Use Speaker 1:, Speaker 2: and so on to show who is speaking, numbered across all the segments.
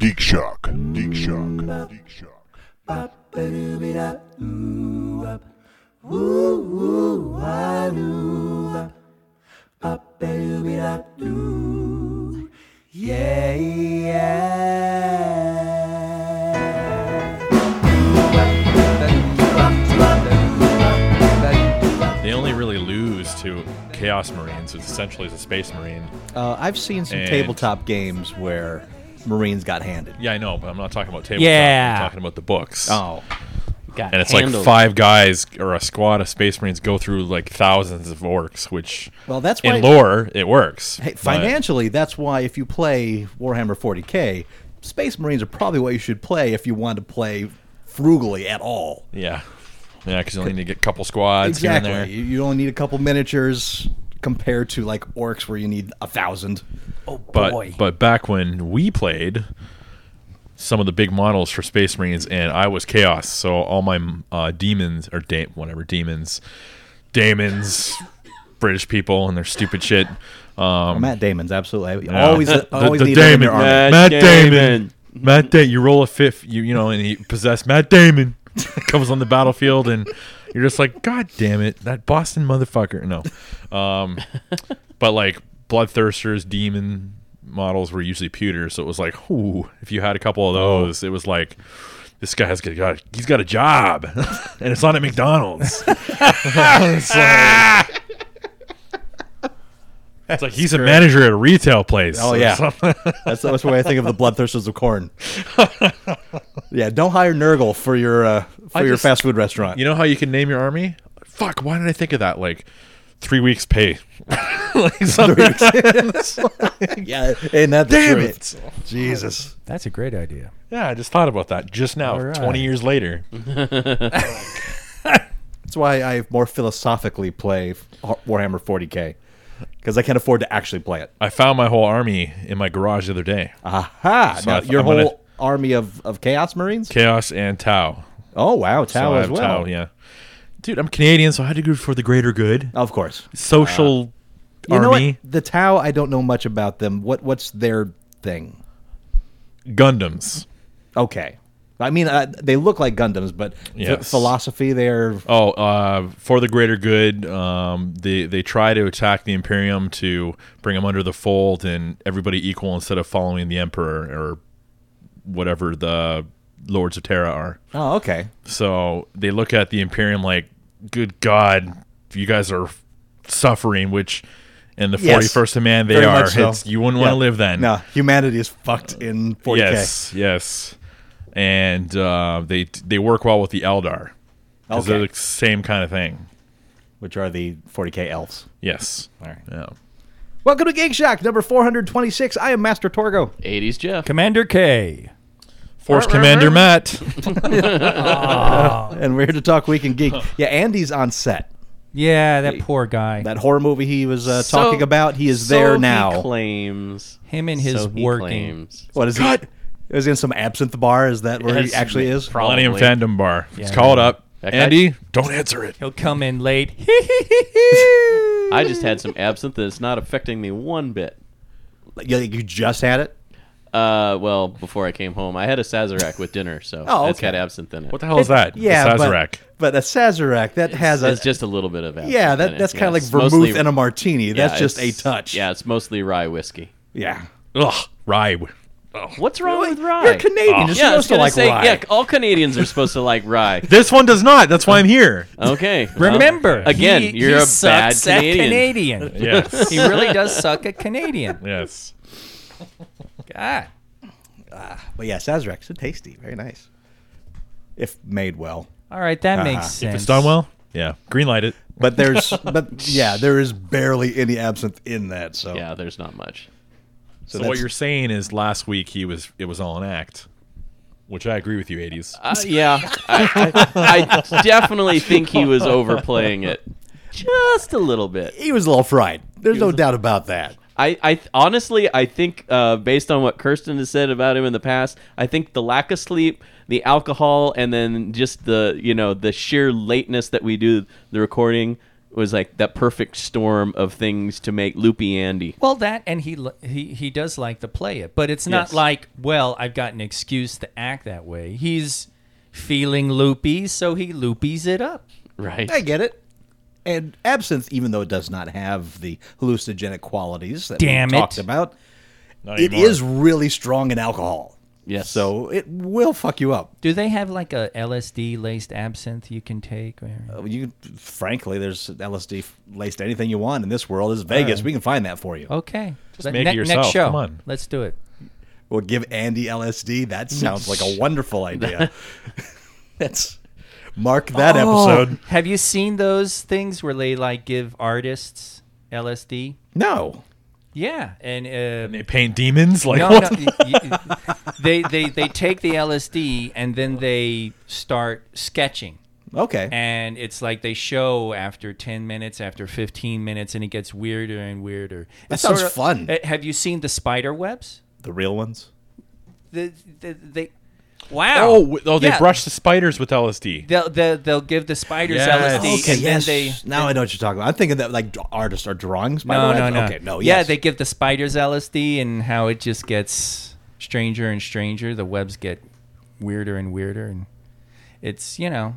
Speaker 1: Geek Shock. Geek Shock. Geek Shock.
Speaker 2: They only really lose to Chaos Marines, which essentially is a Space Marine.
Speaker 3: Uh, I've seen some
Speaker 2: And-
Speaker 3: tabletop games where Marines got handed.
Speaker 2: Yeah, I know, but I'm not talking about tabletop.
Speaker 4: Yeah.
Speaker 2: I'm talking about the books.
Speaker 3: Oh,
Speaker 4: Got
Speaker 2: And it's
Speaker 4: handled.
Speaker 2: like five guys or a squad of Space Marines go through like thousands of orcs, which
Speaker 3: well, that's why.
Speaker 2: in lore it works.
Speaker 3: Hey,
Speaker 2: but-
Speaker 3: financially, that's why if you play Warhammer 40k, Space Marines are probably what you should play if you want to play frugally at all.
Speaker 2: Yeah. Yeah, because you only need to get a couple squads
Speaker 3: Exactly.
Speaker 2: here and there.
Speaker 3: You- You only need a couple miniatures compared to like orcs where you need a thousand.
Speaker 2: But
Speaker 4: Boy.
Speaker 2: but back when we played, some of the big models for Space Marines, and I was Chaos, so all my uh, demons or da- whatever demons, demons, British people and their stupid shit. Um,
Speaker 3: Oh, Matt Damon's absolutely
Speaker 2: Yeah.
Speaker 3: always
Speaker 2: the,
Speaker 3: always
Speaker 2: the
Speaker 3: need him in
Speaker 2: Damon,
Speaker 3: your army.
Speaker 2: Matt,
Speaker 5: Matt
Speaker 2: Damon.
Speaker 5: Damon.
Speaker 2: Matt Damon. You roll a fifth, you you know, and he possessed Matt Damon comes on the battlefield, and you're just like, God damn it, that Boston motherfucker. No, um, but like bloodthirsters, demon models were usually pewter, so it was like, ooh, if you had a couple of those, it was like. This guy has got he's got a job, and it's not at McDonald's. it's like, it's like he's a manager at a retail place.
Speaker 3: Oh
Speaker 2: or
Speaker 3: yeah,
Speaker 2: something.
Speaker 3: that's that's the way I think of the bloodthirsters of corn. yeah, don't hire Nurgle for your uh, for
Speaker 2: I
Speaker 3: your
Speaker 2: just-
Speaker 3: fast food restaurant.
Speaker 2: You know how you can name your army? Fuck, why did I think of that? Like three weeks pay. like something.
Speaker 3: yeah, ain't that the
Speaker 2: Damn
Speaker 3: truth?
Speaker 2: it.
Speaker 3: Jesus.
Speaker 6: That's a great idea.
Speaker 2: Yeah, I just thought about that just now,
Speaker 6: All right.
Speaker 2: 20 years later.
Speaker 3: That's why I more philosophically play Warhammer 40k because I can't afford to actually play it.
Speaker 2: I found my whole army in my garage the other day.
Speaker 3: Aha!
Speaker 2: So
Speaker 3: now,
Speaker 2: I th-
Speaker 3: your
Speaker 2: I'm
Speaker 3: whole
Speaker 2: gonna-
Speaker 3: army of, of Chaos Marines.
Speaker 2: Chaos and Tau.
Speaker 3: oh wow, Tau
Speaker 2: I
Speaker 3: as
Speaker 2: have Tau,
Speaker 3: well.
Speaker 2: yeah. Dude, I'm Canadian, so I had to go for the greater good.
Speaker 3: Of course.
Speaker 2: Social
Speaker 3: You know
Speaker 2: army.
Speaker 3: what? The Tau. I don't know much about them. What what's their thing?
Speaker 2: Gundams.
Speaker 3: Okay. I mean, uh, they look like Gundams, but th-
Speaker 2: Yes.
Speaker 3: philosophy, they're
Speaker 2: Oh, uh, for the greater good, um, they they try to attack the Imperium to bring them under the fold and everybody equal instead of following the Emperor or whatever the Lords of Terra are.
Speaker 3: Oh, okay.
Speaker 2: So they look at the Imperium like, "Good God, you guys are suffering." Which, in the
Speaker 3: Yes.
Speaker 2: forty first command, they
Speaker 3: Very
Speaker 2: are.
Speaker 3: much so.
Speaker 2: It's- you wouldn't want to
Speaker 3: Yeah.
Speaker 2: live then.
Speaker 3: No, humanity is fucked in 40k.
Speaker 2: Yes, yes, and uh, they they work well with the Eldar because
Speaker 3: Okay.
Speaker 2: they're the same kind of thing.
Speaker 3: Which are the 40k elves.
Speaker 2: Yes.
Speaker 3: All right.
Speaker 2: Yeah.
Speaker 3: Welcome to Geek Shock number 426. I am Master Torgo.
Speaker 5: 80s Jeff.
Speaker 6: Commander K.
Speaker 2: Force Commander Matt.
Speaker 3: And we're here to talk Week in Geek. Yeah, Andy's on set.
Speaker 6: Yeah, that poor guy.
Speaker 3: That horror movie he was uh,
Speaker 5: So-
Speaker 3: talking about, he is
Speaker 5: so
Speaker 3: there
Speaker 5: he
Speaker 3: now.
Speaker 5: claims.
Speaker 6: Him and his
Speaker 5: so he
Speaker 6: working.
Speaker 5: claims.
Speaker 3: what is he? Is he in some absinthe bar? Is that where he
Speaker 5: Yes,
Speaker 3: actually is?
Speaker 5: probably.
Speaker 2: Millennium Fandom Bar. He's
Speaker 6: Yeah.
Speaker 2: called up.
Speaker 5: That guy-
Speaker 2: Andy, don't answer it.
Speaker 6: He'll come in late.
Speaker 5: I just had some absinthe that's not affecting me one bit.
Speaker 3: You, you just had it?
Speaker 5: Uh, well, before I came home, I had a Sazerac with dinner, so
Speaker 3: Oh,
Speaker 5: it's
Speaker 3: okay.
Speaker 5: got absinthe in it.
Speaker 2: What the hell is that?
Speaker 3: Yeah,
Speaker 2: It's Sazerac.
Speaker 3: But, but a Sazerac, that has a.
Speaker 5: It's just a little bit of absinthe.
Speaker 3: yeah,
Speaker 5: in
Speaker 3: that,
Speaker 5: it.
Speaker 3: that's kind
Speaker 5: Yeah,
Speaker 3: of like
Speaker 5: it's
Speaker 3: vermouth
Speaker 5: mostly-
Speaker 3: and a martini.
Speaker 5: yeah,
Speaker 3: That's just a
Speaker 5: it's-
Speaker 3: touch.
Speaker 5: Yeah, it's mostly rye whiskey.
Speaker 3: Yeah.
Speaker 2: Ugh, rye.
Speaker 5: What's wrong with rye?
Speaker 3: You're Canadian. You're
Speaker 5: Ah. Yeah, I was
Speaker 3: supposed to
Speaker 5: gonna
Speaker 3: like
Speaker 5: say,
Speaker 3: rye.
Speaker 5: yeah, all Canadians are supposed to like rye.
Speaker 2: This one does not. That's why I'm here.
Speaker 5: Okay. um, well,
Speaker 6: Remember,
Speaker 5: again,
Speaker 6: he-
Speaker 5: you're
Speaker 6: he
Speaker 5: a bad
Speaker 6: sucks at
Speaker 5: Canadian.
Speaker 6: Canadian.
Speaker 2: Yes.
Speaker 6: he really does suck at Canadian.
Speaker 2: yes.
Speaker 6: God.
Speaker 3: But yeah, Sazeracs are tasty. Very nice. If made well.
Speaker 6: All right, that makes
Speaker 3: Uh-huh.
Speaker 6: sense.
Speaker 2: It's done well? Yeah. Green light it.
Speaker 3: But there's, but yeah, there is barely any absinthe in that. So
Speaker 5: Yeah, there's not much.
Speaker 2: So,
Speaker 3: that's-
Speaker 2: what you're saying is last week he was it was all an act. Which I agree with you, 80s.
Speaker 5: Uh, yeah, I, I, I definitely think he was overplaying it just a little bit.
Speaker 3: he was a little fried. There's no doubt about that.
Speaker 5: I, I honestly, I think uh, based on what Kirsten has said about him in the past, I think the lack of sleep, the alcohol, and then just the you know the sheer lateness that we do the recording was like that perfect storm of things to make Loopy Andy.
Speaker 6: Well, that and he li- he he does like to play it, but it's not
Speaker 5: Yes.
Speaker 6: like well, I've got an excuse to act that way. He's feeling loopy, so he loopies it up.
Speaker 5: Right.
Speaker 3: I get it. And absinthe, even though it does not have the hallucinogenic qualities that
Speaker 6: Damn it.
Speaker 3: we talked about,
Speaker 2: Not
Speaker 3: it
Speaker 2: anymore.
Speaker 3: is really strong in alcohol.
Speaker 5: Yes.
Speaker 3: So it will fuck you up.
Speaker 6: Do they have like a LSD laced absinthe you can take? Or...
Speaker 3: Uh, You, frankly, there's LSD laced anything you want in this world. It's Vegas. We can find that for you.
Speaker 6: Okay, just
Speaker 2: make it yourself.
Speaker 6: Next show,
Speaker 2: Come on.
Speaker 6: let's do it.
Speaker 3: We'll give Andy LSD. That sounds like a wonderful idea. That's mark that episode.
Speaker 6: Have you seen those things where they like give artists LSD?
Speaker 3: No,
Speaker 6: Yeah, and uh,
Speaker 2: They paint demons like
Speaker 6: no, no,
Speaker 2: what?
Speaker 6: y- y- they, they they take the LSD and then they start sketching.
Speaker 3: okay.
Speaker 6: And it's like they show after 10 minutes, after 15 minutes, and it gets weirder and weirder. That
Speaker 3: sounds fun.
Speaker 6: eh, Have you seen the spider webs?
Speaker 3: the real ones.
Speaker 6: The, the, they, wow.
Speaker 2: Oh, w- oh, they
Speaker 6: Yeah.
Speaker 2: brush the spiders with LSD.
Speaker 6: They'll, they'll, they'll give the spiders
Speaker 2: Yes.
Speaker 6: LSD,
Speaker 2: Okay,
Speaker 6: and
Speaker 3: yes.
Speaker 6: then they.
Speaker 3: now I know what you're talking about. I'm thinking that like dr- artists are drawings. by
Speaker 6: No,
Speaker 3: the
Speaker 6: Oh, no,
Speaker 3: way.
Speaker 6: no.
Speaker 3: Okay, Oh, no,
Speaker 6: Yeah,
Speaker 3: yes.
Speaker 6: they give the spiders LSD, and how it just gets stranger and stranger. The webs get weirder and weirder, and it's you know,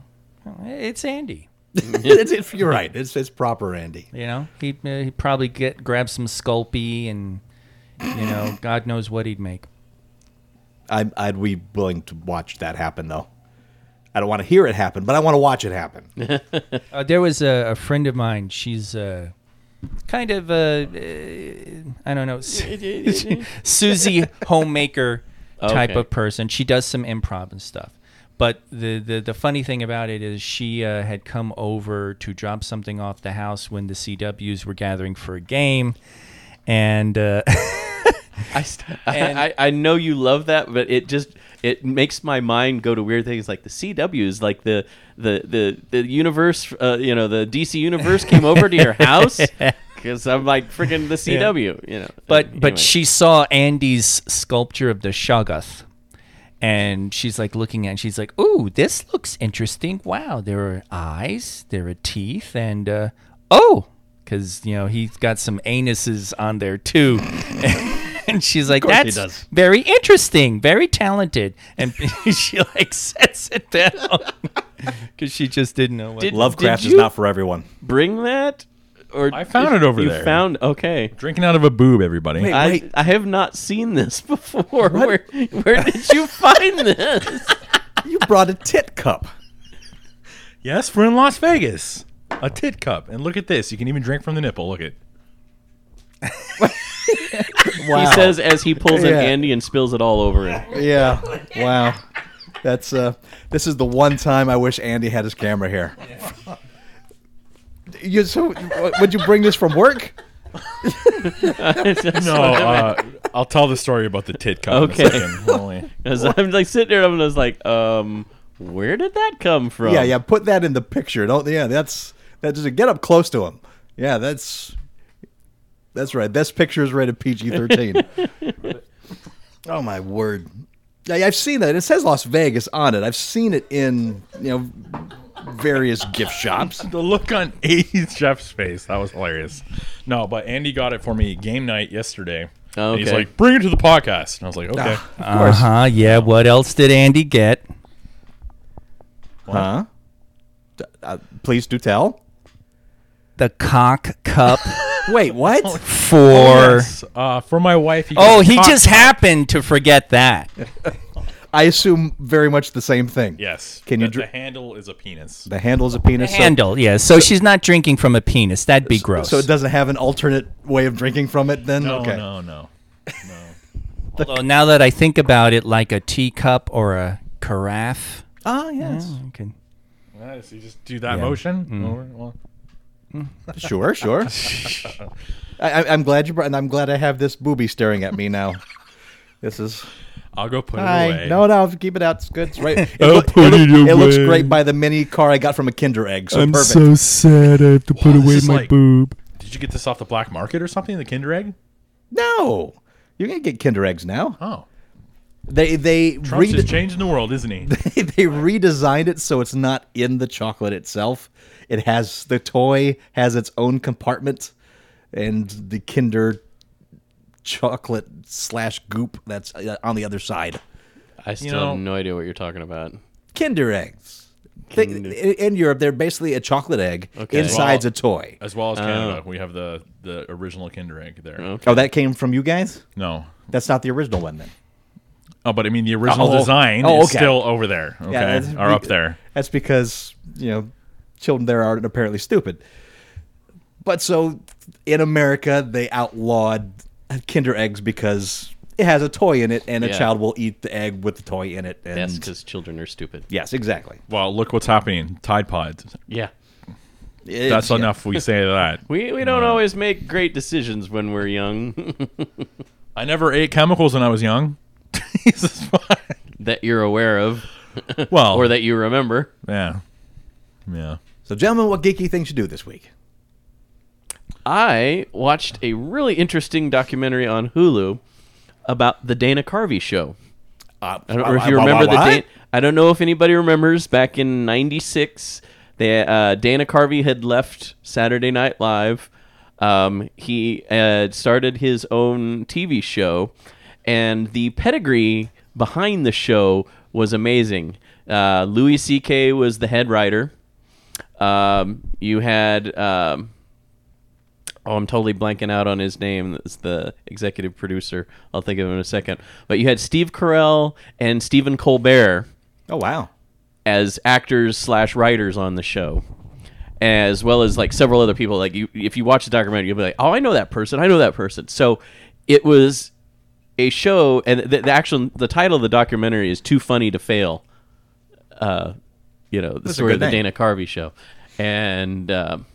Speaker 6: it's Andy.
Speaker 3: It's- it's- you're right. It's it's proper, Andy.
Speaker 6: You know, he'd, uh, he'd probably get grab some Sculpey and, you know, God knows what he'd make.
Speaker 3: I, I'd be willing to watch that happen though. I don't want to hear it happen, but I want to watch it happen.
Speaker 6: Uh, there was a, a friend of mine. She's uh, kind of, uh, uh, I don't know, Su- Susie homemaker type
Speaker 5: Okay.
Speaker 6: of person. She does some improv and stuff. But the, the, the funny thing about it is she uh, had come over to drop something off the house when the CWs were gathering for a game. And uh,
Speaker 5: I, st-
Speaker 6: And-
Speaker 5: I, I I know you love that, but it just it makes my mind go to weird things like the CW is like the the the the universe, uh, you know, the DC universe came over to your house because I'm like freaking the CW, you know.
Speaker 6: But
Speaker 5: Anyway.
Speaker 6: but she saw Andy's sculpture of the Shoggoth, and she's like looking at. it, She's like, "Ooh, this looks interesting. Wow, there are eyes, there are teeth, and uh, oh, because you know he's got some anuses on there too." and she's like,
Speaker 3: course he
Speaker 6: "That's
Speaker 3: does."
Speaker 6: very interesting, very talented," and she like sets it down because she just didn't know what.
Speaker 5: Did-
Speaker 3: Lovecraft
Speaker 5: did
Speaker 3: is
Speaker 5: you
Speaker 3: not for everyone.
Speaker 5: bring that, or
Speaker 2: I found it over
Speaker 5: you
Speaker 2: there.
Speaker 5: Found okay.
Speaker 2: Drinking out of a boob, everybody.
Speaker 3: Wait,
Speaker 5: I, I have not seen this before. Where where did you find this?
Speaker 3: You brought a tit cup.
Speaker 2: Yes, we're in Las Vegas. A tit cup, and look at this. You can even drink from the nipple. Look at.
Speaker 3: Wow.
Speaker 5: He says as he pulls
Speaker 3: Yeah.
Speaker 5: an Andy and spills it all over him.
Speaker 3: Yeah. Wow. That's uh this is the one time I wish Andy had his camera here. You so would you bring this from work?
Speaker 2: No, uh, I'll tell the story about the tit cup.
Speaker 5: Okay.
Speaker 2: In a second. Only-
Speaker 5: Because I'm like sitting there and I was like, um, where did that come from?
Speaker 3: Yeah, yeah, put that in the picture. Don't yeah, that's that just get up close to him. Yeah, that's that's right. This picture is rated PG thirteen. oh my word. Yeah, I've seen that. It says Las Vegas on it. I've seen it in, you know, various gift shops.
Speaker 2: the look on 80s Jeff's face. That was hilarious. No, but Andy got it for me game night yesterday.
Speaker 5: Oh,
Speaker 2: And He's
Speaker 5: okay.
Speaker 2: like, bring it to the podcast. And I was like, okay. Uh-huh.
Speaker 6: Uh huh. Yeah. What else did Andy get?
Speaker 3: Huh? D- Uh, please do tell.
Speaker 6: The cock cup
Speaker 3: Wait, what?
Speaker 6: for.
Speaker 2: Yes, uh, for my wife. He
Speaker 6: Oh,
Speaker 2: got
Speaker 6: he
Speaker 2: cock-
Speaker 6: just happened to forget that.
Speaker 3: I assume very much the same thing.
Speaker 2: Yes.
Speaker 3: Can you
Speaker 2: The,
Speaker 3: dr-
Speaker 2: the handle is a penis.
Speaker 3: The handle is a penis. so-
Speaker 6: Handle, yeah. So, she's not drinking from a penis. That'd be
Speaker 3: So,
Speaker 6: gross.
Speaker 3: it doesn't have an alternate way of drinking from it then?
Speaker 2: No,
Speaker 3: okay.
Speaker 2: no, no.
Speaker 6: Although now that I think about it, like a teacup or a carafe.
Speaker 3: Ah, yes.
Speaker 6: Oh, okay.
Speaker 2: Nice. You just do that
Speaker 6: Yeah.
Speaker 2: motion.
Speaker 3: Mm-hmm.
Speaker 2: Over- well,
Speaker 3: Sure, sure. I, I- I'm glad you brought, and I'm glad I have this booby staring at me now. This is.
Speaker 2: I'll go put it
Speaker 3: Hi.
Speaker 2: away.
Speaker 3: No, no, keep it out. It's good. It's right. It,
Speaker 2: I'll
Speaker 3: loo-
Speaker 2: put
Speaker 3: it, loo-
Speaker 2: it
Speaker 3: it looks
Speaker 2: away.
Speaker 3: great by the mini car I got from a Kinder Egg. So perfect.
Speaker 7: sad I have to put
Speaker 2: this
Speaker 7: away
Speaker 2: is
Speaker 7: my
Speaker 2: like-
Speaker 7: boob.
Speaker 2: Did you get this off the black market or something? The Kinder Egg?
Speaker 3: no, you can get Kinder Eggs now.
Speaker 2: Oh.
Speaker 8: They they
Speaker 2: Trump's
Speaker 8: rede-
Speaker 2: is changing the world, isn't he?
Speaker 8: they redesigned it so it's not in the chocolate itself. It has the toy has its own compartment, and the Kinder chocolate slash goop that's uh, on the other side.
Speaker 5: I still
Speaker 2: know-
Speaker 5: have no idea what you're talking about.
Speaker 8: Kinder eggs. They-
Speaker 5: Kinder.
Speaker 8: in, in Europe, they're basically a chocolate egg.
Speaker 5: Okay.
Speaker 8: Inside's
Speaker 2: Well-
Speaker 8: a toy.
Speaker 2: As well as
Speaker 6: Oh.
Speaker 2: Canada, we have the the original Kinder Egg there.
Speaker 8: Oh, that came from you guys.
Speaker 2: No,
Speaker 8: That's not the original one then.
Speaker 2: oh, but I mean the original
Speaker 8: Oh,
Speaker 2: design
Speaker 8: oh,
Speaker 2: is
Speaker 8: okay.
Speaker 2: still over there. Okay,
Speaker 8: that's-
Speaker 2: or up there.
Speaker 8: That's because you know children there are apparently stupid. But so in America, they outlawed Kinder eggs because it has a toy in it, and a
Speaker 5: Yeah.
Speaker 8: child will eat the egg with the toy in it. And
Speaker 5: Yes, because children are stupid.
Speaker 8: yes, exactly.
Speaker 2: Well, look what's happening. Tide Pods.
Speaker 5: Yeah.
Speaker 2: That's
Speaker 8: It's- yeah.
Speaker 2: enough. We say that.
Speaker 5: We, we don't always make great decisions when we're young
Speaker 2: I never ate chemicals when I was young. Jesus fuck.
Speaker 5: that you're aware of
Speaker 2: Well,
Speaker 5: or that you remember.
Speaker 2: yeah, yeah.
Speaker 8: So, gentlemen, what geeky things you do this week?
Speaker 5: I watched a really interesting documentary on Hulu about the Dana Carvey show.
Speaker 8: Uh,
Speaker 5: I don't know if you remember the Dan- I don't know if anybody remembers back in '96. They, uh, Dana Carvey had left Saturday Night Live. Um, he uh, started his own TV show, and the pedigree behind the show was amazing. Uh, Louis C.K. was the head writer. Um, you had um, oh, I'm totally blanking out on his name. It's the executive producer. I'll think of him in a second. But you had Steve Carell and Stephen Colbert
Speaker 8: Oh wow.
Speaker 5: as actors slash writers on the show, as well as like several other people. Like you, if you watch the documentary, you'll be like, "Oh, I know that person. I know that person." So it was a show, and the, the actual the title of the documentary is "Too Funny to Fail." Uh, you know the
Speaker 8: That's a
Speaker 5: story
Speaker 8: good
Speaker 5: of the
Speaker 8: name.
Speaker 5: Dana Carvey show, and um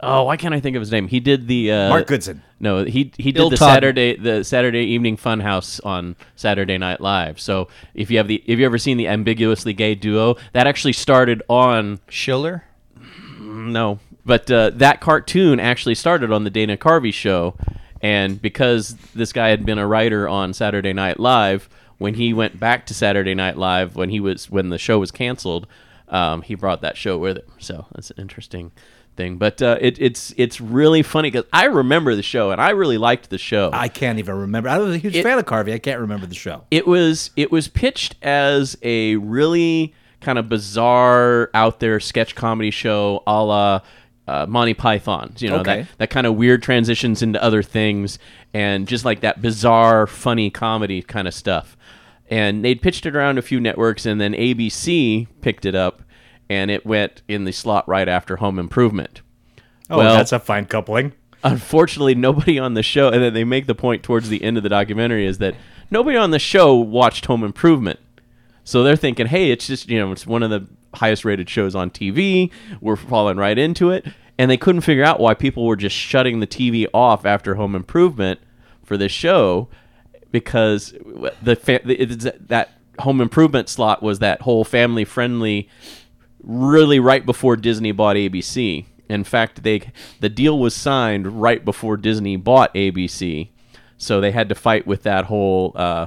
Speaker 5: oh, why can't I think of his name? He did the uh,
Speaker 8: Mark Goodson.
Speaker 5: no, he he did
Speaker 8: Bill
Speaker 5: the
Speaker 8: Todd.
Speaker 5: Saturday the Saturday Evening Funhouse on Saturday Night Live. So if you have the if you ever seen the ambiguously gay duo, that actually started on
Speaker 6: Schiller.
Speaker 5: no, but uh, that cartoon actually started on the Dana Carvey show, and because this guy had been a writer on Saturday Night Live, when he went back to Saturday Night Live when he was when the show was canceled, um, he brought that show with him. So that's an interesting thing. But uh, it, it's it's really funny because I remember the show and I really liked the show.
Speaker 8: I can't even remember. I was a huge
Speaker 5: It-
Speaker 8: fan of Carvey. I can't remember the show.
Speaker 5: it was it was pitched as a really kind of bizarre out there sketch comedy show a la uh, Monty Python, you know
Speaker 8: Okay.
Speaker 5: that that kind of weird transitions into other things, and just like that bizarre, funny comedy kind of stuff. And they'd pitched it around a few networks, and then ABC picked it up, and it went in the slot right after Home Improvement.
Speaker 8: Oh,
Speaker 5: Well-
Speaker 8: that's a fine coupling.
Speaker 5: Unfortunately, nobody on the show, and then they make the point towards the end of the documentary is that nobody on the show watched Home Improvement. So they're thinking, hey, it's just, you know, it's one of the highest rated shows on TV. We're falling right into it. And they couldn't figure out why people were just shutting the TV off after Home Improvement for this show because the, fa- the it's, that Home Improvement slot was that whole family friendly really right before Disney bought ABC. In fact, they the deal was signed right before Disney bought ABC, so they had to fight with that whole, uh,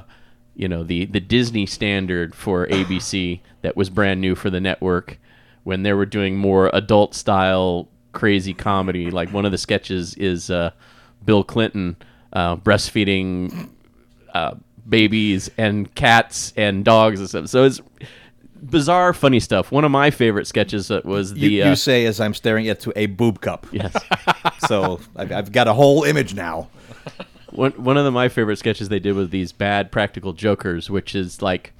Speaker 5: you know, the the Disney standard for ABC that was brand new for the network when they were doing more adult style crazy comedy. Like one of the sketches is uh, Bill Clinton uh, breastfeeding uh, babies and cats and dogs and stuff. So it's bizarre, funny stuff. One of my favorite sketches uh, was the
Speaker 8: You,
Speaker 5: uh,
Speaker 8: you say as I'm staring into a boob cup.
Speaker 5: yes.
Speaker 8: so I've, I've got a whole image now.
Speaker 5: one one of the, my favorite sketches they did was these bad practical jokers, which is like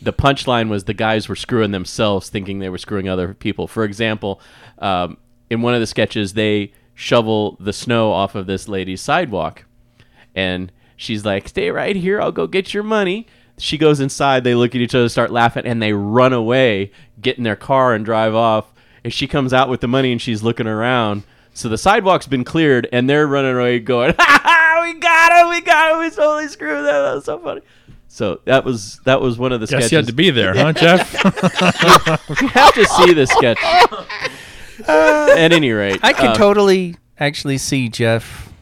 Speaker 5: the punchline was the guys were screwing themselves, thinking they were screwing other people. For example, um, in one of the sketches, they shovel the snow off of this lady's sidewalk, and she's like, "Stay right here, I'll go get your money." She goes inside. They look at each other, start laughing, and they run away, get in their car, and drive off. And she comes out with the money, and she's looking around. So the sidewalk's been cleared, and they're running away, going, "Ha ha! We got him! We got him! We totally screwed that. That was so funny." So that was that was one of the
Speaker 2: Guess
Speaker 5: sketches.
Speaker 2: you had to be there, huh, Jeff?
Speaker 5: You have to see this sketch. At any rate,
Speaker 6: I can
Speaker 5: uh,
Speaker 6: totally actually see Jeff.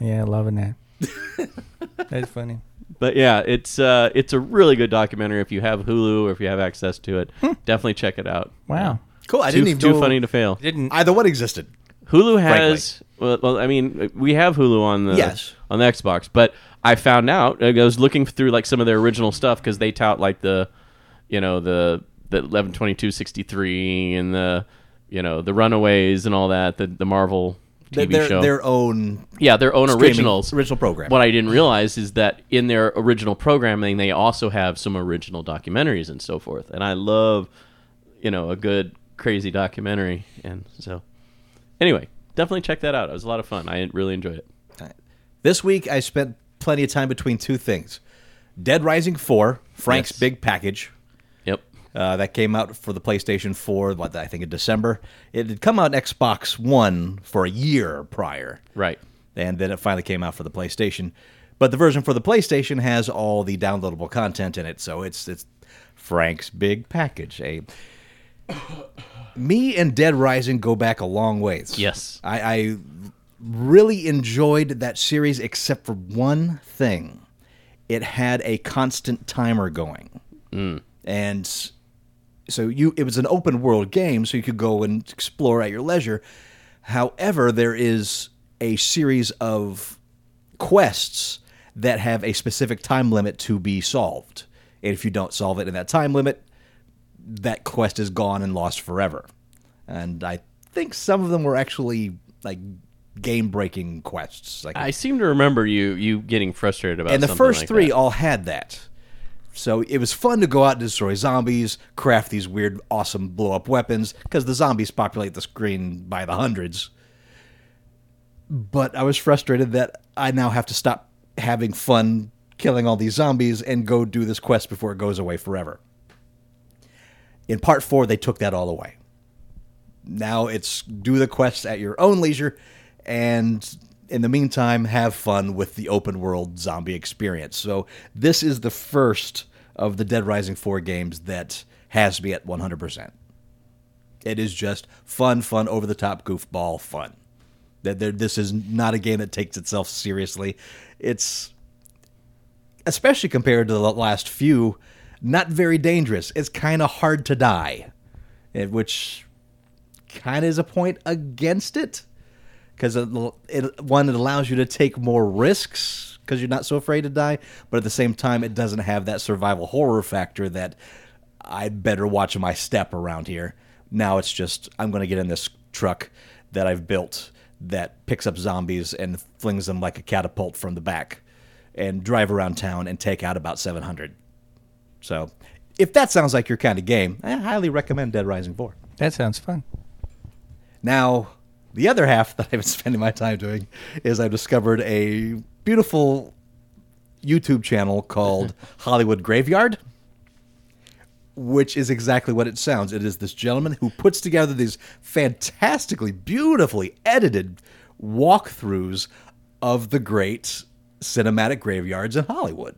Speaker 6: Yeah, loving that. That's funny.
Speaker 5: But yeah, it's uh, it's a really good documentary. If you have Hulu or if you have access to it,
Speaker 2: Hmm.
Speaker 5: definitely check it out.
Speaker 6: Wow.
Speaker 3: Cool. I
Speaker 5: Too,
Speaker 3: didn't even
Speaker 5: too
Speaker 3: know
Speaker 5: funny to fail.
Speaker 6: Didn't
Speaker 3: either one existed.
Speaker 5: Hulu has well, well, I mean, we have Hulu on the
Speaker 3: Yes.
Speaker 5: on the Xbox, but I found out I was looking through like some of their original stuff because they tout like the, you know, the the eleven twenty two sixty three and the, you know, the Runaways and all that, the the Marvel
Speaker 3: They-
Speaker 5: TV
Speaker 3: Their,
Speaker 5: show,
Speaker 3: their own
Speaker 5: yeah, their own
Speaker 3: streaming-
Speaker 5: originals,
Speaker 3: original program.
Speaker 5: What I didn't realize is that in their original programming, they also have some original documentaries and so forth. And I love, you know, a good crazy documentary. And so, anyway, definitely check that out. It was a lot of fun. I really enjoyed it.
Speaker 3: This week I spent plenty of time between two things: Dead Rising Four, Frank's
Speaker 5: Yes.
Speaker 3: big package.
Speaker 5: Yep.
Speaker 3: Uh, that came out for the PlayStation 4, what, I think in December. It had come out on Xbox One for a year prior.
Speaker 5: Right.
Speaker 3: and then it finally came out for the PlayStation. But the version for the PlayStation has all the downloadable content in it, so it's it's Frank's big package. Eh? Me and Dead Rising go back a long ways.
Speaker 5: Yes.
Speaker 3: I, I really enjoyed that series, except for one thing: it had a constant timer going, and s- so you it was an open world game, so you could go and explore at your leisure. However, there is a series of quests that have a specific time limit to be solved. And if you don't solve it in that time limit, that quest is gone and lost forever. And I think some of them were actually like game breaking quests. Like
Speaker 5: I seem to remember you you getting frustrated about
Speaker 3: and the
Speaker 5: something
Speaker 3: first
Speaker 5: like
Speaker 3: three
Speaker 5: that.
Speaker 3: all had that. So it was fun to go out and destroy zombies, craft these weird, awesome blow up weapons, because the zombies populate the screen by the hundreds. But I was frustrated that I now have to stop having fun killing all these zombies and go do this quest before it goes away forever. In part four, they took that all away. Now it's do the quests at your own leisure, and in the meantime, have fun with the open world zombie experience. So, this is the first of the Dead Rising 4 games that has me at 100%. It is just fun, fun, over the top goofball fun. That there, this is not a game that takes itself seriously. It's especially compared to the last few, not very dangerous. It's kind of hard to die, eh, which kind of is a point against it because it, it, one it allows you to take more risks because you're not so afraid to die, but at the same time it doesn't have that survival horror factor that I better watch my step around here. Now it's just I'm going to get in this truck that I've built that picks up zombies and flings them like a catapult from the back and drive around town and take out about 700. So, if that sounds like your kind of game, I highly recommend Dead Rising 4.
Speaker 6: that sounds fun?
Speaker 3: Now, the other half that I've been spending my time doing is I've discovered a beautiful YouTube channel called Hollywood Graveyard, which is exactly what it sounds. It is this gentleman who puts together these fantastically, beautifully edited walkthroughs of the great cinematic graveyards in Hollywood.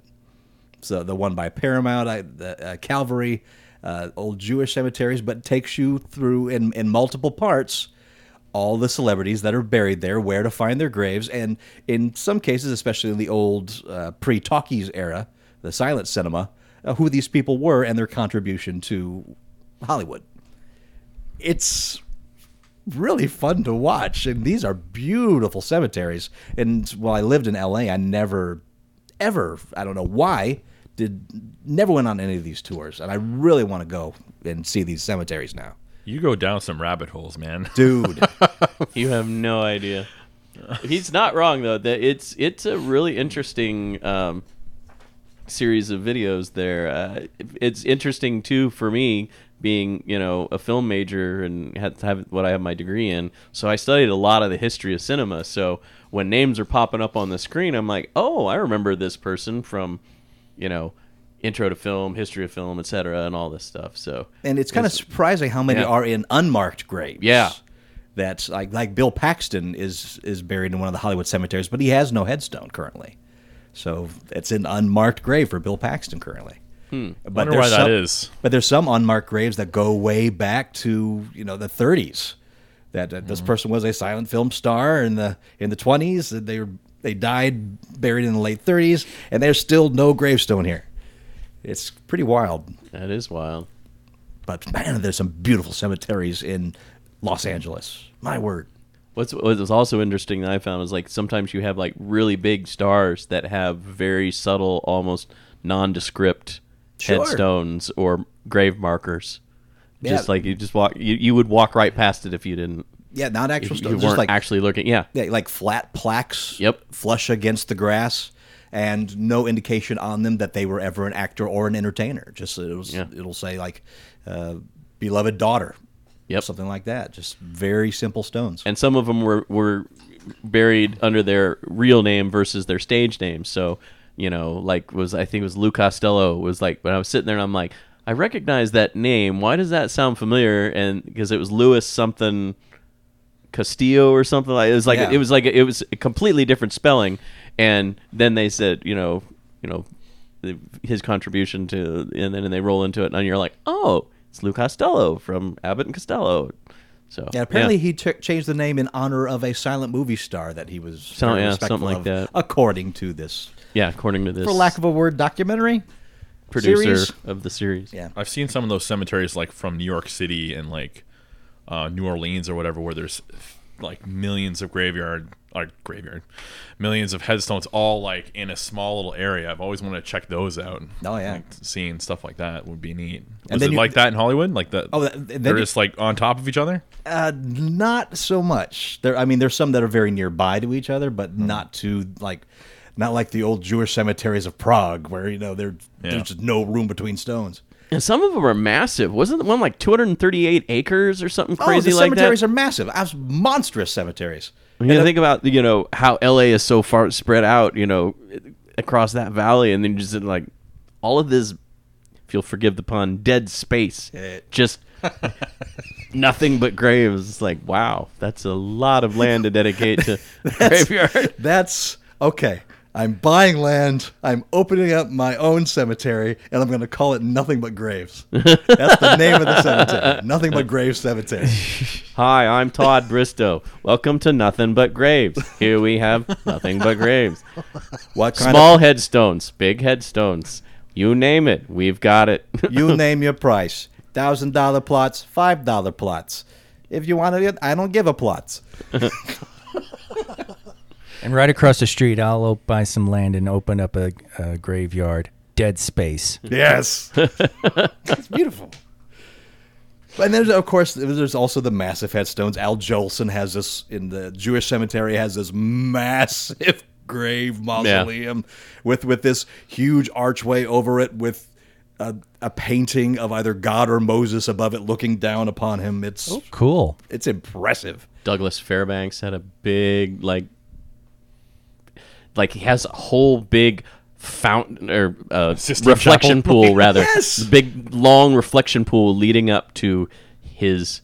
Speaker 3: So the one by Paramount, I, the, uh, Calvary, uh, old Jewish cemeteries, but takes you through in, in multiple parts all the celebrities that are buried there, where to find their graves, and in some cases, especially in the old uh, pre-talkies era, the silent cinema, uh, who these people were and their contribution to Hollywood. It's really fun to watch. And these are beautiful cemeteries. And while I lived in LA, I never, ever, I don't know why, did never went on any of these tours. And I really want to go and see these cemeteries now.
Speaker 2: You go down some rabbit holes, man.
Speaker 3: Dude,
Speaker 5: You have no idea. He's not wrong though. That it's it's a really interesting um, series of videos. There, uh, it's interesting too for me being you know a film major and had to have what I have my degree in. So I studied a lot of the history of cinema. So when names are popping up on the screen, I'm like, oh, I remember this person from, you know, intro to film, history of film, etc., and all this stuff. So
Speaker 3: and it's kind of surprising how many
Speaker 5: yeah.
Speaker 3: are in unmarked graves.
Speaker 5: Yeah.
Speaker 3: That's like like Bill Paxton is is buried in one of the Hollywood cemeteries, but he has no headstone currently. So it's an unmarked grave for Bill Paxton currently. But
Speaker 2: Hmm. Wonder
Speaker 3: there's
Speaker 2: why that
Speaker 3: some-
Speaker 2: is.
Speaker 3: But there's some unmarked graves that go way back to you know the
Speaker 2: Hmm.
Speaker 3: 30s. That, that this person was a silent film star in the in the 20s. That they were They died buried in the late 30s, and there's still no gravestone here. It's pretty wild.
Speaker 5: That is wild.
Speaker 3: But man, there's some beautiful cemeteries in Los Angeles. My word.
Speaker 5: What's what was also interesting that I found is like sometimes you have like really big stars that have very subtle, almost nondescript
Speaker 3: Sure.
Speaker 5: headstones or grave markers.
Speaker 3: Yeah.
Speaker 5: Just like you just walk, you, you would walk right past it if you didn't.
Speaker 3: Yeah, not
Speaker 5: If
Speaker 3: actual
Speaker 5: you
Speaker 3: stones.
Speaker 5: weren't
Speaker 3: just like
Speaker 5: actually looking, yeah,
Speaker 3: yeah, like flat plaques.
Speaker 5: Yep.
Speaker 3: Flush against the grass, and no indication on them that they were ever an actor or an entertainer. Just it was,
Speaker 5: Yeah.
Speaker 3: it'll say like, uh, "Beloved daughter."
Speaker 5: Yep.
Speaker 3: Something like that. Just very simple stones.
Speaker 5: and some of them were were buried under their real name versus their stage name. So you know, like was I think it was Lou Costello was like when I was sitting there and I'm like, I recognize that name. Why does that sound familiar? And because it was Lewis something Castillo or something like it was like
Speaker 3: Yeah.
Speaker 5: it was like it was a completely different spelling. And then they said, you know, you know, the, his contribution to, and then they roll into it, and you're like, oh, it's Lou Costello from Abbott and Costello. So
Speaker 3: yeah, apparently he ch- changed the name in honor of a silent movie star that he was
Speaker 5: So-
Speaker 3: very
Speaker 5: yeah,
Speaker 3: respectful
Speaker 5: something like
Speaker 3: of,
Speaker 5: that.
Speaker 3: according to this,
Speaker 5: Yeah, according to this
Speaker 3: for lack of a word, documentary.
Speaker 5: producer
Speaker 3: series?
Speaker 5: of the series.
Speaker 3: Yeah.
Speaker 2: I've seen some of those cemeteries like from New York City and like uh, New Orleans or whatever, where there's like millions of graveyard or graveyard, millions of headstones, all like in a small little area. I've always wanted to check those out.
Speaker 3: Oh, yeah.
Speaker 2: like, seeing stuff like that would be neat. Was
Speaker 3: then
Speaker 2: it
Speaker 3: you-
Speaker 2: like that in Hollywood? Like that?
Speaker 3: Oh, th- then
Speaker 2: they're
Speaker 3: you-
Speaker 2: just like on top of each other.
Speaker 3: Uh, not so much. There, I mean, there's some that are very nearby to each other, but
Speaker 5: Mm-hmm.
Speaker 3: not to like, not like the old Jewish cemeteries of Prague, where you know there
Speaker 2: Yeah.
Speaker 3: there's just no room between stones.
Speaker 5: And some of them are massive. Wasn't one like 238 acres or something
Speaker 3: oh,
Speaker 5: crazy
Speaker 3: the
Speaker 5: like
Speaker 3: cemeteries
Speaker 5: that?
Speaker 3: are massive. Abs- monstrous cemeteries.
Speaker 5: you know, think about you know how LA is so far spread out, you know, across that valley, and then just in, like all of this. If you'll forgive the pun, dead space,
Speaker 3: Eh.
Speaker 5: just nothing but graves. It's like wow, that's a lot of land to dedicate to graveyard.
Speaker 3: That's okay. I'm buying land. I'm opening up my own cemetery, and I'm going to call it nothing but graves. That's the name of the cemetery. Nothing but graves cemetery.
Speaker 5: Hi, I'm Todd Bristow. Welcome to Nothing But Graves. Here we have Nothing But Graves.
Speaker 3: What kind
Speaker 5: Small headstones, big headstones. You name it, we've got it.
Speaker 3: You name your price. Thousand dollar plots, five dollar plots. If you want to get, I don't give a plots.
Speaker 6: And right across the street, I'll op- buy some land and open up a, a graveyard, dead space.
Speaker 3: Yes, it's beautiful. And then, of course, there's also the massive headstones. Al Jolson has this in the Jewish cemetery has this massive grave mausoleum with with this huge archway over it with. A, a painting of either God or Moses above it, looking down upon him. It's
Speaker 6: Cool.
Speaker 3: it's impressive.
Speaker 5: Douglas Fairbanks had a big like like he has a whole big fountain or uh,
Speaker 2: Sistine
Speaker 5: reflection
Speaker 2: Chapel.
Speaker 5: pool rather.
Speaker 3: Yes!
Speaker 5: Big long reflection pool leading up to his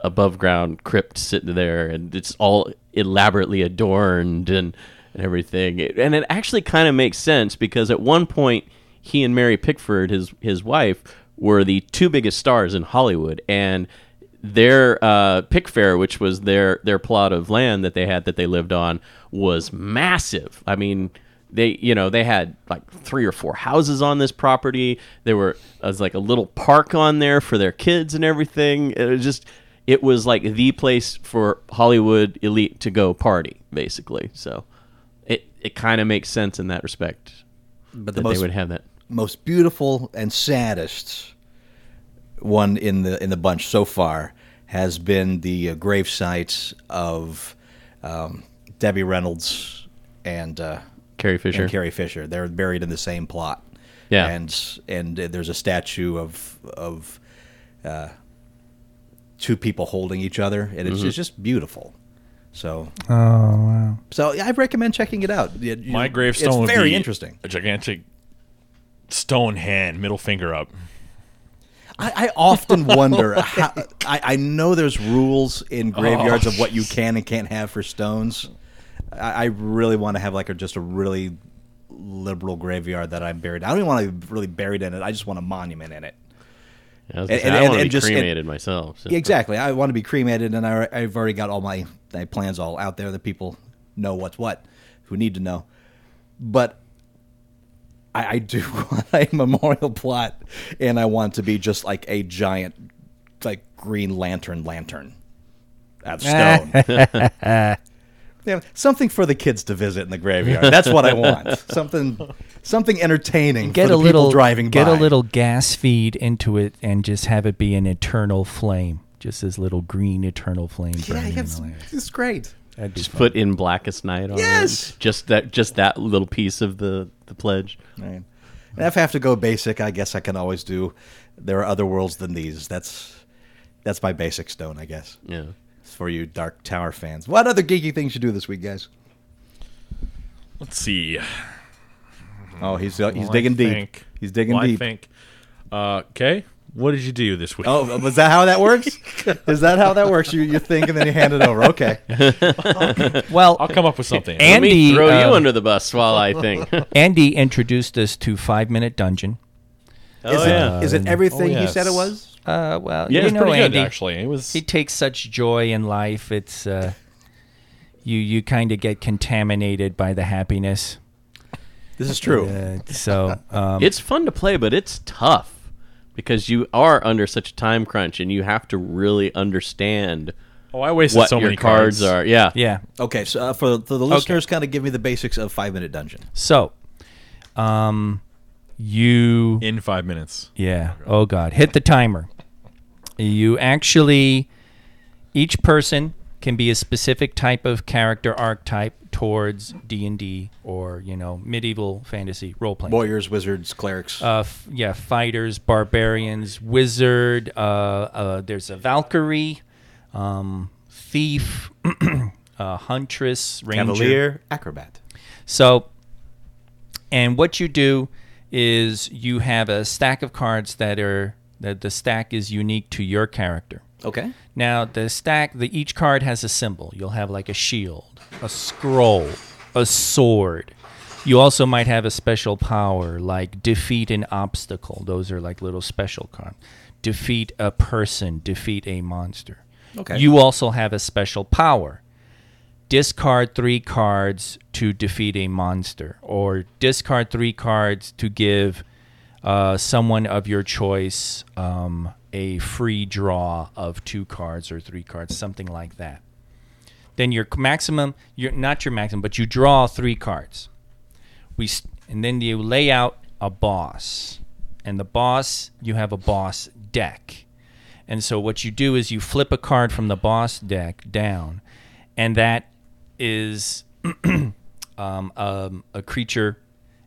Speaker 5: above ground crypt sitting there and it's all elaborately adorned and and everything. It- and it actually kind of makes sense because at one point he and Mary Pickford his his wife were the two biggest stars in Hollywood and their uh, pick fair, which was their their plot of land that they had that they lived on, was massive. I mean, they you know they had like three or four houses on this property. There were uh, was like a little park on there for their kids and everything. It was just it was like the place for Hollywood elite to go party, basically. So it it kind of makes sense in that respect
Speaker 3: But
Speaker 5: that they would have that.
Speaker 3: most beautiful and saddest one in the in the bunch so far has been the uh, grave sites of um, Debbie Reynolds and uh,
Speaker 5: Carrie Fisher.
Speaker 3: and Carrie Fisher. They're buried in the same plot.
Speaker 5: Yeah.
Speaker 3: and and there's a statue of of uh, two people holding each other, and
Speaker 2: Mm-hmm.
Speaker 3: it's, it's just beautiful. So, oh wow! So yeah, I recommend checking it out. You- you-
Speaker 2: My gravestone
Speaker 3: It's
Speaker 2: would
Speaker 3: very
Speaker 2: be
Speaker 3: interesting.
Speaker 2: A gigantic stone hand, middle finger up.
Speaker 3: I, I often wonder. how, I, I know there's rules in graveyards of what you can and can't have for stones. I, I really want to have like a, just a really liberal graveyard that I'm buried. I don't even want to be really buried in it. I just want a monument in it.
Speaker 5: I, was
Speaker 3: and-
Speaker 5: gonna say, I
Speaker 3: and-
Speaker 5: want to
Speaker 3: and
Speaker 5: be
Speaker 3: just- and-
Speaker 5: cremated myself. so-
Speaker 3: Yeah, exactly. I want to be cremated, and I, I've already got all my, my plans all out there. That people know what's what. who need to know. But I, I do want a memorial plot, and I want to be just like a giant, like Green Lantern lantern out of stone. yeah, something for the kids to visit in the graveyard. That's what I want. Something, something entertaining.
Speaker 6: Get
Speaker 3: for
Speaker 6: a
Speaker 3: the people
Speaker 6: little
Speaker 3: driving.
Speaker 6: Get
Speaker 3: by.
Speaker 6: a little gas feed into it and just have it be an eternal flame, just this little green eternal flame.
Speaker 3: Yeah, yeah,
Speaker 6: burning in
Speaker 3: it's,
Speaker 6: the lamp.
Speaker 3: it's great.
Speaker 6: That'd be
Speaker 5: Just
Speaker 6: fun.
Speaker 5: put in blackest night on it.
Speaker 3: Yes!
Speaker 5: Just that just that little piece of the the pledge.
Speaker 3: Right. And if I have to go basic, I guess I can always do. There are other worlds than these. That's that's my basic stone, I guess.
Speaker 5: Yeah.
Speaker 3: It's for you Dark Tower fans. What other geeky things you do this week, guys?
Speaker 2: Let's see.
Speaker 3: Oh, he's uh, he's
Speaker 2: Well, I
Speaker 3: digging deep.
Speaker 2: think-
Speaker 3: He's digging
Speaker 2: well,
Speaker 3: deep.
Speaker 2: I think. Uh, okay, what did you do this week?
Speaker 3: Oh, was that how that works? Is that how that works? You you think and then you hand it over. Okay.
Speaker 6: well,
Speaker 2: I'll come up with something.
Speaker 6: And-
Speaker 5: Let me
Speaker 6: Andy,
Speaker 5: throw you
Speaker 3: um,
Speaker 6: uh,
Speaker 5: under the bus while I think. oh
Speaker 6: Andy introduced us to Five Minute Dungeon.
Speaker 3: is, it,
Speaker 5: yeah.
Speaker 3: is it everything
Speaker 2: Oh,
Speaker 3: he said it
Speaker 2: yes.
Speaker 3: was?
Speaker 6: Uh, well,
Speaker 2: yeah,
Speaker 6: you
Speaker 2: it's
Speaker 6: know,
Speaker 2: pretty
Speaker 6: Andy,
Speaker 2: good actually. It was
Speaker 6: he takes such joy in life. It's uh, you you kind of get contaminated by the happiness.
Speaker 3: This is true.
Speaker 6: Uh, so um,
Speaker 5: It's fun to play, but it's tough because you are under such a time crunch and you have to really understand
Speaker 2: oh, I wasted
Speaker 5: what
Speaker 2: so
Speaker 5: your
Speaker 2: many
Speaker 5: cards, are. Yeah.
Speaker 6: yeah.
Speaker 3: Okay, so uh, for, for the listeners, kind of give me the basics of Five Minute Dungeon.
Speaker 6: So, um, you
Speaker 2: in five minutes.
Speaker 6: Yeah. Oh God. Hit the timer. You actually, each person can be a specific type of character archetype towards D and D or you know medieval fantasy role playing.
Speaker 3: Warriors, wizards, clerics.
Speaker 6: Uh, f- yeah, fighters, barbarians, wizard. Uh, uh, there's a Valkyrie, um, thief, uh, huntress, ranger,
Speaker 3: Cavalier, acrobat.
Speaker 6: so, and what you do is you have a stack of cards that are that the stack is unique to your character.
Speaker 3: Okay.
Speaker 6: Now the stack, the each card has a symbol. You'll have like a shield, a scroll, a sword. You also might have a special power like defeat an obstacle. Those are like little special cards. Defeat a person, defeat a monster.
Speaker 3: Okay.
Speaker 6: You also have a special power. Discard three cards to defeat a monster, or discard three cards to give uh, someone of your choice um, a free draw of two cards or three cards, something like that. Then your maximum, your, not your maximum, but you draw three cards. We s- and then you lay out a boss, and the boss you have a boss deck. And so what you do is you flip a card from the boss deck down, and that is um, um, a creature,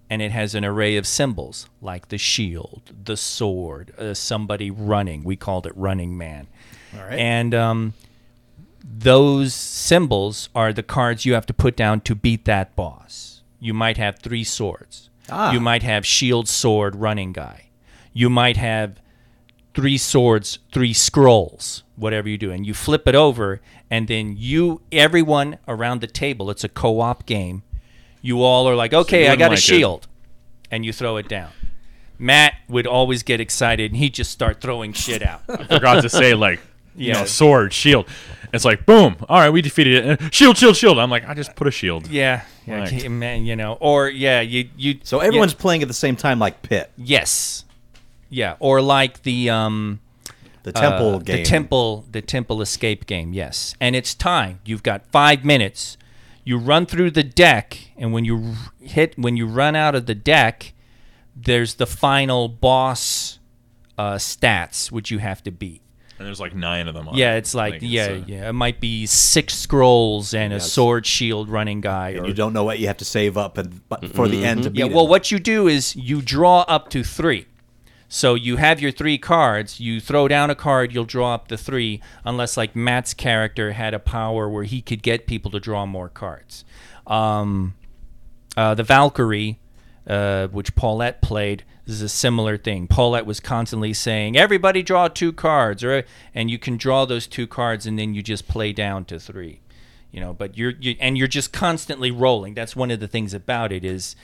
Speaker 6: and it has an array of symbols like the shield, the sword, uh, somebody running. We called it Running Man. All
Speaker 3: right.
Speaker 6: And um, those symbols are the cards you have to put down to beat that boss. You might have three swords.
Speaker 3: Ah.
Speaker 6: You might have shield, sword, running guy. You might have three swords, three scrolls, whatever you do, and you flip it over, and then you, everyone around the table, it's a co-op game. You all are like, okay,
Speaker 2: you
Speaker 6: I
Speaker 2: wouldn't
Speaker 6: got a
Speaker 2: like it.
Speaker 6: shield, and you throw it down. Matt would always get excited, and he'd just start throwing shit out.
Speaker 2: Forgot to say like. You
Speaker 6: Yeah.
Speaker 2: know, sword, shield. It's like boom. All right, we defeated it. And Shield, shield, shield. I'm like, I just put a shield.
Speaker 6: yeah, yeah,
Speaker 2: Right.
Speaker 6: okay, man, you know, or yeah, you you.
Speaker 3: So
Speaker 6: yeah,
Speaker 3: everyone's playing at the same time, like Pit,
Speaker 6: yes, yeah, or like the um.
Speaker 3: the temple
Speaker 6: uh,
Speaker 3: game.
Speaker 6: The temple, the temple escape game. Yes, and it's time. You've got five minutes. You run through the deck, and when you r- hit, when you run out of the deck, there's the final boss uh, stats which you have to beat.
Speaker 2: And there's like nine of them. On
Speaker 6: Yeah,
Speaker 2: it.
Speaker 6: it's like
Speaker 2: Like,
Speaker 6: yeah,
Speaker 2: it's, uh,
Speaker 6: yeah. It might be six scrolls and a
Speaker 3: Yes.
Speaker 6: sword shield running guy. or
Speaker 3: You don't know what you have to save up and but for the end to beat
Speaker 6: Mm-hmm. Yeah,
Speaker 3: it.
Speaker 6: well, what you do is you draw up to three. So you have your three cards. You throw down a card, you'll draw up the three, unless like Matt's character had a power where he could get people to draw more cards. Um, uh, the Valkyrie, uh, which Paulette played, this is a similar thing. Paulette was constantly saying, "Everybody draw two cards," or and you can draw those two cards, and then you just play down to three, you know. But you're you, and you're just constantly rolling. That's one of the things about it is.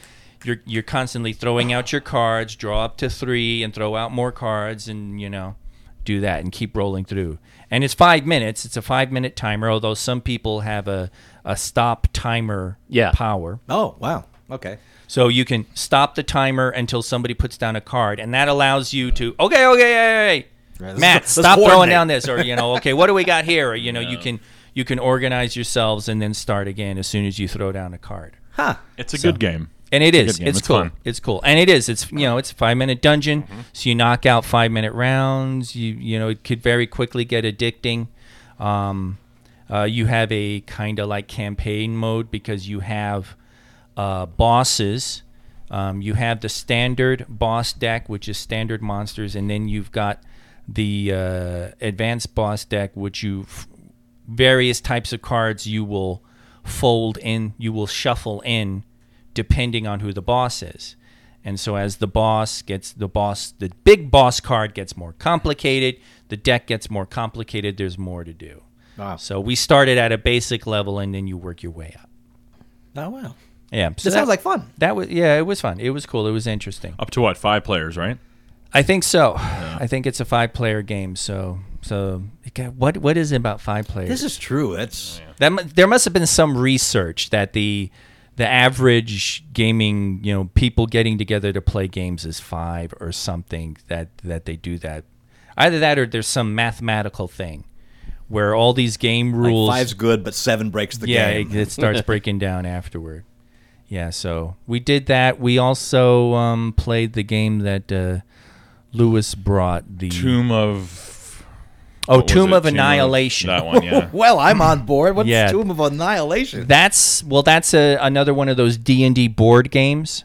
Speaker 6: You're, you're constantly throwing out your cards, draw up to three, and throw out more cards, and you know, do that and keep rolling through. And it's five minutes. It's a five minute timer, although some people have a, a stop timer
Speaker 5: Yeah.
Speaker 6: power.
Speaker 8: Oh wow. Okay.
Speaker 6: So you can stop the timer until somebody puts down a card, and that allows you to okay, okay, hey, hey, hey,
Speaker 8: let's-
Speaker 6: Matt,
Speaker 8: let's
Speaker 6: stop throwing
Speaker 8: coordinate."
Speaker 6: down this, or you know, okay, what do we got here? Or you know, you can you can organize yourselves and then start again as soon as you throw down a card.
Speaker 8: Huh.
Speaker 2: It's a good game.
Speaker 6: And it
Speaker 2: good
Speaker 6: is,
Speaker 2: game.
Speaker 6: it's,
Speaker 2: It's
Speaker 6: cool,
Speaker 2: fun.
Speaker 6: it's cool, and it is, it's you know, it's a five minute dungeon, so you knock out five minute rounds. You you know, it could very quickly get addicting. Um, uh, you have a kind of like campaign mode because you have uh, bosses. Um, you have the standard boss deck, which is standard monsters, and then you've got the uh, advanced boss deck, which you f- various types of cards you will fold in, you will shuffle in, depending on who the boss is. And so as the boss gets the boss, the big boss card gets more complicated. The deck gets more complicated. There's more to do.
Speaker 8: Wow.
Speaker 6: So we started at a basic level, and then you work your way up.
Speaker 8: Oh wow.
Speaker 6: Yeah, so
Speaker 8: This sounds
Speaker 6: that-
Speaker 8: like fun.
Speaker 6: that was yeah, it was fun. It was cool. It was interesting.
Speaker 2: Up to what? Five players, right?
Speaker 6: I think so. I think it's a five-player game. So so okay, what what is it about five players?
Speaker 8: This is true. That's
Speaker 6: that mu- there must have been some research that the the average gaming you know people getting together to play games is five or something that that they do that either that or there's some mathematical thing where all these game rules
Speaker 8: five's good, but seven breaks the
Speaker 6: yeah
Speaker 8: game.
Speaker 6: it, it starts breaking down afterward yeah so we did that we also um, played the game that uh, lewis brought the
Speaker 2: Tomb of
Speaker 6: oh
Speaker 2: what was
Speaker 6: tomb
Speaker 2: it?
Speaker 6: of annihilation
Speaker 2: That one, yeah.
Speaker 8: well, I'm on board. What's
Speaker 6: Yeah.
Speaker 8: Tomb of Annihilation?
Speaker 6: That's well. That's a, another one of those D and D board games.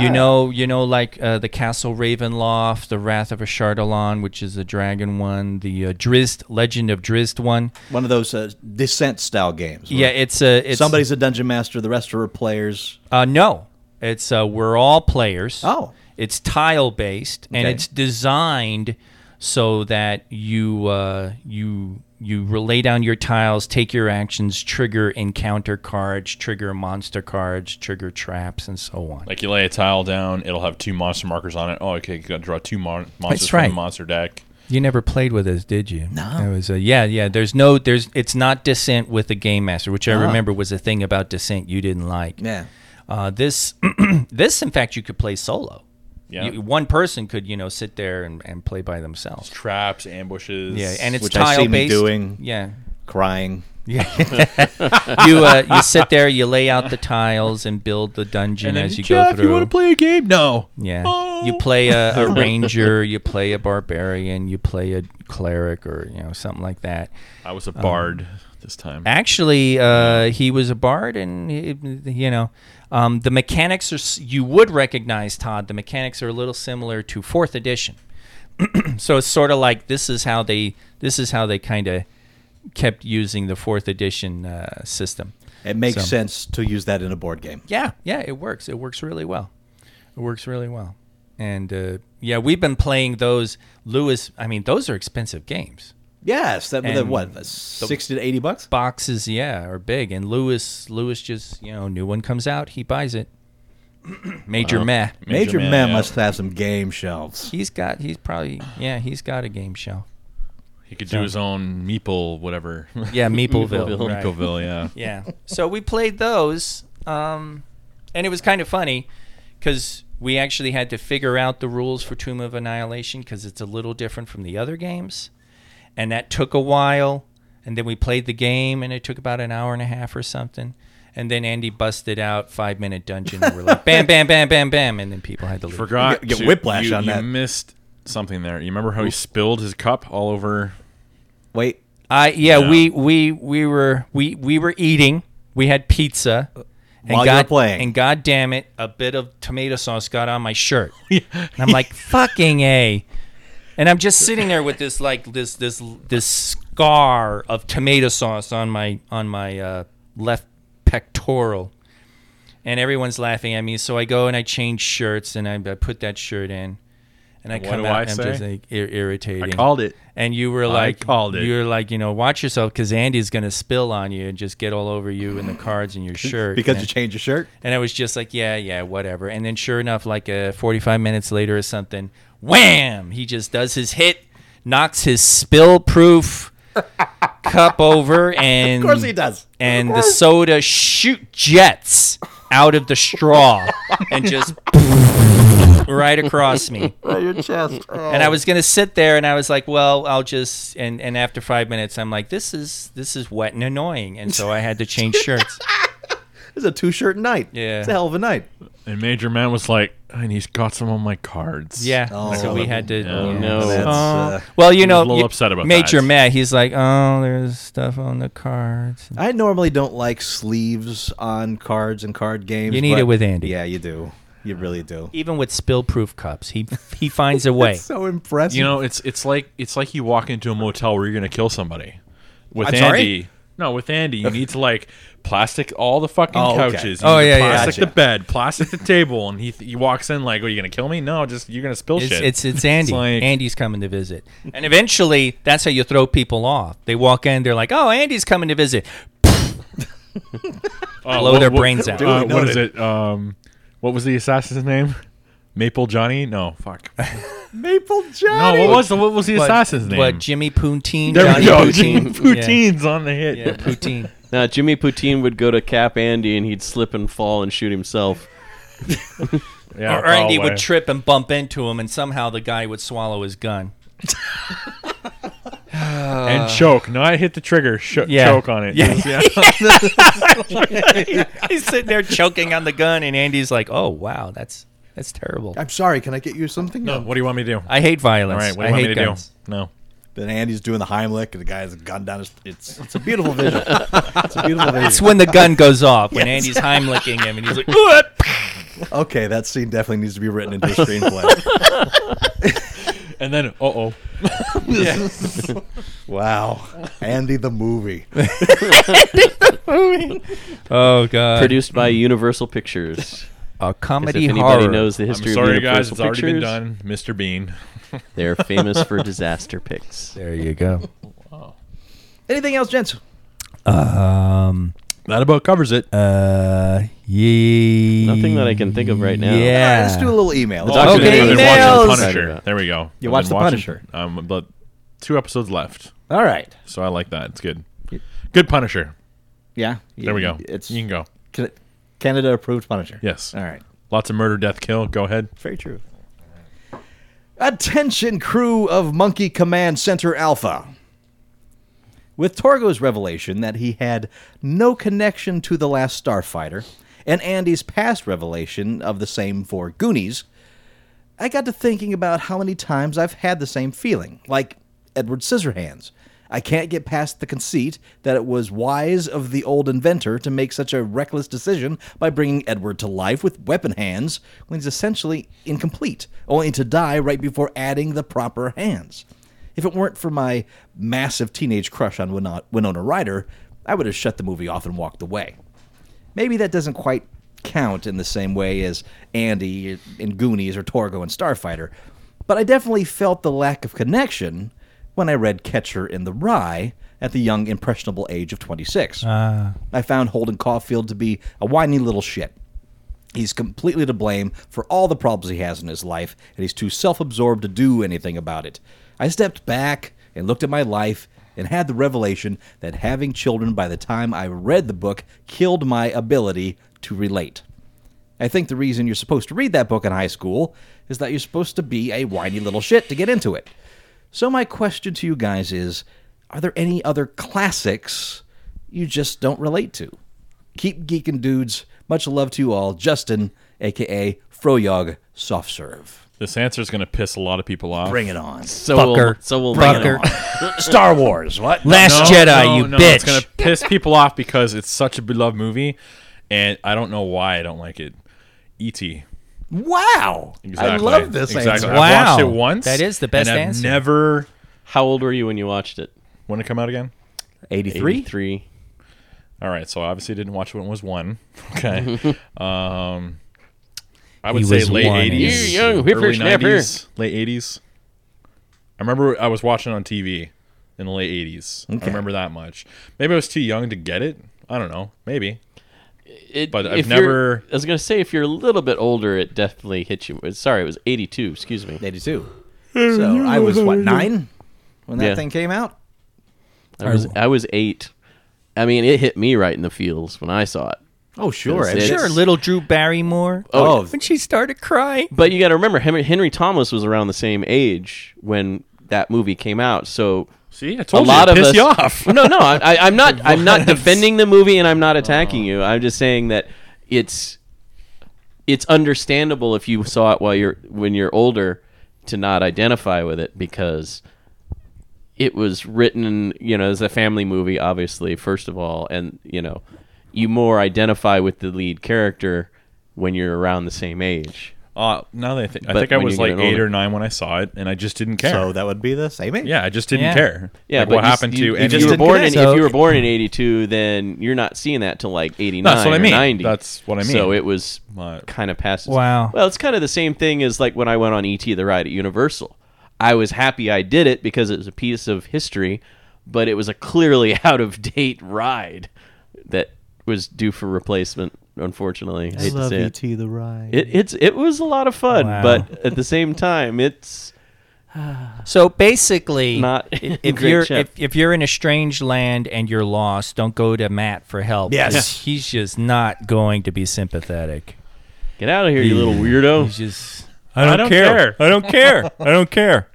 Speaker 6: You know, you know, like uh, the Castle Ravenloft, the Wrath of Ashardalon, which is the dragon one, the uh, Drizzt Legend of Drizzt one.
Speaker 8: One of those uh, descent style games. where
Speaker 6: Yeah, it's a it's,
Speaker 8: Hmm. somebody's a dungeon master, the rest are players.
Speaker 6: Uh, no, it's uh, we're all players.
Speaker 8: Oh.
Speaker 6: it's tile based and
Speaker 8: Okay.
Speaker 6: it's designed so that you uh, you you re- lay down your tiles, take your actions, trigger encounter cards, trigger monster cards, trigger traps, and so on.
Speaker 2: Like you lay a tile down, it'll have two monster markers on it. Oh, okay, you got to draw two mon- monsters
Speaker 6: That's
Speaker 2: from
Speaker 6: right.
Speaker 2: the monster deck.
Speaker 6: You never played with us, did you? No. It was a, yeah, yeah. There's no, there's. It's not Descent with the Game Master, which I remember was a thing about Descent you didn't like.
Speaker 8: Yeah.
Speaker 6: Uh, this, this, in fact, you could play solo.
Speaker 2: Yeah.
Speaker 6: You- one person could, you know, sit there and, and play by themselves.
Speaker 2: Traps, ambushes.
Speaker 6: Yeah, and it's
Speaker 8: Which I
Speaker 6: tile
Speaker 8: see me
Speaker 6: based.
Speaker 8: doing.
Speaker 6: Yeah.
Speaker 8: Crying.
Speaker 6: You uh, you sit there, you lay out the tiles and build the dungeon
Speaker 2: and then,
Speaker 6: as you
Speaker 2: Jeff,
Speaker 6: go through.
Speaker 2: you want to play a game? No.
Speaker 6: Yeah.
Speaker 2: Oh.
Speaker 6: You play a, a ranger, you play a barbarian, you play a cleric or, you know, something like that.
Speaker 2: I was a
Speaker 6: Um,
Speaker 2: bard this time.
Speaker 6: Actually, uh, he was a bard, and he- you know, um, the mechanics are s- you would recognize Todd. The mechanics are a little similar to fourth edition, so it's sort of like this is how they this is how they kind of kept using the fourth edition uh, system.
Speaker 8: It makes
Speaker 6: So-
Speaker 8: sense to use that in a board game.
Speaker 6: Yeah, yeah, it works. It works really well. It works really well, and uh, yeah, we've been playing those. Lewis, I mean, those are expensive games.
Speaker 8: Yes, that the,
Speaker 6: And
Speaker 8: what the sixty to eighty bucks.
Speaker 6: boxes yeah are big and lewis lewis just you know new one comes out he buys it major meh
Speaker 8: Major, Man,
Speaker 2: yeah.
Speaker 8: must have some game shelves.
Speaker 6: he's got he's probably yeah he's got a game show
Speaker 2: He could do his own meeple, whatever.
Speaker 6: yeah meepleville,
Speaker 5: Meepleville.
Speaker 6: right.
Speaker 2: Meepleville, yeah.
Speaker 6: yeah so we played those um and it was kind of funny because we actually had to figure out the rules for tomb of annihilation because it's a little different from the other games and that took a while. And then we played the game, and it took about an hour and a half or something. And then Andy busted out five minute dungeon, and we're like, bam, bam, bam, bam, bam, and then people had to leave.
Speaker 2: Forgot
Speaker 8: You get
Speaker 2: to-
Speaker 8: whiplash
Speaker 2: you-
Speaker 8: on that.
Speaker 2: You missed something there. You remember how he spilled his cup all over?
Speaker 8: Wait,
Speaker 6: I yeah,
Speaker 2: Yeah.
Speaker 6: we we we were we we were eating. We had pizza. And
Speaker 8: While you
Speaker 6: God,
Speaker 8: were playing.
Speaker 6: and God damn it, a bit of tomato sauce got on my shirt. and I'm like, fucking a. And I'm just sitting there with this like this this this scar of tomato sauce on my on my uh, left pectoral, and everyone's laughing at me. So I go and I change shirts and I, I put that shirt in, and I
Speaker 2: What
Speaker 6: come
Speaker 2: do
Speaker 6: out
Speaker 2: I
Speaker 6: and
Speaker 2: say?
Speaker 6: I'm just like ir- irritating
Speaker 2: it.
Speaker 6: and you were like,
Speaker 2: called it.
Speaker 6: You were like, you know, watch yourself because Andy's gonna spill on you and just get all over you and the cards and your shirt.
Speaker 8: because
Speaker 6: and,
Speaker 8: you changed your shirt.
Speaker 2: Mm-hmm.
Speaker 6: and I was just like, yeah, yeah, whatever. And then sure enough, like uh, 45 minutes later or something, wham! He just does his hit, knocks his spill-proof cup over, and
Speaker 3: Of course he does.
Speaker 6: and the soda shoot jets out of the straw and just right across me.
Speaker 3: your chest.
Speaker 6: And I was gonna sit there, and I was like, "Well, I'll just." And and after five minutes, I'm like, "This is this is wet and annoying," and so I had to change shirts.
Speaker 3: It's a two-shirt night.
Speaker 6: Yeah.
Speaker 3: It's a hell of a night.
Speaker 2: And Major Man was like, and he's got some on my cards.
Speaker 6: Yeah,
Speaker 3: Oh,
Speaker 6: so we had to.
Speaker 2: Oh,
Speaker 6: yeah.
Speaker 5: no.
Speaker 3: That's,
Speaker 6: Oh.
Speaker 3: uh,
Speaker 6: well, you
Speaker 2: was
Speaker 6: know,
Speaker 2: a little
Speaker 6: you-
Speaker 2: upset about
Speaker 6: Major
Speaker 2: that.
Speaker 6: Matt. He's like, "Oh, there's stuff on the cards."
Speaker 3: I normally don't like sleeves on cards and card games.
Speaker 6: You need
Speaker 3: but-
Speaker 6: it with Andy.
Speaker 3: Yeah, you do. You really do.
Speaker 6: Even with spill-proof cups, he he finds a way.
Speaker 3: It's so impressive.
Speaker 2: You know, it's it's like it's like you walk into a motel where you're gonna kill somebody. With
Speaker 6: I'm
Speaker 2: Andy,
Speaker 6: sorry?
Speaker 2: no, with Andy, you need to like plastic all the fucking
Speaker 3: Oh, okay.
Speaker 2: couches.
Speaker 6: Oh,
Speaker 2: you need to
Speaker 6: yeah, yeah.
Speaker 2: plastic
Speaker 3: Gotcha.
Speaker 2: the bed, plastic the table, and he he walks in like, "Are you gonna kill me? No, just you're gonna spill
Speaker 6: It's
Speaker 2: shit."
Speaker 6: it's, it's Andy.
Speaker 2: like-
Speaker 6: Andy's coming to visit, and eventually, that's how you throw people off. They walk in, they're like, "Oh, Andy's coming to visit."
Speaker 2: Oh,
Speaker 6: blow
Speaker 2: what-
Speaker 6: their
Speaker 2: what-
Speaker 6: brains out.
Speaker 2: uh,
Speaker 3: Dude,
Speaker 2: what
Speaker 3: noted.
Speaker 2: is it? Um, what was the assassin's name? Maple Johnny? No, fuck.
Speaker 3: Maple
Speaker 2: No,
Speaker 3: Johnny.
Speaker 2: what was the, what was the assassin's name?
Speaker 6: What Jimmy Poutine?
Speaker 2: there
Speaker 6: Johnny
Speaker 2: we go.
Speaker 6: Poutine.
Speaker 2: Poutine's on the hit.
Speaker 6: Yeah, yeah, Poutine.
Speaker 5: Now Jimmy Poutine would go to Cap Andy and he'd slip and fall and shoot himself.
Speaker 2: Yeah,
Speaker 6: or Andy
Speaker 2: probably.
Speaker 6: would trip and bump into him, and somehow the guy would swallow his gun.
Speaker 3: Uh,
Speaker 2: and choke, not hit the trigger, sho-
Speaker 6: Yeah.
Speaker 2: choke on it.
Speaker 6: Yeah.
Speaker 2: yeah.
Speaker 6: He's sitting there choking on the gun, and Andy's like, "Oh wow, that's that's terrible.
Speaker 3: I'm sorry. Can I get you something?
Speaker 2: No, what do you want me to do?
Speaker 6: I hate
Speaker 2: All
Speaker 6: violence.
Speaker 2: right, what do
Speaker 6: I
Speaker 2: you want
Speaker 6: hate
Speaker 2: me to
Speaker 6: guns.
Speaker 2: do? No.
Speaker 3: Then Andy's doing the Heimlich, and the guy has a gun down his. It's it's a beautiful vision. it's a beautiful
Speaker 6: It's
Speaker 3: vision.
Speaker 6: when the gun goes off when Andy's heimlicking him, and he's like, "Ugh."
Speaker 3: Okay, that scene definitely needs to be written into a screenplay.
Speaker 2: And then, uh oh.
Speaker 3: wow, Andy the movie.
Speaker 6: "Oh god."
Speaker 5: Produced by Universal Pictures.
Speaker 6: a
Speaker 5: If
Speaker 6: comedy
Speaker 5: anybody
Speaker 6: horror.
Speaker 5: knows the
Speaker 2: I'm
Speaker 5: history
Speaker 2: sorry,
Speaker 5: of
Speaker 2: guys.
Speaker 5: Universal
Speaker 2: It's already
Speaker 5: Pictures,
Speaker 2: been done. Mr. Bean.
Speaker 5: they're famous for disaster picks.
Speaker 6: There you go.
Speaker 3: Anything else, gents?
Speaker 6: Um.
Speaker 2: That about covers it.
Speaker 6: Uh. Ye-
Speaker 5: Nothing that I can think of right now.
Speaker 3: All right,
Speaker 6: Yeah.
Speaker 3: let's do a little email.
Speaker 5: The
Speaker 3: Let's
Speaker 5: documentary
Speaker 6: Okay,
Speaker 2: I've been watching
Speaker 6: emails.
Speaker 2: The Punisher. There we go.
Speaker 3: You
Speaker 2: I've been
Speaker 3: watched The
Speaker 2: watching-
Speaker 3: Punisher.
Speaker 2: Um, but two episodes left,
Speaker 3: do- All right.
Speaker 2: so I like that. It's good. Good Punisher.
Speaker 3: Yeah.
Speaker 2: There we go.
Speaker 3: It's
Speaker 2: you can go.
Speaker 3: Can- Canada approved Punisher.
Speaker 2: Yes.
Speaker 3: All right.
Speaker 2: Lots of murder, death, kill. Go ahead.
Speaker 3: Very true. Attention, crew of Monkey Command Center Alpha. With Torgo's revelation that he had no connection to the last Starfighter, and Andy's past revelation of the same for Goonies, I got to thinking about how many times I've had the same feeling, like Edward Scissorhands. I can't get past the conceit that it was wise of the old inventor to make such a reckless decision by bringing Edward to life with weapon hands when he's essentially incomplete, only to die right before adding the proper hands. If it weren't for my massive teenage crush on Winona, Winona Ryder, I would have shut the movie off and walked away maybe that doesn't quite count in the same way as Andy in Goonies or Torgo in Starfighter, but I definitely felt the lack of connection when I read Catcher in the Rye at the young, impressionable age of 26. I found Holden Caulfield to be a whiny little shit. He's completely to blame for all the problems he has in his life, and he's too self absorbed to do anything about it. I stepped back and looked at my life and had the revelation that having children by the time I read the book killed my ability to relate. I think the reason you're supposed to read that book in high school is that you're supposed to be a whiny little shit to get into it. So, my question to you guys is are there any other classics you just don't relate to? Keep geeking, dudes. Much love to you all. Justin, aka Froyog Soft Serve.
Speaker 2: This answer is going to piss a lot of people off.
Speaker 3: Bring it on.
Speaker 5: So
Speaker 6: Fucker.
Speaker 5: we'll, so we'll
Speaker 6: Fucker.
Speaker 3: Star Wars, what?
Speaker 6: Last
Speaker 2: No,
Speaker 6: Jedi,
Speaker 2: no,
Speaker 6: you
Speaker 2: no,
Speaker 6: bitch.
Speaker 2: It's going to piss people off because it's such a beloved movie, and I don't know why I don't like it. E.T.
Speaker 3: Wow. I
Speaker 2: Exactly.
Speaker 3: love this
Speaker 2: exactly.
Speaker 3: answer.
Speaker 2: I've watched
Speaker 6: Wow.
Speaker 2: it once.
Speaker 6: That is the best
Speaker 2: and I've
Speaker 6: answer.
Speaker 2: Never.
Speaker 5: How old were you when you watched it?
Speaker 2: When it come out again?
Speaker 3: 83?
Speaker 5: Three.
Speaker 2: All right, so obviously didn't watch it when it was one. Okay, um, I would
Speaker 6: He
Speaker 2: say
Speaker 6: was
Speaker 2: late
Speaker 6: one.
Speaker 2: eighties,
Speaker 5: You young
Speaker 2: early
Speaker 5: whippersnapper.
Speaker 2: nineties, late eighties. I remember I was watching it on TV in the late eighties. I remember that much. Maybe I was too young to get it. I don't know. Maybe
Speaker 5: It,
Speaker 2: But I've
Speaker 5: if you're-
Speaker 2: never-
Speaker 5: I was gonna say if you're a little bit older, it definitely hit you. Sorry, it was 82. Excuse me.
Speaker 3: 82. So I was, what, nine?
Speaker 8: when that
Speaker 5: Yeah.
Speaker 8: thing came out.
Speaker 5: I was I was eight. I mean, it hit me right in the feels when I saw it.
Speaker 8: Oh, sure.
Speaker 5: It's-
Speaker 6: Sure, little Drew Barrymore.
Speaker 8: Oh.
Speaker 6: when she started crying.
Speaker 5: But you got to remember, Henry, Henry Thomas was around the same age when that movie came out. So
Speaker 2: See, I
Speaker 5: a
Speaker 2: told you,
Speaker 5: lot
Speaker 2: it
Speaker 5: of
Speaker 2: pissed
Speaker 5: us,
Speaker 2: you off. Oh.
Speaker 5: no, no, I, I, I'm not. I'm not defending the movie, and I'm not attacking you. I'm just saying that it's it's understandable if you saw it while you're when you're older to not identify with it because it was written, you know, as a family movie, obviously, first of all, and you know, you more identify with the lead character when you're around the same age.
Speaker 2: Uh, now that I think, I
Speaker 5: But
Speaker 2: think I
Speaker 5: when
Speaker 2: was
Speaker 5: you
Speaker 2: like
Speaker 5: get
Speaker 2: eight
Speaker 5: older-
Speaker 2: or nine when I saw it, and I just didn't care.
Speaker 8: So that would be the same age.
Speaker 2: yeah, I just didn't
Speaker 6: Yeah.
Speaker 2: care.
Speaker 5: Yeah,
Speaker 2: Like,
Speaker 5: but
Speaker 2: what
Speaker 5: you-
Speaker 2: happened to
Speaker 5: you-
Speaker 2: any
Speaker 5: if you
Speaker 2: of
Speaker 5: were
Speaker 2: the-
Speaker 5: born in,
Speaker 6: connect.
Speaker 5: if you were
Speaker 6: So-
Speaker 5: born in '82, then you're not seeing that till like '89
Speaker 2: That's what I
Speaker 5: or
Speaker 2: mean.
Speaker 5: '90.
Speaker 2: That's what I mean.
Speaker 5: So it was
Speaker 2: My-
Speaker 5: kind of past.
Speaker 6: Wow.
Speaker 5: Well, it's kind of the same thing as like when I went on ET the ride at Universal. I was happy I did it because it was a piece of history, but it was a clearly out of date ride that was due for replacement. Unfortunately, I, E hate to say it.
Speaker 8: the Ride.
Speaker 5: It, it's it was a lot of fun,
Speaker 6: Wow.
Speaker 5: but at the same time, it's
Speaker 6: So basically,
Speaker 5: Not
Speaker 6: i-
Speaker 5: in
Speaker 6: if
Speaker 5: great
Speaker 6: you're
Speaker 5: shape.
Speaker 6: if, if you're in a strange land and you're lost, don't go to Matt for help.
Speaker 8: Yes.
Speaker 6: 'cause he's just not going to be sympathetic.
Speaker 5: get out of here, you little
Speaker 6: He's
Speaker 5: weirdo.
Speaker 6: just
Speaker 2: I don't care.
Speaker 6: I don't care. I don't care.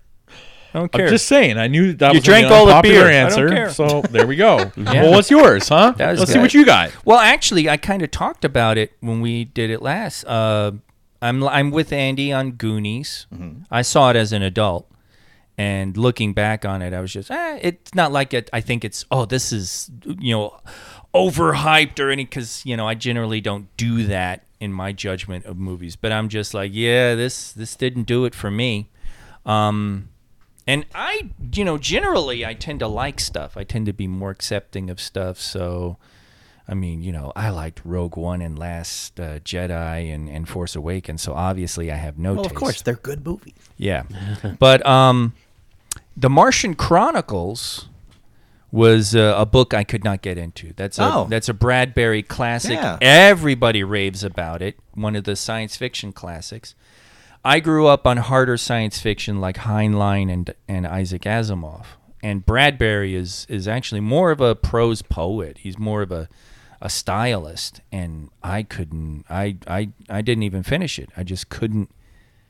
Speaker 6: I don't care.
Speaker 2: I'm just saying. I knew that
Speaker 6: You
Speaker 2: was gonna be
Speaker 6: drank
Speaker 2: an
Speaker 6: all the
Speaker 2: unpopular
Speaker 6: beer. I don't
Speaker 2: answer.
Speaker 6: care.
Speaker 2: So there we go. Well, what's yours, huh?
Speaker 6: That was
Speaker 2: Let's see
Speaker 6: good.
Speaker 2: what you got.
Speaker 6: Well, actually, I kind of talked about it when we did it last. Uh, I'm I'm with Andy on Goonies.
Speaker 2: Mm-hmm.
Speaker 6: I saw it as an adult, and looking back on it, I was just, eh, it's not like it. I think it's, oh, this is you know, overhyped or any because you know I generally don't do that in my judgment of movies. But I'm just like, yeah, this this didn't do it for me. Um, and I, you know, generally I tend to like stuff. I tend to be more accepting of stuff. So, I mean, you know, I liked Rogue One and Last uh, Jedi and, and Force Awakens. So obviously I have no
Speaker 8: Well,
Speaker 6: taste.
Speaker 8: Oh, of course, they're good movies.
Speaker 6: Yeah. but um, The Martian Chronicles was uh, a book I could not get into. That's a,
Speaker 8: Oh.
Speaker 6: that's a Bradbury classic.
Speaker 8: Yeah.
Speaker 6: Everybody raves about it. One of the science fiction classics. I grew up on harder science fiction like Heinlein and and Isaac Asimov. And Bradbury is is actually more of a prose poet. He's more of a a stylist and I couldn't I I I didn't even finish it. I just couldn't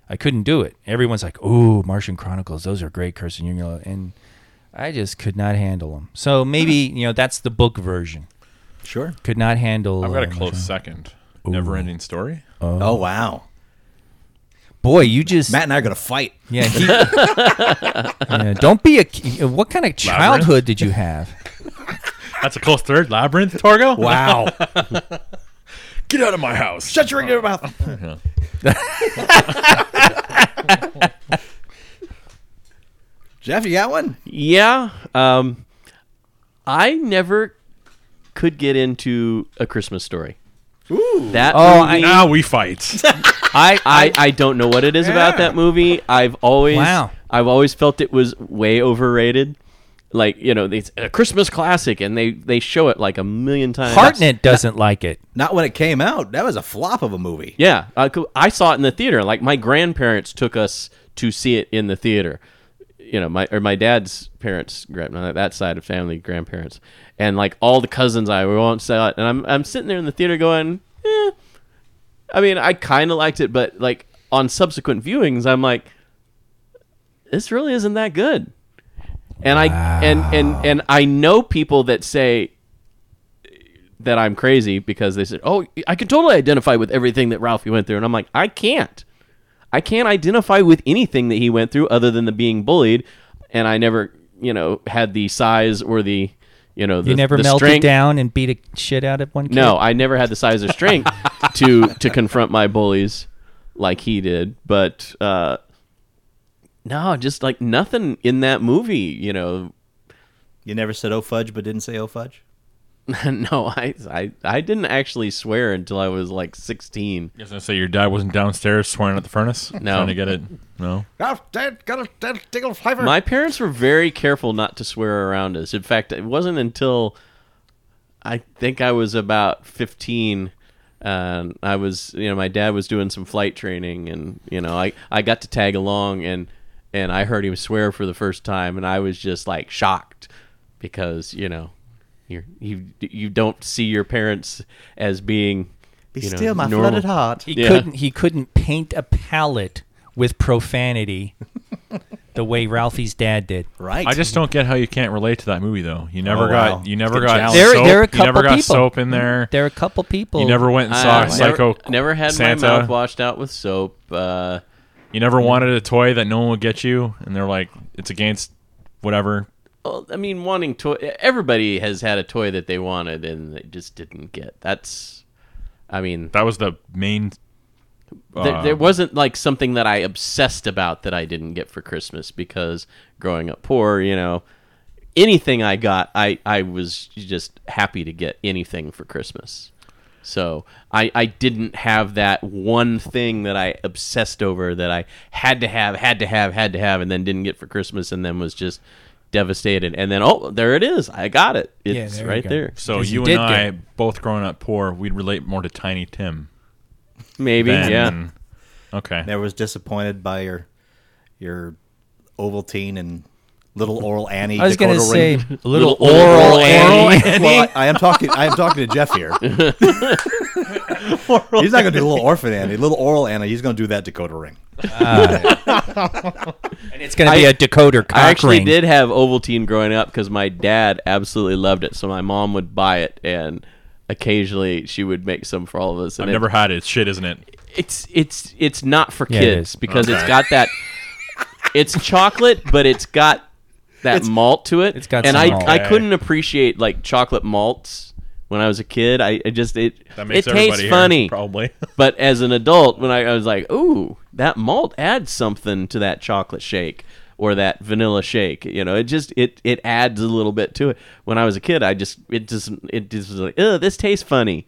Speaker 6: I couldn't do it. Everyone's like, "Ooh, Martian Chronicles, those are great, Kirsten Young." And I just could not handle them. So maybe, you know, that's the book version.
Speaker 8: Sure.
Speaker 6: Could not handle
Speaker 2: I've got a
Speaker 6: uh,
Speaker 2: close second. Never ending story.
Speaker 8: Oh. wow,
Speaker 6: Boy, you just
Speaker 8: Matt and I are gonna fight.
Speaker 6: Yeah, he, Yeah, don't be a. ki- What kind of childhood did you have?
Speaker 2: That's a close third. Labyrinth, Torgo.
Speaker 8: Wow.
Speaker 2: Get out of my house.
Speaker 8: Shut your ignorant mouth. Jeff, you got one?
Speaker 5: Yeah. Um, I never could get into a Christmas story. Ooh. That
Speaker 6: Oh,
Speaker 5: movie, I,
Speaker 2: Now we fight.
Speaker 5: I, I don't know what it is about that movie. I've always
Speaker 6: Wow.
Speaker 5: I've always felt it was way overrated. Like you know, it's a Christmas classic, and they they show it like a million times.
Speaker 6: Hartnett doesn't like it.
Speaker 8: Not when it came out. That was a flop of a movie.
Speaker 5: Yeah, I, cou- I saw it in the theater. Like my grandparents took us to see it in the theater. You know, my or my dad's parents, grand- uh, that side of family, grandparents, and like all the cousins I we all saw it, and I'm I'm sitting there in the theater going, eh. I mean, I kind of liked it, but like on subsequent viewings, I'm like, this really isn't that good. And I and and and I know people that say that I'm crazy because they said, "Oh, I can totally identify with everything that Ralphie went through," and I'm like, I can't. I can't identify with anything that he went through other than the being bullied, and I never, you know, had the size or the, you know, the,
Speaker 6: You never
Speaker 5: the
Speaker 6: melted
Speaker 5: strength.
Speaker 6: down and beat a shit out of one. Kid?
Speaker 5: No, I never had the size or strength to to confront my bullies like he did. But uh, no, just like nothing in that movie, you know.
Speaker 8: You never said "oh fudge," but didn't say "oh fudge."
Speaker 5: no, I, I I didn't actually swear until I was like sixteen.
Speaker 2: I was gonna say your dad wasn't downstairs swearing at the furnace.
Speaker 5: No.
Speaker 2: Trying to get it. No.
Speaker 5: My parents were very careful not to swear around us. In fact, it wasn't until I think I was about 15. Um, I was, you know, my dad was doing some flight training, and you know, I, I got to tag along, and and I heard him swear for the first time, and I was just like shocked because you know you you you don't see your parents as being be you know,
Speaker 3: Still, my
Speaker 5: normal.
Speaker 3: flooded heart.
Speaker 6: He
Speaker 5: Yeah.
Speaker 6: couldn't he couldn't paint a palette with profanity the way Ralphie's dad did.
Speaker 8: Right.
Speaker 2: I just don't get how you can't relate to that movie though. You never
Speaker 8: Oh,
Speaker 2: got
Speaker 8: wow.
Speaker 2: you never
Speaker 8: Good
Speaker 2: got
Speaker 8: job.
Speaker 6: There-
Speaker 2: soap.
Speaker 6: there are a
Speaker 2: you never
Speaker 6: couple
Speaker 2: got
Speaker 6: people.
Speaker 2: soap in there.
Speaker 6: There are a couple people
Speaker 2: You never went and saw
Speaker 5: Uh, I
Speaker 2: Psycho.
Speaker 5: never, never had
Speaker 2: Santa.
Speaker 5: my mouth washed out with soap. Uh,
Speaker 2: You never wanted a toy that no one would get you, and they're like, it's against whatever.
Speaker 5: well, I mean, wanting toy. Everybody has had a toy that they wanted and they just didn't get. That's, I mean,
Speaker 2: That was the main.
Speaker 5: there,
Speaker 2: uh,
Speaker 5: there wasn't like something that I obsessed about that I didn't get for Christmas because growing up poor, you know, anything I got, I, I was just happy to get anything for Christmas. So I, I didn't have that one thing that I obsessed over that I had to have, had to have, had to have, and then didn't get for Christmas and then was just devastated. And then, oh, there it is. I got it. It's
Speaker 6: there you
Speaker 5: right
Speaker 6: go.
Speaker 5: there.
Speaker 2: So
Speaker 6: 'Cause
Speaker 2: you
Speaker 6: you
Speaker 2: and
Speaker 6: did
Speaker 2: I,
Speaker 6: get
Speaker 2: both growing up poor, we'd relate more to Tiny Tim.
Speaker 5: Maybe,
Speaker 2: than-
Speaker 5: yeah.
Speaker 2: Okay.
Speaker 3: Never was disappointed by your your Ovaltine and little Oral Annie.
Speaker 6: I was
Speaker 3: Dakota
Speaker 6: gonna say
Speaker 3: Ring.
Speaker 6: a little oral Annie.
Speaker 3: well, I, I am talking. I am talking to Jeff here. he's not going to do little orphan Annie, little oral Annie. He's going to do that Dakota ring.
Speaker 6: And it's gonna be a decoder cock
Speaker 5: I actually
Speaker 6: ring.
Speaker 5: did have Ovaltine growing up because my dad absolutely loved it. So my mom would buy it, and occasionally she would make some for all of us. And
Speaker 2: I've
Speaker 5: it-
Speaker 2: never had it. It's shit, isn't it?
Speaker 5: It's it's it's not for
Speaker 6: Yeah, it
Speaker 5: kids
Speaker 6: is.
Speaker 5: because it's got that. It's chocolate, but it's got that malt to it.
Speaker 6: it's got
Speaker 5: and
Speaker 6: some
Speaker 5: I
Speaker 6: malt.
Speaker 5: I couldn't appreciate like chocolate malts when I was a kid. I, I just it
Speaker 2: That makes
Speaker 5: it
Speaker 2: everybody
Speaker 5: tastes
Speaker 2: here,
Speaker 5: funny.
Speaker 2: probably.
Speaker 5: But as an adult, when I, I was like, ooh, that malt adds something to that chocolate shake or that vanilla shake. You know, it just it it adds a little bit to it. When I was a kid, I just it just it just was like, ugh, this tastes funny.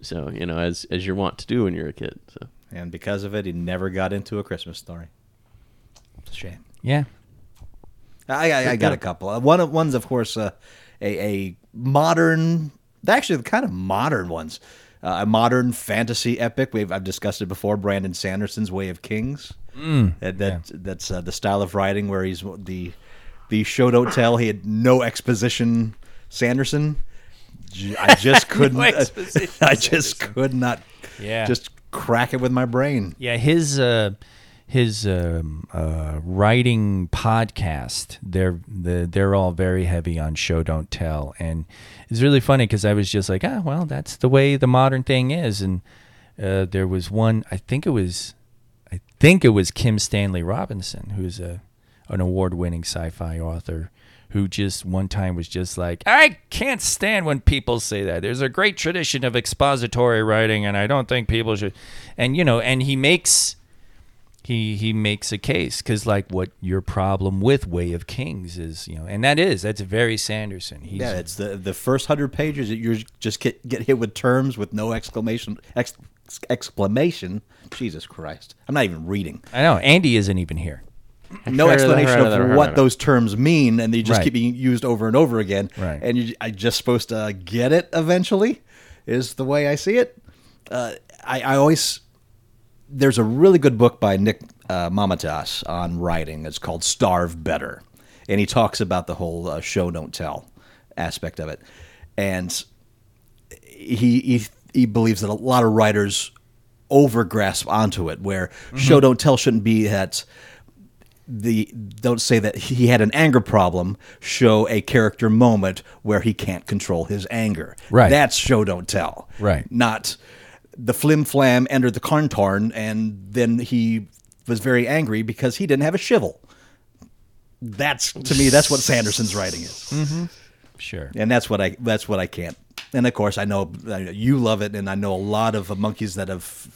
Speaker 5: So you know, as as you're wont to do when you're a kid. So
Speaker 3: And because of it, he never got into a Christmas story. It's a shame.
Speaker 6: yeah.
Speaker 3: I, I, I got a couple. Uh, One of one's of course uh, a a modern, actually the kind of modern ones, uh, a modern fantasy epic. We've I've discussed it before. Brandon Sanderson's Way of Kings.
Speaker 6: Mm.
Speaker 3: that, that that's uh, the style of writing where he's the the show don't tell. He had no exposition. Sanderson, J- I just couldn't.
Speaker 6: exposition,
Speaker 3: I just could not.
Speaker 6: Yeah.
Speaker 3: just crack it with my brain.
Speaker 6: Yeah, his uh, his um, uh, writing podcast. They're the, they're all very heavy on show don't tell, and it's really funny because I was just like, ah, well, that's the way the modern thing is. And uh, there was one, I think it was, I think it was Kim Stanley Robinson, who's a an award winning sci fi author. Who just one time was just like, I can't stand when people say that. There's a great tradition of expository writing, and I don't think people should. And you know, and he makes he he makes a case because like what your problem with Way of Kings is, you know, and that is that's very Sanderson. He's,
Speaker 3: Yeah, it's the the first hundred pages that you just get get hit with terms with no exclamation ex, exclamation. Jesus Christ! I'm not even reading.
Speaker 6: I know Andy isn't even here.
Speaker 3: No explanation of what those terms mean, and they just
Speaker 6: Right.
Speaker 3: keep being used over and over again.
Speaker 6: Right.
Speaker 3: And you, I just supposed to get it eventually, is the way I see it. Uh, I, I always there's a really good book by Nick uh, Mamatas on writing. It's called Starve Better, and he talks about the whole uh, show don't tell aspect of it. And he, he he believes that a lot of writers over grasp onto it, where
Speaker 6: Mm-hmm.
Speaker 3: show don't tell shouldn't be that the don't say that he had an anger problem. Show a character moment where he can't control his anger.
Speaker 6: Right.
Speaker 3: That's show don't tell.
Speaker 6: Right.
Speaker 3: Not the flim flam entered the Carntarn and then he was very angry because he didn't have a shivel. That's to me. That's what Sanderson's writing is
Speaker 6: Sure.
Speaker 3: and that's what I that's what I can't. And of course, I know I- you love it, and I know a lot of monkeys that have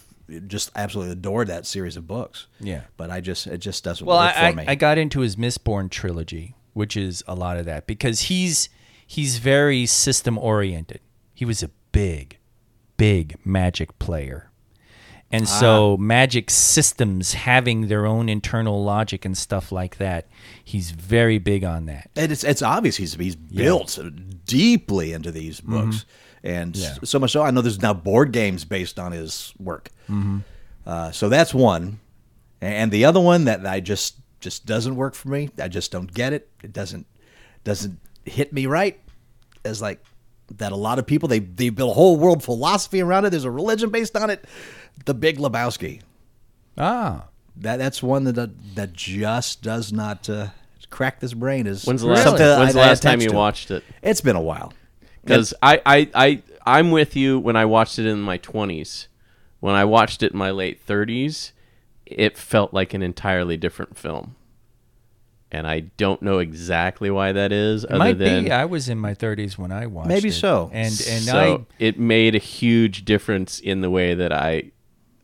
Speaker 3: just absolutely adored that series of books.
Speaker 6: Yeah.
Speaker 3: but I just it just doesn't
Speaker 6: Well,
Speaker 3: work
Speaker 6: I,
Speaker 3: for me.
Speaker 6: I, I got into his Mistborn trilogy, which is a lot of that because he's he's very system oriented. He was a big, big Magic player, and
Speaker 3: Ah.
Speaker 6: so Magic systems having their own internal logic and stuff like that. He's very big on that.
Speaker 3: and it's it's obvious he's he's built deeply into these books, and so much so I know there's now board games based on his work. Uh, so that's one, and the other one that I just just doesn't work for me. I just don't get it. It doesn't doesn't hit me right. As like that, a lot of people they they build a whole world philosophy around it. There's a religion based on it. The Big Lebowski.
Speaker 6: Ah.
Speaker 3: That that's one that that, that just does not uh, crack this brain. Is
Speaker 5: When's the last-
Speaker 3: something that
Speaker 5: when's the
Speaker 3: I- I
Speaker 5: last time
Speaker 3: attach
Speaker 5: you
Speaker 3: to.
Speaker 5: watched it?
Speaker 3: It's been a while.
Speaker 5: because I, I I I'm with you when I watched it in my 20s. When I watched it in my late 30s, it felt like an entirely different film. And I don't know exactly why that is. other
Speaker 6: Might
Speaker 5: than
Speaker 6: be. I was in my 30s when I watched
Speaker 3: Maybe
Speaker 6: it.
Speaker 3: so.
Speaker 6: And and
Speaker 5: so it made a huge difference in the way that I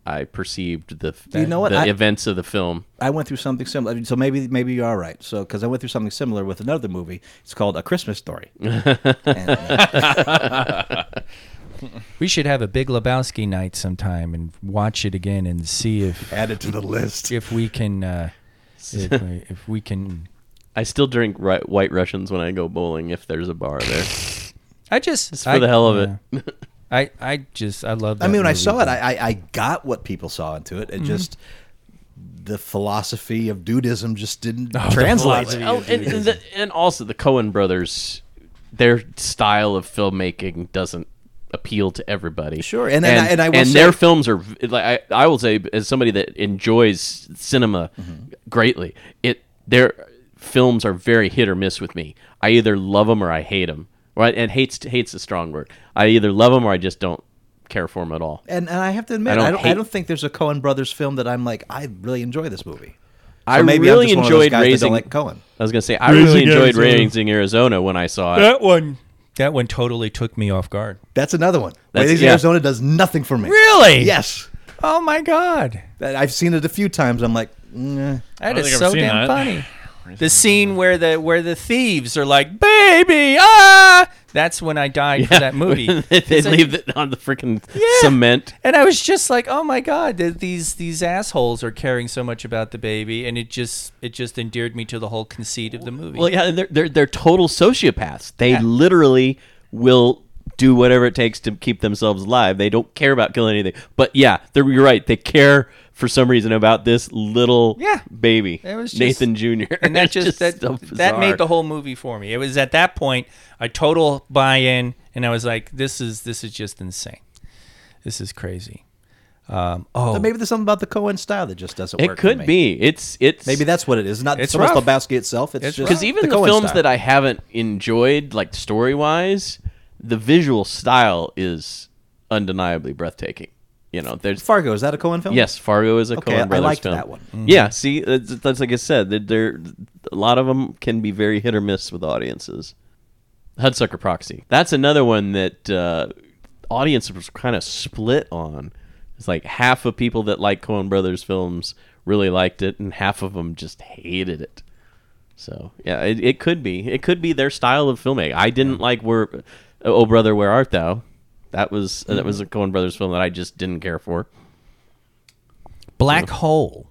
Speaker 5: I perceived the
Speaker 3: You know what?
Speaker 5: the
Speaker 3: I-
Speaker 5: events of the film.
Speaker 3: I went through something similar. So maybe maybe you are right. So because I went through something similar with another movie. It's called A Christmas Story.
Speaker 6: I we should have a Big Lebowski night sometime and watch it again and see if
Speaker 3: Add it to the list.
Speaker 6: if we can uh, if, we- if we can.
Speaker 5: I still drink ri- White Russians when I go bowling if there's a bar there.
Speaker 6: I just
Speaker 5: for the hell of it.
Speaker 6: it. I I just I love. That
Speaker 3: I mean, when I
Speaker 6: movie,
Speaker 3: saw
Speaker 6: but-
Speaker 3: it, I, I I got what people saw into it. It just the philosophy of dudism just didn't translate.
Speaker 5: Oh, and, and, the, and also the Cohen brothers, their style of filmmaking doesn't appeal to everybody.
Speaker 3: Sure, and- and I- and I will say-
Speaker 5: their films are v- like I, I will say as somebody that enjoys cinema
Speaker 3: Mm-hmm.
Speaker 5: greatly, it their films are very hit or miss with me. I either love them or I hate them. Right, and hates hates a strong word. I either love them or I just don't care for them at all.
Speaker 3: And, and I have to admit,
Speaker 5: I
Speaker 3: I
Speaker 5: don't
Speaker 3: don't, I don't,
Speaker 5: hate-
Speaker 3: think there's a Cohen brothers film that I'm like, I really enjoy this movie.
Speaker 5: I
Speaker 3: So maybe I'm
Speaker 5: really
Speaker 3: just one of those
Speaker 5: enjoyed
Speaker 3: guys that don't
Speaker 5: raising
Speaker 3: like Cohen.
Speaker 5: I was gonna say I
Speaker 2: Raising
Speaker 5: really enjoyed
Speaker 2: Arizona.
Speaker 5: raising Arizona when I saw it.
Speaker 6: that one that one totally took me off guard.
Speaker 3: That's another one.
Speaker 5: That's-
Speaker 3: Ladies
Speaker 5: yeah.
Speaker 3: in Arizona does nothing for me.
Speaker 6: Really?
Speaker 3: Yes,
Speaker 6: Oh my god.
Speaker 3: That- I've seen it a few times. I'm like, "Mm, eh." nah.
Speaker 6: That
Speaker 2: don't
Speaker 6: is
Speaker 2: think I've
Speaker 6: so
Speaker 2: seen that.
Speaker 6: damn funny. The scene where the where the thieves are like, "Baby, ah!" That's when I died for that movie.
Speaker 5: they
Speaker 6: It's like-
Speaker 5: leave it on the freaking cement.
Speaker 6: and I was just like, "Oh my god, th- these these assholes are caring so much about the baby," and it just it just endeared me to the whole conceit of the movie.
Speaker 5: Well, yeah, they're they're, they're total sociopaths. They literally will do whatever it takes to keep themselves alive. They don't care about killing anything. But yeah, they're, you're right. They care for some reason about this little
Speaker 6: Yeah.
Speaker 5: baby,
Speaker 6: It was just-
Speaker 5: Nathan Jr.
Speaker 6: and that
Speaker 5: It's
Speaker 6: just, that
Speaker 5: so
Speaker 6: that
Speaker 5: bizarre.
Speaker 6: made the whole movie for me. It was at that point a total buy-in, and I was like, "This is this is just insane. This is crazy." Um, oh,
Speaker 3: But maybe there's something about the Cohen style that just doesn't work. for
Speaker 5: It could
Speaker 3: me.
Speaker 5: be. It's it's
Speaker 3: Maybe that's what it is. Not
Speaker 6: It's
Speaker 3: so much
Speaker 6: rough.
Speaker 3: Lebowski itself. It's,
Speaker 6: It's
Speaker 3: just
Speaker 5: because even the,
Speaker 3: Coen
Speaker 5: films
Speaker 3: style.
Speaker 5: that I haven't enjoyed, like story wise, the visual style is undeniably breathtaking. You know, there's
Speaker 3: Fargo is that a Cohen film?
Speaker 5: Yes, Fargo is a
Speaker 3: Okay, I
Speaker 5: Coen Brothers
Speaker 3: liked
Speaker 5: film.
Speaker 3: that one.
Speaker 5: Yeah, see, that's, that's like I said. that There, a lot of them can be very hit or miss with audiences. Hudsucker Proxy. That's another one that uh, audiences was kind of split on. It's like half of people that like Coen Brothers films really liked it, and half of them just hated it. So yeah, it, it could be. It could be their style of filmmaking. I didn't like where, Oh Brother, Where Art Thou? That was uh, that was a Coen Brothers film that I just didn't care for.
Speaker 6: Black Hole.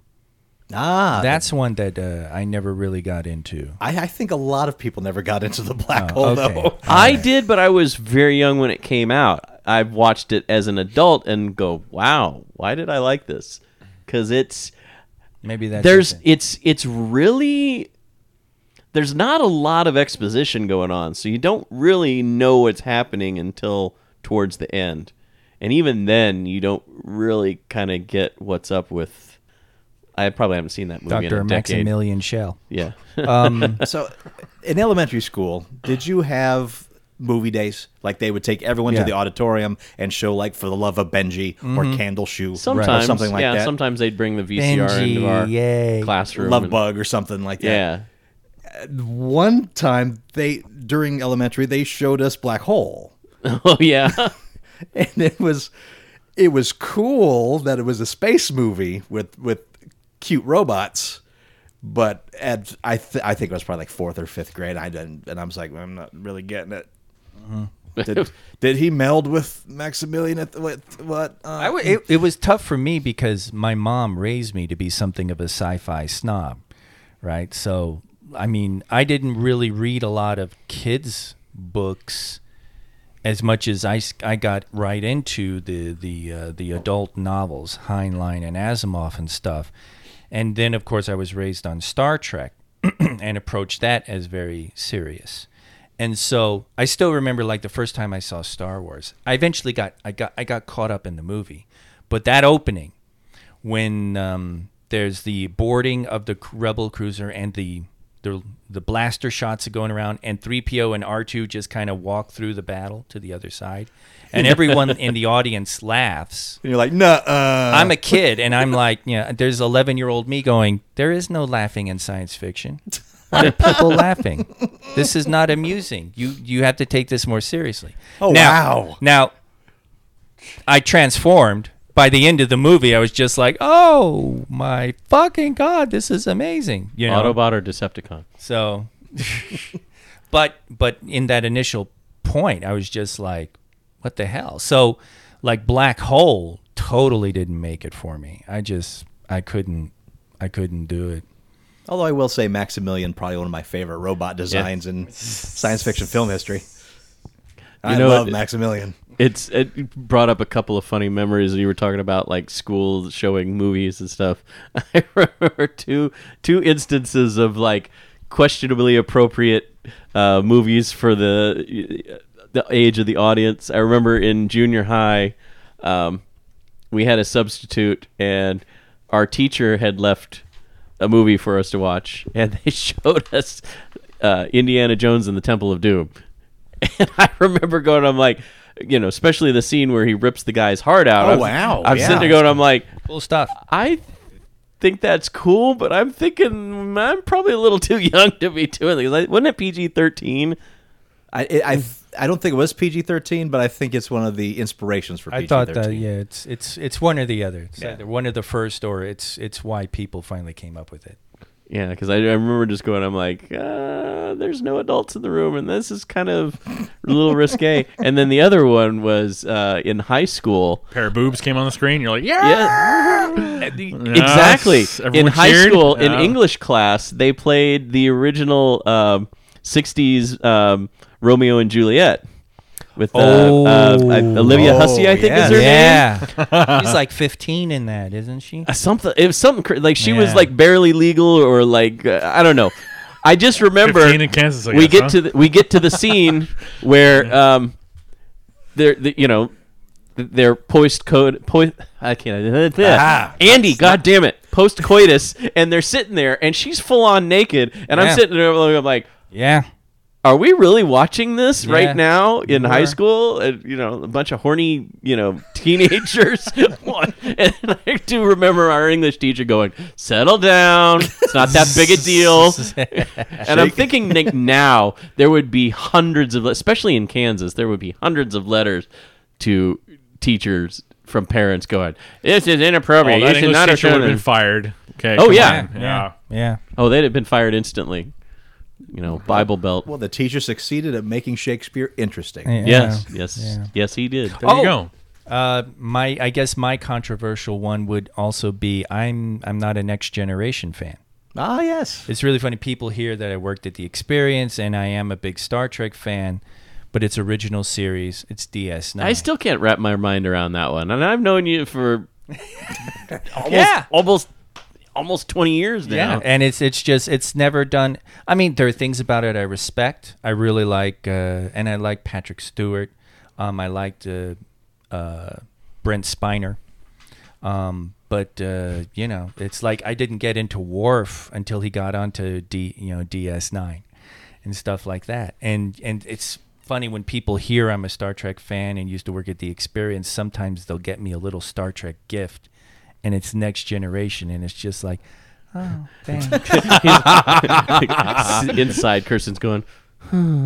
Speaker 3: Ah,
Speaker 6: That's one that uh, I never really got into.
Speaker 3: I, I think a lot of people never got into the black
Speaker 5: Oh,
Speaker 3: hole
Speaker 6: okay.
Speaker 3: though.
Speaker 5: I did, but I was very young when it came out. I've watched it as an adult and go, "Wow, why did I like this?" Because it's
Speaker 6: Maybe that's
Speaker 5: there's
Speaker 6: it then.
Speaker 5: it's it's really there's not a lot of exposition going on, so you don't really know what's happening until towards the end, and even then, you don't really kind of get what's up with. I probably haven't seen that movie in
Speaker 6: Dr.
Speaker 5: a decade.
Speaker 6: Maximilian Schell.
Speaker 5: Yeah,
Speaker 3: Uh, So, in elementary school, did you have movie days? Like they would take everyone
Speaker 6: Yeah.
Speaker 3: to the auditorium and show like For the Love of Benji or Candle Shoe
Speaker 5: Mm-hmm. sometimes
Speaker 3: or something like
Speaker 5: yeah,
Speaker 3: that.
Speaker 5: sometimes they'd bring the VCR into
Speaker 6: Benji,
Speaker 5: our
Speaker 6: yay.
Speaker 5: classroom.
Speaker 3: Love
Speaker 5: and-
Speaker 3: Bug or something like that.
Speaker 5: Yeah.
Speaker 3: One time they during elementary they showed us Black Hole.
Speaker 5: Oh yeah.
Speaker 3: and it was it was cool that it was a space movie with with cute robots but at i th- i think it was probably like fourth or fifth grade i didn't and i was like i'm not really getting it did, did he meld with maximilian at the, with what uh,
Speaker 6: I w- it, it was tough for me because my mom raised me to be something of a sci-fi snob, right? So I mean, I didn't really read a lot of kids' books as much as I, s- I got right into the the uh, the adult novels, Heinlein and Asimov and stuff. And then, of course, I was raised on Star Trek and approached that as very serious. And so I still remember like the first time I saw Star Wars. I eventually got I got I got caught up in the movie, but that opening when um, there's the boarding of the c- rebel cruiser and the the the blaster shots are going around and 3PO and R2 just kind of walk through the battle to the other side and everyone in the audience laughs.
Speaker 8: And you're like, nah, uh.
Speaker 6: I'm a kid and I'm like, yeah, there's 11-year-old me going, there is no laughing in science fiction. Why are people laughing? This is not amusing. You you have to take this more seriously.
Speaker 8: Oh,
Speaker 6: Now-
Speaker 8: wow.
Speaker 6: Now I transformed. By the end of the movie, I was just like, "Oh my fucking god, this is amazing!" You know,
Speaker 5: Autobot or Decepticon?
Speaker 6: so, but but in that initial point, I was just like, "What the hell?" So, like black hole totally didn't make it for me. I just I couldn't I couldn't do it.
Speaker 3: Although I will say Maximilian probably one of my favorite robot designs in science fiction film history. I
Speaker 5: know,
Speaker 3: love
Speaker 5: it-
Speaker 3: Maximilian.
Speaker 5: It's it brought up a couple of funny memories. You were talking about like school showing movies and stuff. I remember two two instances of like questionably appropriate uh, movies for the the age of the audience. I remember in junior high, um, we had a substitute, and our teacher had left a movie for us to watch, and they showed us uh, Indiana Jones and the Temple of Doom. And I remember going, I'm like, you know, especially the scene where he rips the guy's heart out.
Speaker 3: Oh,
Speaker 5: I'm-
Speaker 3: wow.
Speaker 5: I'm sitting
Speaker 3: Yeah.
Speaker 5: there going, I'm like,
Speaker 6: Cool stuff.
Speaker 5: I think that's cool, but I'm thinking I'm probably a little too young to be doing this. Like, wasn't it PG 13?
Speaker 3: I it, I
Speaker 6: Mm.
Speaker 3: I don't think it was PG thirteen, but I think it's one of the inspirations for
Speaker 6: I
Speaker 3: PG
Speaker 6: thought
Speaker 3: thirteen.
Speaker 6: that yeah, it's it's it's one or the other. It's either one or the first, or it's it's why people finally came up with it.
Speaker 5: Yeah, because I, I remember just going, I'm like, uh, there's no adults in the room, and this is kind of a little risque. And then the other one was uh, in high school.
Speaker 2: Pair of boobs came on the screen. You're like, yeah.
Speaker 5: Yeah, exactly.
Speaker 2: Yes,
Speaker 5: in
Speaker 2: everyone
Speaker 5: high
Speaker 2: cheered.
Speaker 5: school, in
Speaker 2: Yeah.
Speaker 5: English class, they played the original um, '60s um, Romeo and Juliet with uh, uh,
Speaker 6: Oh.
Speaker 5: I- Olivia
Speaker 3: Oh,
Speaker 5: Hussey, I think
Speaker 3: yeah.
Speaker 5: is her name.
Speaker 6: yeah, she's like 15 in that, isn't she?
Speaker 5: Uh, Something, it was something cra- like she was
Speaker 6: Yeah.
Speaker 5: like barely legal, or like uh, I don't know. I just remember
Speaker 2: 15 in Kansas, I
Speaker 5: we
Speaker 2: guess,
Speaker 5: get
Speaker 2: huh?
Speaker 5: to the, we get to the scene where um, they're the, you know th- they're post code post I can't Andy, god damn it, post coitus, and they're sitting there, and she's full on naked, and
Speaker 6: Yeah.
Speaker 5: I'm sitting there, I'm like,
Speaker 6: Yeah,
Speaker 5: are we really watching this
Speaker 6: Yeah.
Speaker 5: right now in
Speaker 6: We
Speaker 5: high
Speaker 6: were.
Speaker 5: school? And, you know, a bunch of horny, you know, teenagers. What? and I do remember our English teacher going, "Settle down. It's not that big a deal." and I'm thinking, Nick, now there would be hundreds of, especially in Kansas, there would be hundreds of letters to teachers from parents going, "This is
Speaker 2: Oh,
Speaker 5: inappropriate.
Speaker 2: that
Speaker 5: you should
Speaker 2: English
Speaker 5: not have
Speaker 2: teacher would
Speaker 5: shown
Speaker 2: have been
Speaker 5: it."
Speaker 2: fired. Okay.
Speaker 5: Oh,
Speaker 2: come
Speaker 5: yeah.
Speaker 2: on. yeah.
Speaker 6: yeah.
Speaker 5: Oh, they'd have been fired instantly. You know, Bible Belt.
Speaker 3: Well, the teacher succeeded at making Shakespeare interesting.
Speaker 6: yeah.
Speaker 5: Yes, yes,
Speaker 6: Yeah.
Speaker 5: yes, he did.
Speaker 2: There you
Speaker 6: Oh.
Speaker 2: go.
Speaker 6: Uh, my I guess my controversial one would also be I'm I'm not a next generation fan.
Speaker 3: Ah, yes.
Speaker 6: It's really funny people hear that I worked at the Experience and I am a big Star Trek fan, but it's original series. It's DS9.
Speaker 5: I still can't wrap my mind around that one, and I've known you for almost,
Speaker 6: Yeah.
Speaker 5: almost, almost twenty years
Speaker 6: yeah,
Speaker 5: now.
Speaker 6: and it's it's just it's never done. I mean, there are things about it I respect. I really like, uh, and I like Patrick Stewart. Um, I liked uh, uh, Brent Spiner. Um, but uh, you know, it's like I didn't get into Worf until he got onto D, you know, DS9 and stuff like that. And and it's funny when people hear I'm a Star Trek fan and used to work at the Experience. Sometimes they'll get me a little Star Trek gift, and it's Next Generation, and it's just like, oh, thanks.
Speaker 5: Inside, Kirsten's going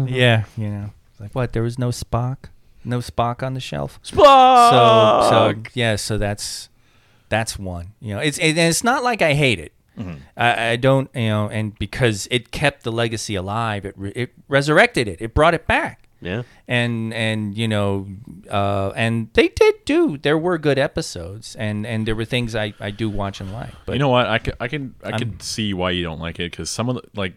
Speaker 6: yeah, you know, it's like what? There was no Spock, no Spock on the shelf.
Speaker 5: Spock.
Speaker 6: so so yeah so that's that's one you know it's and it's not like i hate it
Speaker 5: Mm-hmm.
Speaker 6: I, I don't you know and because it kept the legacy alive it re- it resurrected it it brought it back
Speaker 5: yeah,
Speaker 6: and and you know uh and they did do there were good episodes and and there were things i i do watch and like but
Speaker 2: you know what? I can I can I can see why you don't like it because some of the like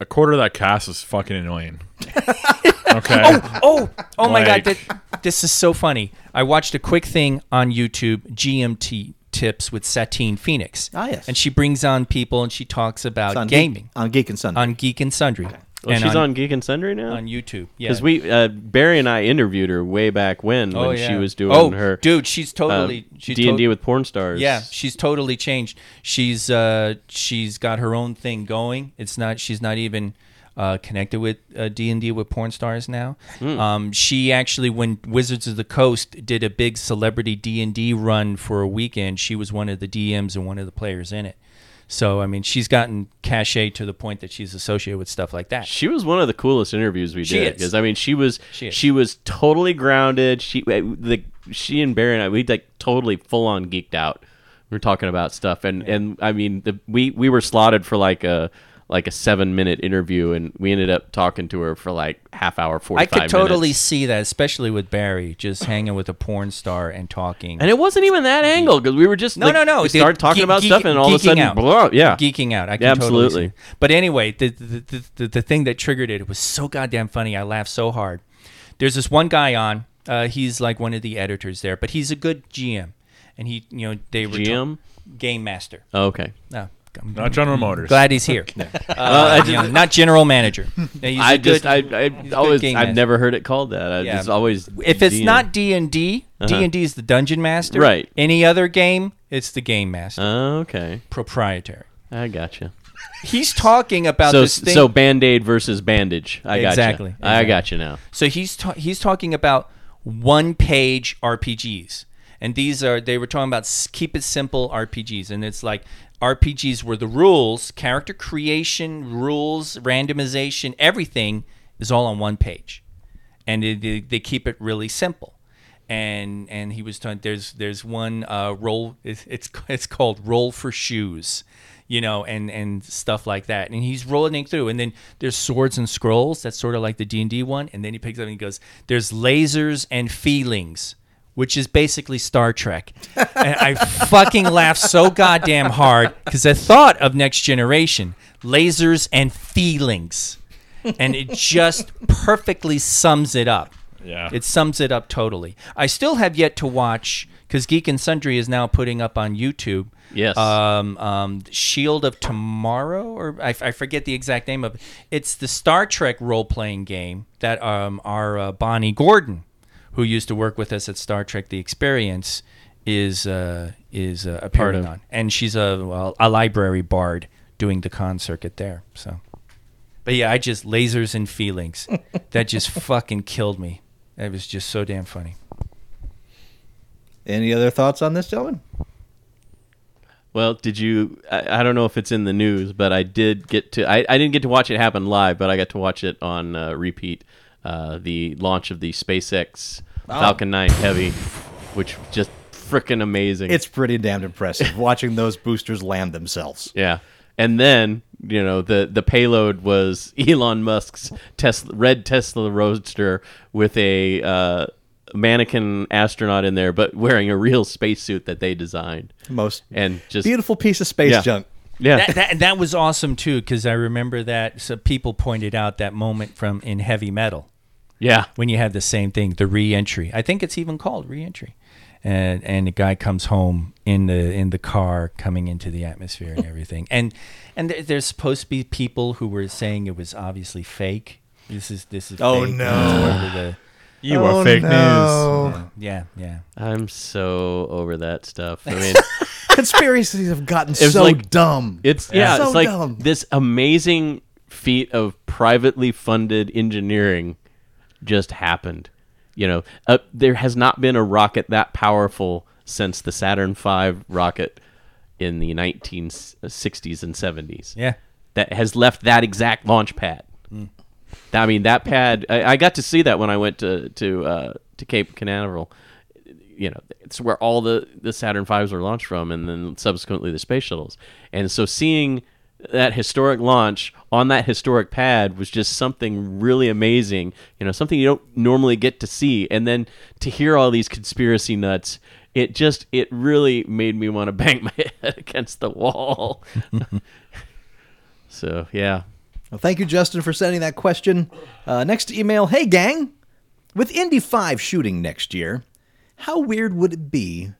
Speaker 2: a quarter of that cast is fucking annoying. okay.
Speaker 6: oh, oh my god,
Speaker 2: Like-
Speaker 6: thi- this is so funny. I watched a quick thing on YouTube, GMT tips with Satine Phoenix.
Speaker 3: Ah, yes.
Speaker 6: And she brings on people and she talks about
Speaker 3: It's on Geek-
Speaker 6: gaming
Speaker 3: on Geek and Sunday.
Speaker 6: on Geek and Sundry.
Speaker 5: Well,
Speaker 6: and
Speaker 5: Oh, she's on, Geek and Sundry now.
Speaker 6: on YouTube. Yeah.
Speaker 5: because we uh, Barry and I interviewed her way back when
Speaker 6: Oh,
Speaker 5: when she
Speaker 6: yeah.
Speaker 5: was doing
Speaker 6: oh,
Speaker 5: her
Speaker 6: Dude, she's
Speaker 5: uh,
Speaker 6: totally she's
Speaker 5: D and D
Speaker 6: to-
Speaker 5: with porn stars.
Speaker 6: Yeah, she's totally changed. She's uh she's got her own thing going. It's not she's not even uh, connected with D and D with porn stars now. Um, she actually, when Wizards of the Coast did a big celebrity D and D run for a weekend, she was one of the DMs and one of the players in it. So I mean, she's gotten cachet to the point that she's associated with stuff like that.
Speaker 5: She was one of the coolest interviews we
Speaker 6: She
Speaker 5: did
Speaker 6: is.
Speaker 5: because I mean she was
Speaker 6: She
Speaker 5: she,
Speaker 6: is.
Speaker 5: was totally grounded. She uh, the she and Barry and I we like totally full on geeked out. We were talking about stuff and and I mean the, we we were slotted for like a like a seven minute interview and we ended up talking to her for like half hour forty
Speaker 6: I
Speaker 5: five.
Speaker 6: could totally see that, especially with Barry just hanging with a porn star and talking.
Speaker 5: And it wasn't even that angle because we were just
Speaker 6: No,
Speaker 5: like,
Speaker 6: no, no.
Speaker 5: We
Speaker 6: They-
Speaker 5: started talking
Speaker 6: geek-
Speaker 5: about
Speaker 6: geek-
Speaker 5: stuff and all of a
Speaker 6: geeking
Speaker 5: sudden,
Speaker 6: out.
Speaker 5: blah, yeah,
Speaker 6: geeking out. I can
Speaker 5: Yeah,
Speaker 6: totally
Speaker 5: absolutely.
Speaker 6: see. But anyway, the the, the the the thing that triggered it was so goddamn funny. I laughed so hard. There's this one guy on. Uh, he's like one of the editors there, but he's a good GM, and he you know they were
Speaker 5: GM?
Speaker 6: game master.
Speaker 5: Oh, okay.
Speaker 6: No, I'm
Speaker 2: Not General Motors.
Speaker 6: glad he's here. Uh, you know, not general manager. No, he's a
Speaker 5: I just
Speaker 6: good-
Speaker 5: I I
Speaker 6: a
Speaker 5: always
Speaker 6: game
Speaker 5: I've
Speaker 6: master.
Speaker 5: never heard it called that. I
Speaker 6: Yeah.
Speaker 5: just always
Speaker 6: if it's
Speaker 5: DM.
Speaker 6: not D and D, D and D is the dungeon master.
Speaker 5: Uh-huh. Right.
Speaker 6: Any other game, it's the game master,
Speaker 5: Oh, okay,
Speaker 6: proprietary.
Speaker 5: I gotcha.
Speaker 6: He's talking about
Speaker 5: so
Speaker 6: Uh, this thing.
Speaker 5: so band aid versus bandage. I got
Speaker 6: Exactly,
Speaker 5: You. I got you now.
Speaker 6: So he's ta- he's talking about one page RPGs, and these are they were talking about s- keep it simple RPGs, and it's like RPGs where the rules, character creation, rules, randomization, everything is all on one page, and they, they, they keep it really simple. And and he was talking. There's there's one uh, roll. It's, it's it's called roll for shoes you know, and and stuff like that. And he's rolling through. And then there's swords and scrolls. That's sort of like the D and D one. And then he picks up and he goes, "There's lasers and feelings." Which is basically Star Trek, and I fucking laughed so goddamn hard because I thought of Next Generation, lasers and feelings, and it just perfectly sums it up.
Speaker 2: Yeah.
Speaker 6: it sums it up totally. I still have yet to watch because Geek and Sundry is now putting up on YouTube.
Speaker 5: Yes.
Speaker 6: uh, um, um, Shield of Tomorrow, or I, I forget the exact name of it. It's the Star Trek role playing game that um, our uh, Bonnie Gordon, who used to work with us at Star Trek: The Experience, is uh, is uh, appearing
Speaker 5: of.
Speaker 6: on, and she's a well, a library bard doing the con circuit there. So, but yeah, I just lasers and feelings that just fucking killed me. That was just so damn funny.
Speaker 3: Any other thoughts on this, gentlemen?
Speaker 5: Well, did you? I, I don't know if it's in the news, but I did get to. I, I didn't get to watch it happen live, but I got to watch it on uh, repeat. Uh, the launch of the SpaceX Falcon 9 Heavy, which was just freaking amazing.
Speaker 3: It's pretty damned impressive watching those boosters land themselves.
Speaker 5: Yeah. And then, you know, the the payload was Elon Musk's Tesla red Tesla Roadster with a uh, mannequin astronaut in there, but wearing a real spacesuit that they designed.
Speaker 3: Most
Speaker 5: And just
Speaker 3: beautiful piece of space
Speaker 5: Yeah.
Speaker 3: junk.
Speaker 5: Yeah.
Speaker 6: that, that, that was awesome too because I remember that so people pointed out that moment from in heavy metal
Speaker 5: yeah.
Speaker 6: when you have the same thing, the re-entry. I think it's even called re-entry, and and the guy comes home in the in the car coming into the atmosphere and everything. And and there, there's supposed to be people who were saying it was obviously fake. This is this is
Speaker 3: Oh,
Speaker 6: fake.
Speaker 3: no.
Speaker 6: It's part of the-
Speaker 2: You
Speaker 5: Oh,
Speaker 2: are fake news.
Speaker 6: yeah yeah.
Speaker 5: I'm so over that stuff. I mean,
Speaker 3: Conspiracies have gotten
Speaker 5: was
Speaker 3: so
Speaker 5: like-
Speaker 3: dumb.
Speaker 5: it's yeah,
Speaker 3: So
Speaker 5: it's like
Speaker 3: dumb.
Speaker 5: this amazing feat of privately funded engineering just happened. You know, uh, there has not been a rocket that powerful since the Saturn V rocket in the 1960s and 70s.
Speaker 6: Yeah.
Speaker 5: that has left that exact launch pad. I mean, that pad. I, I got to see that when I went to to uh, to Cape Canaveral. You know, it's where all the the Saturn V's were launched from, and then subsequently the space shuttles. And so seeing that historic launch on that historic pad was just something really amazing. You know, something you don't normally get to see. And then to hear all these conspiracy nuts, it just it really made me want to bang my head against the wall. so yeah,
Speaker 3: Well, thank you, Justin, for sending that question. Uh, next email Hey, gang, with Indy 5 shooting next year, how weird would it be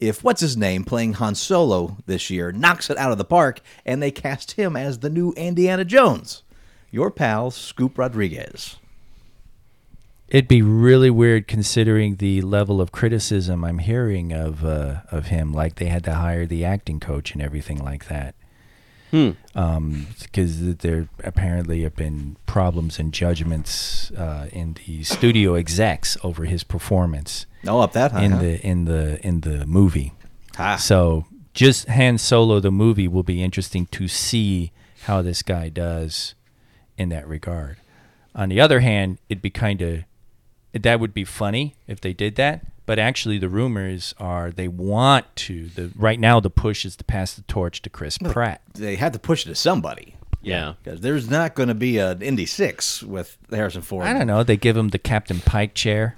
Speaker 3: if what's his name playing Han Solo this year knocks it out of the park and they cast him as the new Indiana Jones. Your pal Scoop Rodriguez.
Speaker 6: It'd be really weird considering the level of criticism I'm hearing of uh, of him. Like they had to hire the acting coach and everything like that. Because there apparently have been problems and judgments uh, in the studio execs over his performance
Speaker 3: Oh, up that high.
Speaker 6: in
Speaker 3: huh?
Speaker 6: the in the in the movie.
Speaker 3: Ah.
Speaker 6: So just Han Solo the movie will be interesting to see how this guy does in that regard. On the other hand, it'd be kind of that would be funny if they did that. But actually, the rumors are they want to. The right now, the push is to pass the torch to Chris Pratt.
Speaker 3: they had to push it to somebody.
Speaker 5: Yeah.
Speaker 3: Because there's not going to be an Indy 6 with Harrison Ford.
Speaker 6: I don't know. They give him the Captain Pike chair.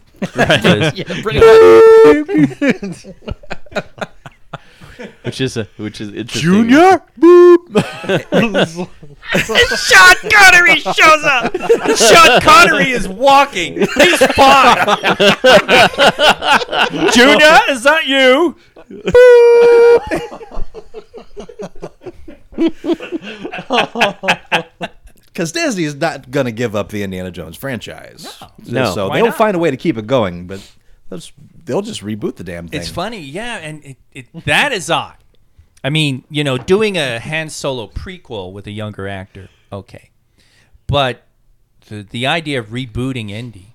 Speaker 5: Which is a which is interesting.
Speaker 2: Junior?
Speaker 6: Sean Connery shows up. Sean Connery is walking. He's fine. Junior, is that you?
Speaker 3: Because Disney's not going to give up the Indiana Jones franchise.
Speaker 5: No.
Speaker 3: So,
Speaker 5: No,
Speaker 6: why
Speaker 3: they'll
Speaker 6: not?
Speaker 3: find a way to keep it going, but let's- they'll just reboot the damn thing.
Speaker 6: It's funny, yeah, and it, it that is odd. I mean, you know, doing a Han Solo prequel with a younger actor, okay, but the the idea of rebooting Indy,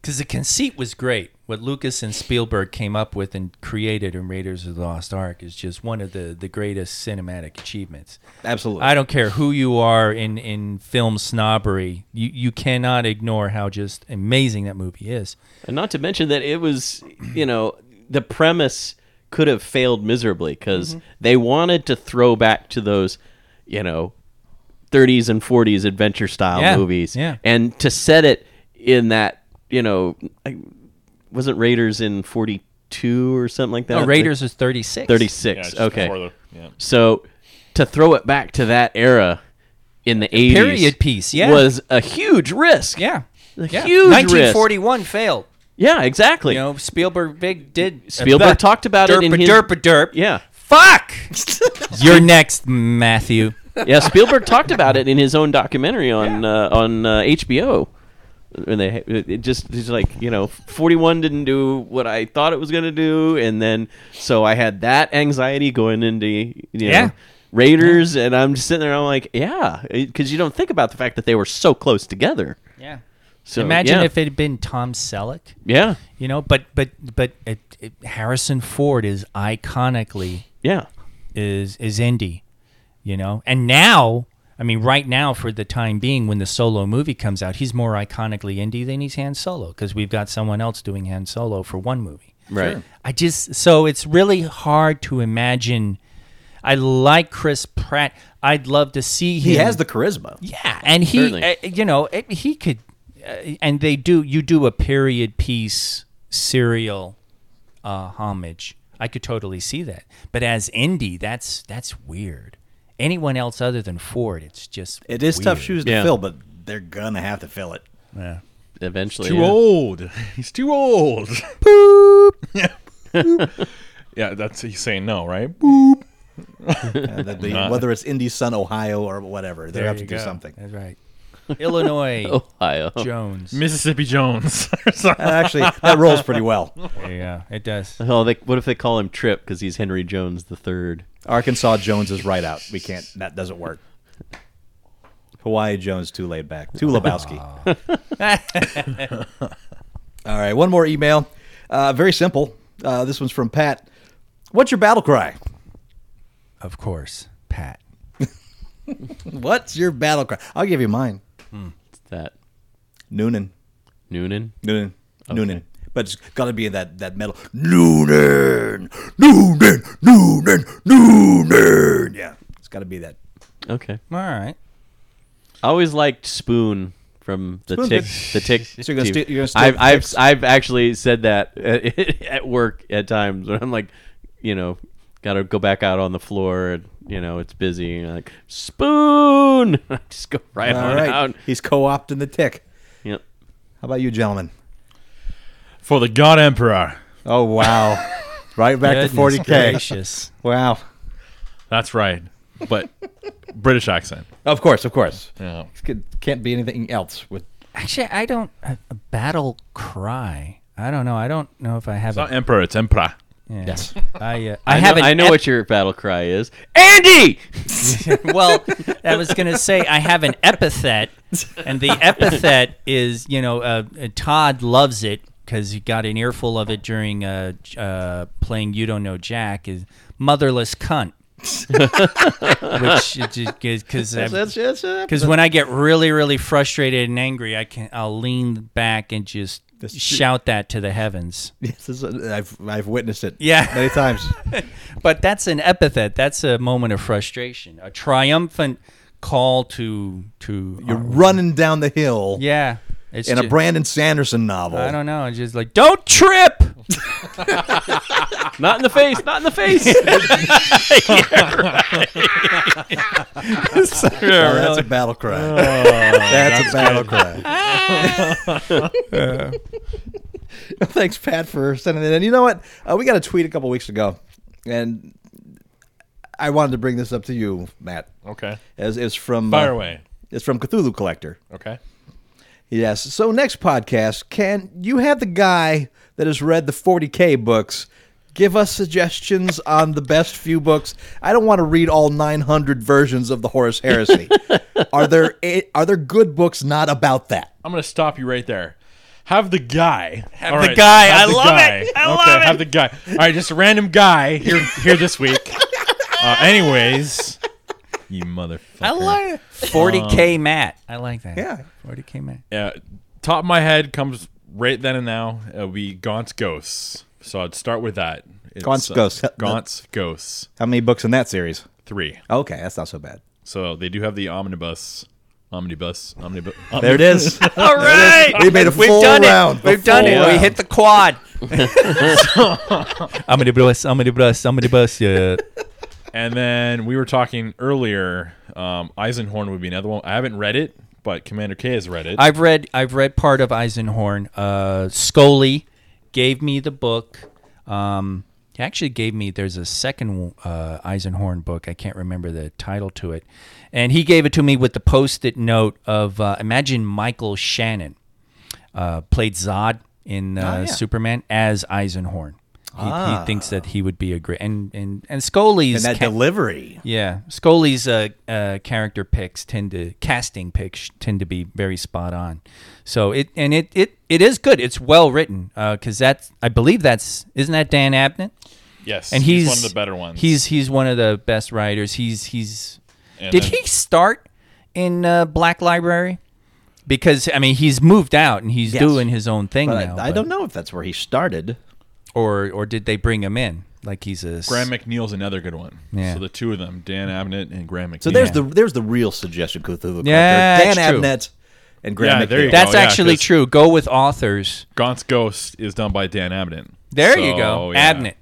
Speaker 6: because the conceit was great. What Lucas and Spielberg came up with and created in Raiders of the Lost Ark is just one of the the greatest cinematic achievements.
Speaker 3: Absolutely.
Speaker 6: I don't care who you are in, in film snobbery, you, you cannot ignore how just amazing that movie is.
Speaker 5: And not to mention that it was, you know, the premise could have failed miserably
Speaker 6: Mm-hmm.
Speaker 5: because they wanted to throw back to those, you know, 30s and 40s adventure style
Speaker 6: Yeah,
Speaker 5: movies.
Speaker 6: yeah.
Speaker 5: And to set it in that, you know, I, wasn't Raiders in 42 or something like that?
Speaker 6: No, Oh, Raiders is 36.
Speaker 5: 36. okay.
Speaker 2: yeah.
Speaker 5: So to throw it back to that era in the 80s
Speaker 6: period piece, yeah.
Speaker 5: was a huge risk.
Speaker 6: Yeah.
Speaker 5: A
Speaker 6: Yeah.
Speaker 5: huge risk.
Speaker 6: 1941 failed.
Speaker 5: Yeah, exactly.
Speaker 6: You know, Spielberg big did
Speaker 5: Spielberg talked about it
Speaker 6: derp
Speaker 5: in
Speaker 6: a
Speaker 5: his-
Speaker 6: derp a derp.
Speaker 5: Yeah.
Speaker 6: Fuck. You're next, Matthew.
Speaker 5: yeah, Spielberg talked about it in his own documentary on uh, on uh, HBO. And they it it just it's like you know, forty one didn't do what I thought it was going to do, and then so I had that anxiety going into you know,
Speaker 6: Yeah.
Speaker 5: Raiders, and I'm just sitting there, I'm like, yeah, because you don't think about the fact that they were so close together.
Speaker 6: Yeah.
Speaker 5: So
Speaker 6: Imagine
Speaker 5: yeah.
Speaker 6: if it had been Tom Selleck.
Speaker 5: yeah,
Speaker 6: You know, but but but it, it, Harrison Ford is iconically
Speaker 5: yeah,
Speaker 6: is is indie, you know. And now, I mean, right now for the time being, when the solo movie comes out, he's more iconically indie than he's Han Solo because we've got someone else doing Han Solo for one movie.
Speaker 5: right,
Speaker 6: I just so it's really hard to imagine. I like Chris Pratt. I'd love to see him.
Speaker 3: he has the charisma.
Speaker 6: yeah, and he,
Speaker 5: Certainly.
Speaker 6: uh, you know, it, he could, uh, and they do. You do a period piece serial uh, homage. I could totally see that. But as indie, that's that's weird. Anyone else other than Ford, it's just
Speaker 3: It is tough
Speaker 6: weird.
Speaker 3: shoes to
Speaker 5: Yeah.
Speaker 3: fill, but they're going to have to fill it.
Speaker 5: eventually. uh,
Speaker 2: Too
Speaker 5: yeah.
Speaker 2: old. He's too old. Boop. Yeah. Boop. yeah, that's he's saying no, right? Boop.
Speaker 3: Uh, that the- whether it's Indy Sun, Ohio, or whatever, they have to
Speaker 6: you
Speaker 3: do
Speaker 6: go.
Speaker 3: something.
Speaker 6: That's right. Illinois
Speaker 3: Oh.
Speaker 5: Ohio.
Speaker 6: Jones.
Speaker 2: Mississippi Jones. or something.
Speaker 3: Uh, actually, that rolls pretty well.
Speaker 6: Yeah, it does.
Speaker 5: Oh, they, what if they call him Trip because he's Henry Jones the third?
Speaker 3: Arkansas Jones is right out. We can't. That doesn't work. Hawaii Jones too laid back. Too Lebowski. All right, one more email. Uh, very simple. Uh, this one's from Pat. What's your battle cry?
Speaker 6: Of course, Pat.
Speaker 3: What's your battle cry? I'll give you mine.
Speaker 5: That
Speaker 3: Noonan.
Speaker 5: Noonan.
Speaker 3: Noonan. Noonan. But it's got to be in that that metal. Noonan. Noonan. Noonan. Noonan. Yeah, it's got to be that.
Speaker 5: Okay.
Speaker 6: All right.
Speaker 5: I always liked Spoon from the
Speaker 3: Spoon's
Speaker 5: Tick.
Speaker 3: good.
Speaker 5: The Tick.
Speaker 3: So you're gonna
Speaker 5: team.
Speaker 3: sti- you're gonna steal
Speaker 5: I've
Speaker 3: the
Speaker 5: I've
Speaker 3: Ticks?
Speaker 5: I've actually said that at, at work at times when I'm like, you know, got to go back out on the floor and you know it's busy and you're like Spoon. I just go right
Speaker 3: All
Speaker 5: on
Speaker 3: right.
Speaker 5: out.
Speaker 3: He's co-opting the tick.
Speaker 5: Yep.
Speaker 3: How about you, gentlemen?
Speaker 2: For the God Emperor.
Speaker 3: Oh wow. Right back to
Speaker 6: Goodness
Speaker 3: 40K.
Speaker 6: gracious.
Speaker 3: Wow.
Speaker 2: That's right. But British accent.
Speaker 3: Of course, of course.
Speaker 2: Yeah.
Speaker 3: Could- Can't be anything else with
Speaker 6: Actually, I don't a a battle cry. I don't know. I don't know if I have.
Speaker 2: It's not
Speaker 6: A,
Speaker 2: emperor, it's emperor.
Speaker 6: yeah.
Speaker 3: Yes.
Speaker 6: I uh,
Speaker 5: I,
Speaker 6: I, have.
Speaker 5: know,
Speaker 6: an
Speaker 5: I know
Speaker 6: ep-
Speaker 5: what your battle cry is. Andy!
Speaker 6: well, I was going to say I have an epithet, and the epithet is you know uh, uh, Todd loves it because he got an earful of it during uh, j- uh, playing You Don't Know Jack is motherless cunt, uh, which because because when I get really really frustrated and angry, I can I'll lean back and just shout that to the heavens.
Speaker 3: This is a, I've I've witnessed it.
Speaker 6: Yeah.
Speaker 3: many times.
Speaker 6: But that's an epithet. That's a moment of frustration, a triumphant call to to uh,
Speaker 3: You're running down the hill
Speaker 6: Yeah. It's
Speaker 3: in
Speaker 6: ju-
Speaker 3: a Brandon Sanderson novel.
Speaker 6: I don't know. It's just like, don't trip.
Speaker 5: Not in the face, not in the face.
Speaker 3: Oh, that's a battle cry. that's, a battle cry. Thanks, Pat, for sending that in. You know what? Uh, we got a tweet a couple weeks ago, and I wanted to bring this up to you, Matt.
Speaker 2: Okay.
Speaker 3: As it's from uh,
Speaker 2: Fire away.
Speaker 3: It's from Cthulhu Collector.
Speaker 2: Okay.
Speaker 3: Yes. So next podcast, can you have the guy that has read the 40K books give us suggestions on the best few books? I don't want to read all 900 versions of the Horus Heresy. are there a- are there good books not about that?
Speaker 2: I'm gonna stop you right there. Have the guy. Have
Speaker 6: the guy. I love it. I
Speaker 2: okay,
Speaker 6: love it.
Speaker 2: Have the guy. All right, just a random guy here here this week. Uh, anyways, you motherfucker.
Speaker 6: like 40K Matt. I like that.
Speaker 3: Yeah.
Speaker 6: 40K Matt.
Speaker 2: Yeah, top of my head comes right then and now. It would be Gaunt's Ghosts. So I'd start with that. It's, uh,
Speaker 3: Gaunt's Ghosts.
Speaker 2: Gaunt's Ghosts
Speaker 3: How many books in that series?
Speaker 2: three.
Speaker 3: Okay, that's not so bad.
Speaker 2: So they do have the omnibus, omnibus, omnibus.
Speaker 3: There it is.
Speaker 6: All right.
Speaker 3: We made a full
Speaker 6: We've done
Speaker 3: round.
Speaker 6: it. We've done it. We hit the quad. I'm going to bus. I'm going to bus. I'm going to bus. Yeah.
Speaker 2: And then we were talking earlier. Um, Eisenhorn would be another one. I haven't read it, but Commander K has read it.
Speaker 6: I've read I've read part of Eisenhorn. Uh, Scully gave me the book. Um, he actually gave me there's a second uh, Eisenhorn book. I can't remember the title to it, and he gave it to me with the post-it note of uh, imagine Michael Shannon uh, played Zod in
Speaker 3: Ah,
Speaker 6: uh, Superman as Eisenhorn. He, he thinks that he would be a great and and and Scully's
Speaker 3: And that
Speaker 6: ca-
Speaker 3: delivery.
Speaker 6: yeah, Scully's uh, uh, character picks tend to casting picks tend to be very spot on. So it and it it, it is good. It's well written because that's I believe that's isn't that Dan Abnett?
Speaker 2: yes,
Speaker 6: And
Speaker 2: he's,
Speaker 6: he's,
Speaker 2: one of the better ones.
Speaker 6: He's he's one of the best writers. He's he's
Speaker 2: And
Speaker 6: did
Speaker 2: then-
Speaker 6: he start in uh, Black Library? Because I mean he's moved out and he's
Speaker 3: Yes.
Speaker 6: doing his own thing
Speaker 3: But
Speaker 6: now.
Speaker 3: I, I
Speaker 6: but-
Speaker 3: don't know if that's where he started.
Speaker 6: Or or did they bring him in like he's a s-
Speaker 2: Graham McNeil's another good one.
Speaker 6: Yeah.
Speaker 2: So the two of them, Dan Abnett and Graham McNeil.
Speaker 3: So there's the there's the real suggestion Cthulhu
Speaker 6: Yeah,
Speaker 3: Collector. Dan
Speaker 6: that's true.
Speaker 3: Abnett and Graham
Speaker 2: Yeah, there you
Speaker 3: McNeil.
Speaker 2: go.
Speaker 6: That's
Speaker 2: Oh, yeah,
Speaker 6: actually
Speaker 2: 'cause-
Speaker 6: true. Go with authors.
Speaker 2: Gaunt's Ghost is done by Dan Abnett.
Speaker 6: There you
Speaker 2: So,
Speaker 6: go.
Speaker 2: yeah.
Speaker 6: Abnett.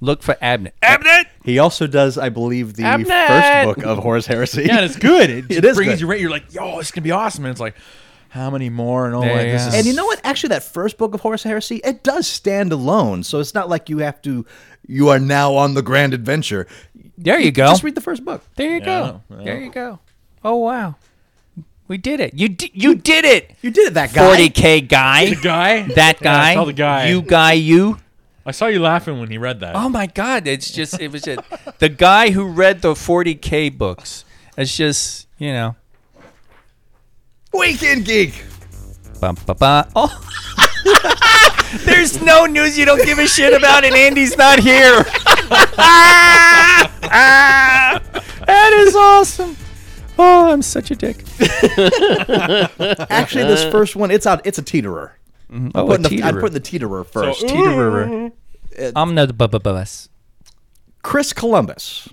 Speaker 6: Look for Abnett. Abnett.
Speaker 3: He also does, I believe, the
Speaker 5: Abnett!
Speaker 3: first book of Horus Heresy.
Speaker 2: Yeah, and it's good. It, just
Speaker 3: is
Speaker 2: brings
Speaker 3: good.
Speaker 2: you right. You're like, yo, it's gonna be awesome. And it's like, how many more? And all
Speaker 6: Yeah,
Speaker 2: like, this
Speaker 6: yeah.
Speaker 2: is
Speaker 3: And you know what? Actually, that first book of Horus Heresy, it does stand alone. So it's not like you have to. You are now on the grand adventure.
Speaker 6: There you go.
Speaker 3: Just read the first book.
Speaker 6: there you
Speaker 2: Yeah,
Speaker 6: go.
Speaker 2: yeah.
Speaker 6: There you go. Oh wow. We did it. You di- you did it.
Speaker 3: You did it, that guy.
Speaker 6: 40k guy.
Speaker 2: the guy.
Speaker 6: That
Speaker 2: Yeah,
Speaker 6: guy.
Speaker 2: I saw the guy.
Speaker 6: You guy you.
Speaker 2: I saw you laughing when he read that.
Speaker 6: Oh my god, it's just it was just the guy who read the 40k books. It's just, you know.
Speaker 3: Weekend geek.
Speaker 6: Bum, ba, ba. Oh. There's no news you don't give a shit about, and Andy's not here. Ah! Ah! that is awesome. Oh, I'm such a dick.
Speaker 3: Actually, this first one, it's out. It's a teeterer.
Speaker 6: Oh,
Speaker 3: Putting the- I'm putting the teeterer first.
Speaker 2: So,
Speaker 6: teeterer. I'm not the bus.
Speaker 3: Chris Columbus,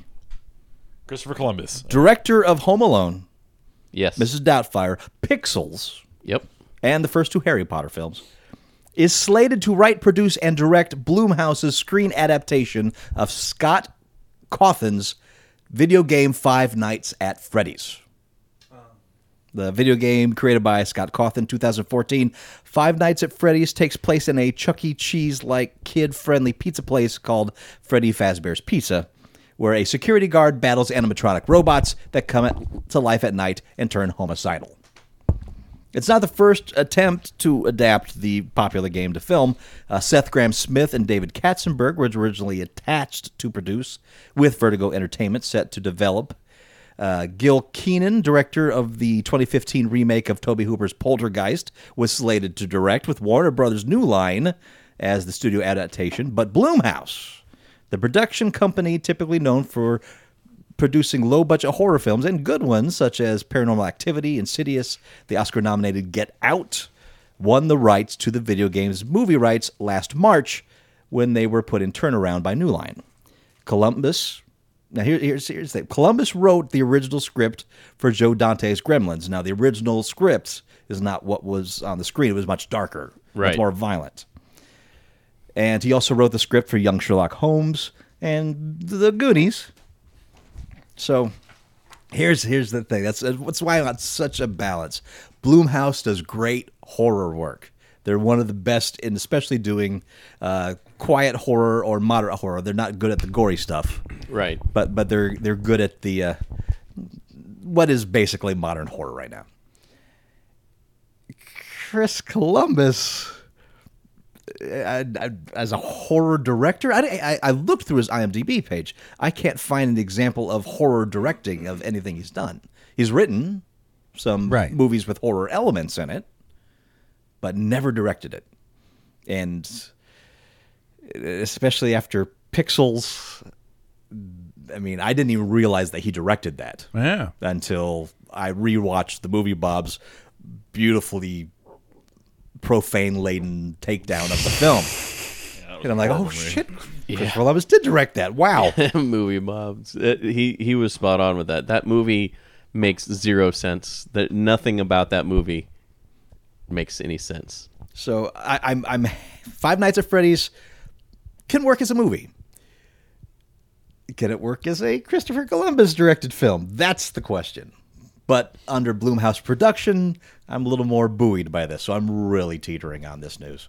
Speaker 2: Christopher Columbus.
Speaker 3: director of Home Alone,
Speaker 5: yes.
Speaker 3: Mrs. Doubtfire, Pixels,
Speaker 5: Yep.
Speaker 3: and the first two Harry Potter films, is slated to write, produce, and direct Bloomhouse's screen adaptation of Scott Cawthon's video game Five Nights at Freddy's. The video game created by Scott Cawthon, 2014. Five Nights at Freddy's takes place in a Chuck E. Cheese like kid friendly pizza place called Freddy Fazbear's Pizza, where a security guard battles animatronic robots that come at- to life at night and turn homicidal. It's not the first attempt to adapt the popular game to film. Uh, Seth Graham Smith and David Katzenberg were originally attached to produce, with Vertigo Entertainment set to develop. Uh, Gil Keenan, director of the 2015 remake of Toby Hooper's Poltergeist, was slated to direct with Warner Brothers' New Line as the studio adaptation, but Bloomhouse, the production company typically known for producing low budget horror films and good ones such as Paranormal Activity, Insidious, the Oscar nominated Get Out, won the rights to the video game's movie rights last March when they were put in turnaround by New Line. Columbus. Now here, here's here's the thing. Columbus wrote the original script for Joe Dante's Gremlins. Now the original script is not what was on the screen. It was much darker,
Speaker 5: Right.
Speaker 3: much more violent. And he also wrote the script for Young Sherlock Holmes and The Goonies. So here's here's the thing. That's that's why I'm on such a balance. Bloomhouse does great horror work. They're one of the best in especially doing uh, quiet horror or moderate horror. They're not good at the gory stuff,
Speaker 5: Right.
Speaker 3: but but they're they're good at the uh, what is basically modern horror right now. Chris Columbus I, I, as a horror director, I, I, I looked through his IMDb page. I can't find an example of horror directing of anything he's done. He's written some
Speaker 6: Right.
Speaker 3: movies with horror elements in it, but never directed it. And uh, especially after Pixels, I mean, I didn't even realize that he directed that
Speaker 6: Yeah.
Speaker 3: until I rewatched the movie Bob's beautifully profane laden takedown of the film. and I'm like, oh shit, Chris Columbus did direct that. Wow.
Speaker 5: movie mobs. Uh, he he was spot on with that. That movie makes zero sense. That nothing about that movie makes any sense.
Speaker 3: so I, I'm, I'm Five Nights at Freddy's can work as a movie. Can it work as a Christopher Columbus directed film? That's the question. But under Bloomhouse production, I'm a little more buoyed by this, so I'm really teetering on this news.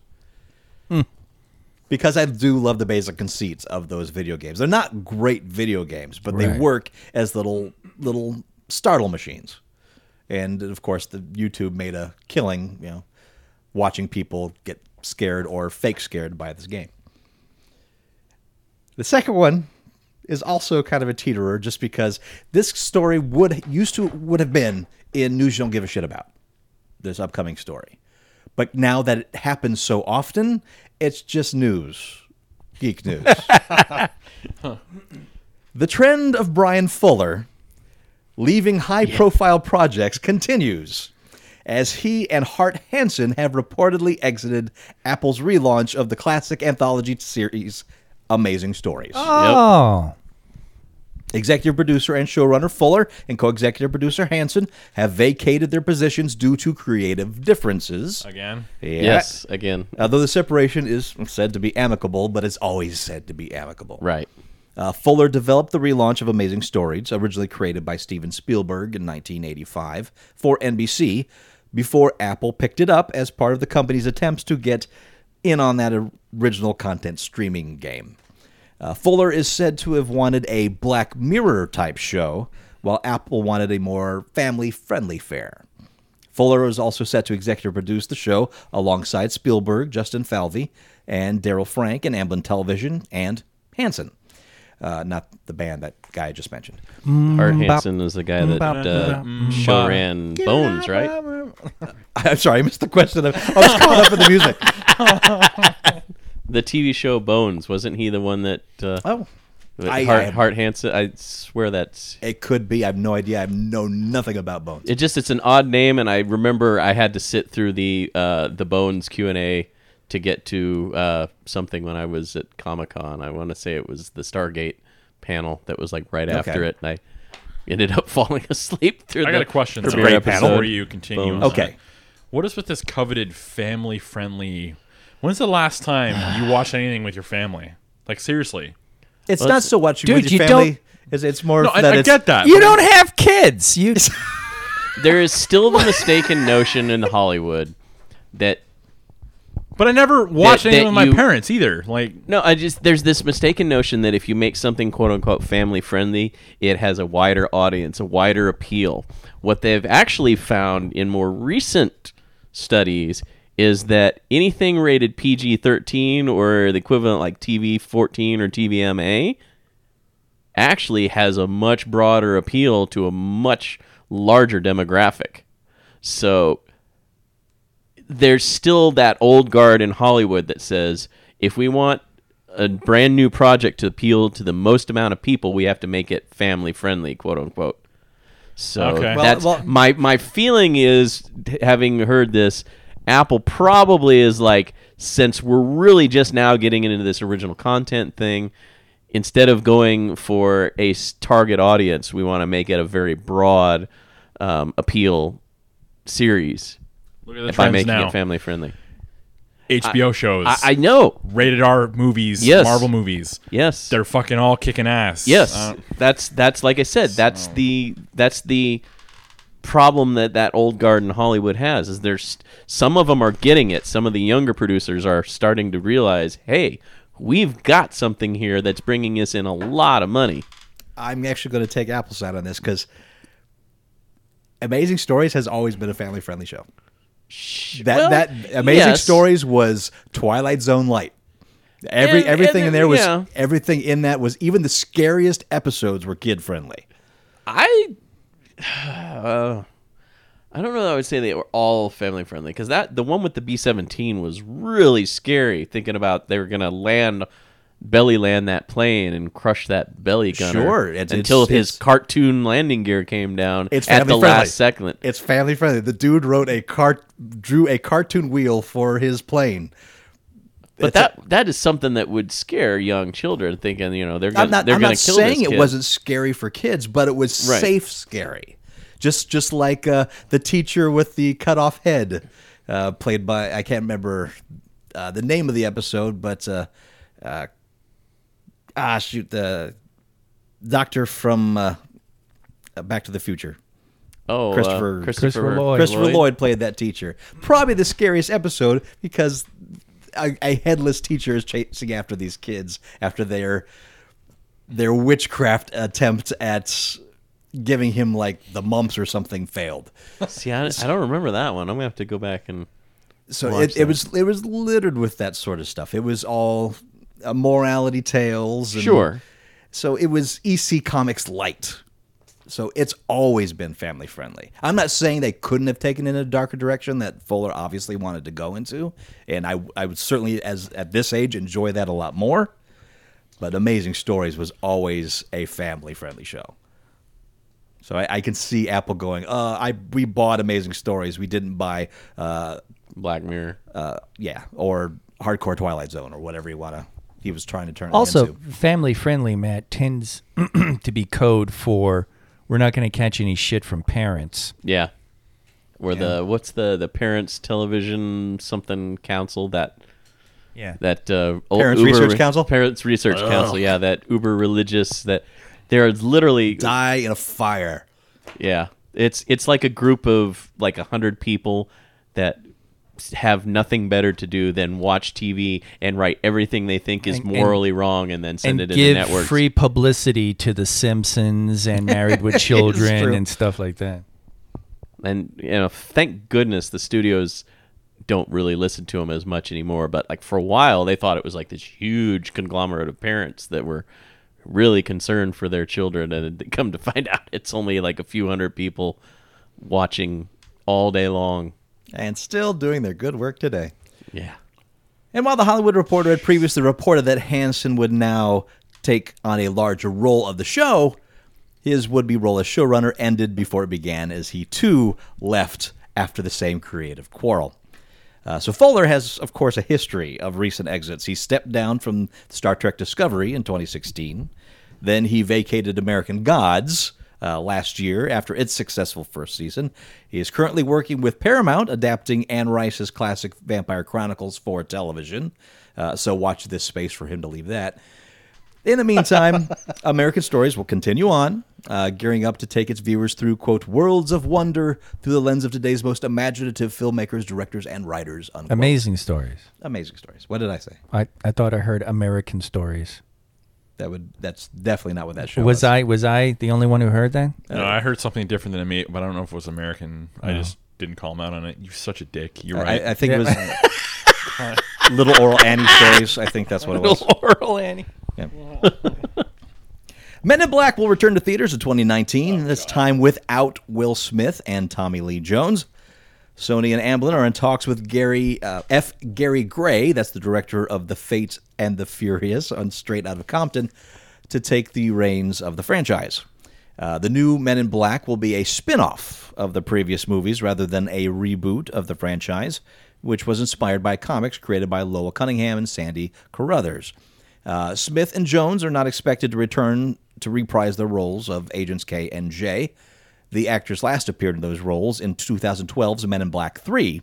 Speaker 3: because I do love the basic conceits of those video games. They're not great video games, but they
Speaker 6: Right.
Speaker 3: work as little little startle machines. And of course, the YouTube made a killing, you know, watching people get scared or fake scared by this game. The second one is also kind of a teeterer just because this story would used to would have been in news you don't give a shit about this upcoming story. But now that it happens so often, it's just news, geek news. the trend of Brian Fuller leaving high profile projects continues as he and Hart Hansen have reportedly exited Apple's relaunch of the classic anthology series Amazing Stories.
Speaker 5: Ah.
Speaker 6: Oh.
Speaker 3: Executive producer and showrunner Fuller and co executive producer Hansen have vacated their positions due to creative differences.
Speaker 2: Again.
Speaker 3: Yeah.
Speaker 5: Yes, again.
Speaker 3: Although the separation is said to be amicable, but it's always said to be amicable.
Speaker 5: Right.
Speaker 3: Uh, Fuller developed the relaunch of Amazing Stories, originally created by Steven Spielberg in 1985 for NBC, before Apple picked it up as part of the company's attempts to get in on that original content streaming game. Uh, Fuller is said to have wanted a Black Mirror type show, while Apple wanted a more family friendly fare. Fuller is also set to executive produce the show alongside Spielberg, Justin Falvey, and Daryl Frank and Amblin Television and Hanson. Uh, not the band that guy I just mentioned.
Speaker 5: Hart Hansen is the guy that
Speaker 6: bop,
Speaker 5: uh, show ran Bones, right?
Speaker 3: I'm sorry, I missed the question. I was caught up in the music.
Speaker 5: The TV show Bones wasn't he the one that? Uh,
Speaker 3: Oh,
Speaker 5: that
Speaker 3: I-
Speaker 5: Hart,
Speaker 3: I-
Speaker 5: Hart Hansen. I swear that's.
Speaker 3: it could be. I have no idea. I know nothing about Bones.
Speaker 5: It just it's an odd name, and I remember I had to sit through the uh, the Bones Q and A to get to uh, something when I was at Comic Con. I want to say it was the Stargate panel that was like right after it, and I ended up falling asleep through.
Speaker 2: I
Speaker 5: the
Speaker 2: got a question
Speaker 5: premiere
Speaker 2: though,
Speaker 5: episode.
Speaker 2: before you continue. on
Speaker 3: Okay.
Speaker 2: that. What is with this coveted family friendly? When's the last time you watched anything with your family? Like seriously.
Speaker 3: It's not so much
Speaker 6: Dude,
Speaker 3: with your
Speaker 6: you
Speaker 3: family. It's, it's more
Speaker 2: No, I,
Speaker 3: that
Speaker 2: I
Speaker 3: it's,
Speaker 2: get that.
Speaker 6: You
Speaker 2: but-
Speaker 6: don't have kids. You
Speaker 5: there is still the mistaken notion in Hollywood that
Speaker 2: But I never watched
Speaker 5: That-
Speaker 2: any
Speaker 5: that
Speaker 2: of my
Speaker 5: you-
Speaker 2: parents either. Like
Speaker 5: no, I just there's this mistaken notion that if you make something quote unquote family friendly, it has a wider audience, a wider appeal. What they've actually found in more recent studies is that anything rated PG-13 or the equivalent like TV-14 or TVMA actually has a much broader appeal to a much larger demographic. So there's still that old guard in Hollywood that says if we want a brand new project to appeal to the most amount of people, we have to make it family friendly, quote unquote. So
Speaker 2: Okay. Well,
Speaker 5: that's
Speaker 8: well-
Speaker 5: my my feeling is t- having heard this, Apple probably is like since we're really just now getting into this original content thing, instead of going for a s- target audience, we want to make it a very broad um, appeal series
Speaker 2: look at the
Speaker 5: by
Speaker 2: trends
Speaker 5: making
Speaker 2: now.
Speaker 5: it family friendly.
Speaker 2: HBO shows,
Speaker 5: I, I know.
Speaker 2: rated R movies,
Speaker 5: Yes.
Speaker 2: Marvel movies.
Speaker 5: Yes.
Speaker 2: They're fucking all kicking ass.
Speaker 5: yes.
Speaker 2: Uh,
Speaker 5: that's that's like I said. That's the that's the problem that that old guard in Hollywood has. Is there's some of them are getting it. Some of the younger producers are starting to realize, hey, we've got something here that's bringing us in a lot of money.
Speaker 3: I'm actually going to take Apple's side on this because Amazing Stories has always been a family friendly show. That
Speaker 5: Well,
Speaker 3: that Amazing
Speaker 5: yes.
Speaker 3: Stories was Twilight Zone light. Every
Speaker 5: And-
Speaker 3: everything
Speaker 5: and,
Speaker 3: in there was
Speaker 5: yeah.
Speaker 3: everything in that was even the scariest episodes were kid friendly.
Speaker 5: I uh, I don't know that I would say they were all family friendly because that the one with the B seventeen was really scary. Thinking about they were gonna land belly land that plane and crush that belly gunner.
Speaker 3: Sure, it's-
Speaker 5: until
Speaker 3: it's-
Speaker 5: his
Speaker 3: it's-
Speaker 5: cartoon landing gear came down
Speaker 3: It's
Speaker 5: at the
Speaker 3: family friendly.
Speaker 5: last second.
Speaker 3: It's family friendly. The dude wrote a cart drew a cartoon wheel for his plane.
Speaker 5: but that that is something that would scare young children. Thinking you know they're gonna
Speaker 3: I'm not.
Speaker 5: they're
Speaker 3: I'm
Speaker 5: gonna
Speaker 3: not
Speaker 5: kill
Speaker 3: saying
Speaker 5: this
Speaker 3: it
Speaker 5: kid.
Speaker 3: wasn't scary for kids, but it was
Speaker 5: Right.
Speaker 3: safe scary. Just just like uh, the teacher with the cut off head, uh, played by I can't remember uh, the name of the episode, but uh, uh, ah shoot the doctor from uh, Back to the Future.
Speaker 5: oh uh,
Speaker 3: Christopher-
Speaker 5: Christopher,
Speaker 6: Christopher Lloyd.
Speaker 3: Christopher Lloyd. played that teacher. Probably the scariest episode because a, a headless teacher is chasing after these kids after their their witchcraft attempt at giving him like the mumps or something failed.
Speaker 5: See, I, I don't remember that one. I'm gonna have to go back and
Speaker 3: So it, it was it was littered with that sort of stuff. It was all uh, morality tales. And
Speaker 5: sure.
Speaker 3: So it was EC Comics light. So it's always been family friendly. I'm not saying they couldn't have taken it in a darker direction that Fuller obviously wanted to go into, and I I would certainly as at this age enjoy that a lot more. But Amazing Stories was always a family friendly show. So I, I can see Apple going, uh, I we bought Amazing Stories, we didn't buy, uh,
Speaker 5: Black Mirror.
Speaker 3: uh, yeah, or Hardcore Twilight Zone or whatever you wanna. He was trying to turn it
Speaker 6: Also,
Speaker 3: into.
Speaker 6: family friendly, Matt, tends to be code for we're not going to catch any shit from parents.
Speaker 5: Yeah. Where the what's the the parents television something council that
Speaker 6: Yeah.
Speaker 5: that uh, old
Speaker 3: Parents Research Council?
Speaker 5: parents research council yeah that uber religious that they're literally
Speaker 3: die in a fire.
Speaker 5: yeah it's it's like a group of like a hundred people that s- have nothing better to do than watch TV and write everything they think is
Speaker 6: And- and-
Speaker 5: morally wrong and then send
Speaker 6: and
Speaker 5: it
Speaker 6: give
Speaker 5: into networks.
Speaker 6: free publicity to The Simpsons and Married with Children and stuff like that.
Speaker 5: and you know thank goodness the studios don't really listen to him as much anymore but like for a while they thought it was like this huge conglomerate of parents that were really concerned for their children and they come to find out it's only like a few hundred people watching all day long
Speaker 3: and still doing their good work today.
Speaker 5: yeah
Speaker 3: And while the Hollywood Reporter had previously reported that Hansen would now take on a larger role of the show, his would be role as showrunner ended before it began, as he too left after the same creative quarrel. Uh, so Fuller has, of course, a history of recent exits. He stepped down from Star Trek Discovery in 2016. Then he vacated American Gods uh, last year after its successful first season. He is currently working with Paramount, adapting Anne Rice's classic Vampire Chronicles for television. Uh, so watch this space for him to leave that. In the meantime, American Stories will continue on, uh, gearing up to take its viewers through, quote, worlds of wonder through the lens of today's most imaginative filmmakers, directors, and writers, unquote.
Speaker 6: Amazing stories.
Speaker 3: Amazing stories. What did I say?
Speaker 6: I, I thought I heard American stories.
Speaker 3: That would That's definitely not what that show
Speaker 6: Was I was I the only one who heard that?
Speaker 5: Uh,
Speaker 2: No, I heard something different than me, but I don't know if it was American. I just didn't call him out on it. You're such a dick. You're right.
Speaker 3: I, I think it was uh, Little Oral Annie Stories. I think that's what it was.
Speaker 6: Laurel Annie.
Speaker 3: Men in Black will return to theaters in 2019, this time without Will Smith and Tommy Lee Jones. Sony and Amblin are in talks with Gary uh, F. Gary Gray, that's the director of The Fate and the Furious on Straight Out of Compton, to take the reins of the franchise. Uh, the new Men in Black will be a spin off of the previous movies rather than a reboot of the franchise, which was inspired by comics created by Loa Cunningham and Sandy Carruthers. Uh, Smith and Jones are not expected to return to reprise their roles of Agents K and J. The actors last appeared in those roles in 2012's Men in Black 3.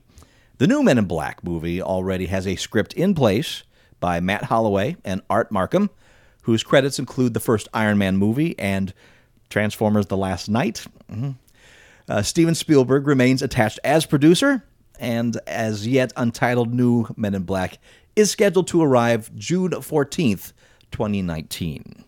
Speaker 3: The new Men in Black movie already has a script in place by Matt Holloway and Art Markham, whose credits include the first Iron Man movie and Transformers The Last Night. Mhm. Uh, Steven Spielberg remains attached as producer, and as yet untitled new Men in Black is scheduled to arrive June 14th, 2019.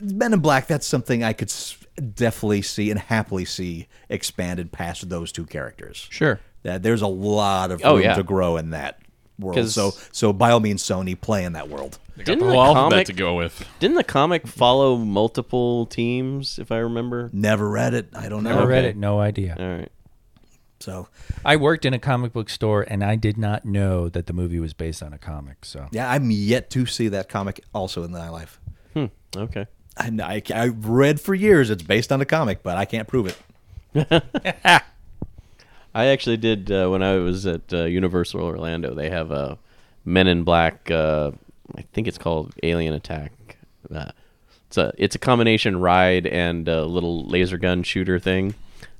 Speaker 3: Men in Black, that's something I could s- definitely see and happily see expanded past those two characters.
Speaker 5: Sure.
Speaker 3: That there's a lot of room
Speaker 5: Oh, yeah.
Speaker 3: to grow in that world.
Speaker 5: 'Cause-
Speaker 3: So, so by all means, Sony play in that world.
Speaker 5: Didn't the,
Speaker 2: Well, alphabet
Speaker 5: comic,
Speaker 2: to go with.
Speaker 5: didn't the comic follow multiple teams, if I remember?
Speaker 3: Never read it. I don't know.
Speaker 6: I read
Speaker 5: Okay.
Speaker 6: it, no idea.
Speaker 5: All right.
Speaker 3: So,
Speaker 6: I worked in a comic book store and I did not know that the movie was based on a comic. So
Speaker 3: yeah, I'm yet to see that comic also in my life.
Speaker 5: Okay.
Speaker 3: And I, I've read for years it's based on a comic, but I can't prove it.
Speaker 5: I actually did uh, when I was at uh, Universal Orlando. They have a Men in Black. Uh, I think it's called Alien Attack. Uh, it's a it's a combination ride and a little laser gun shooter thing.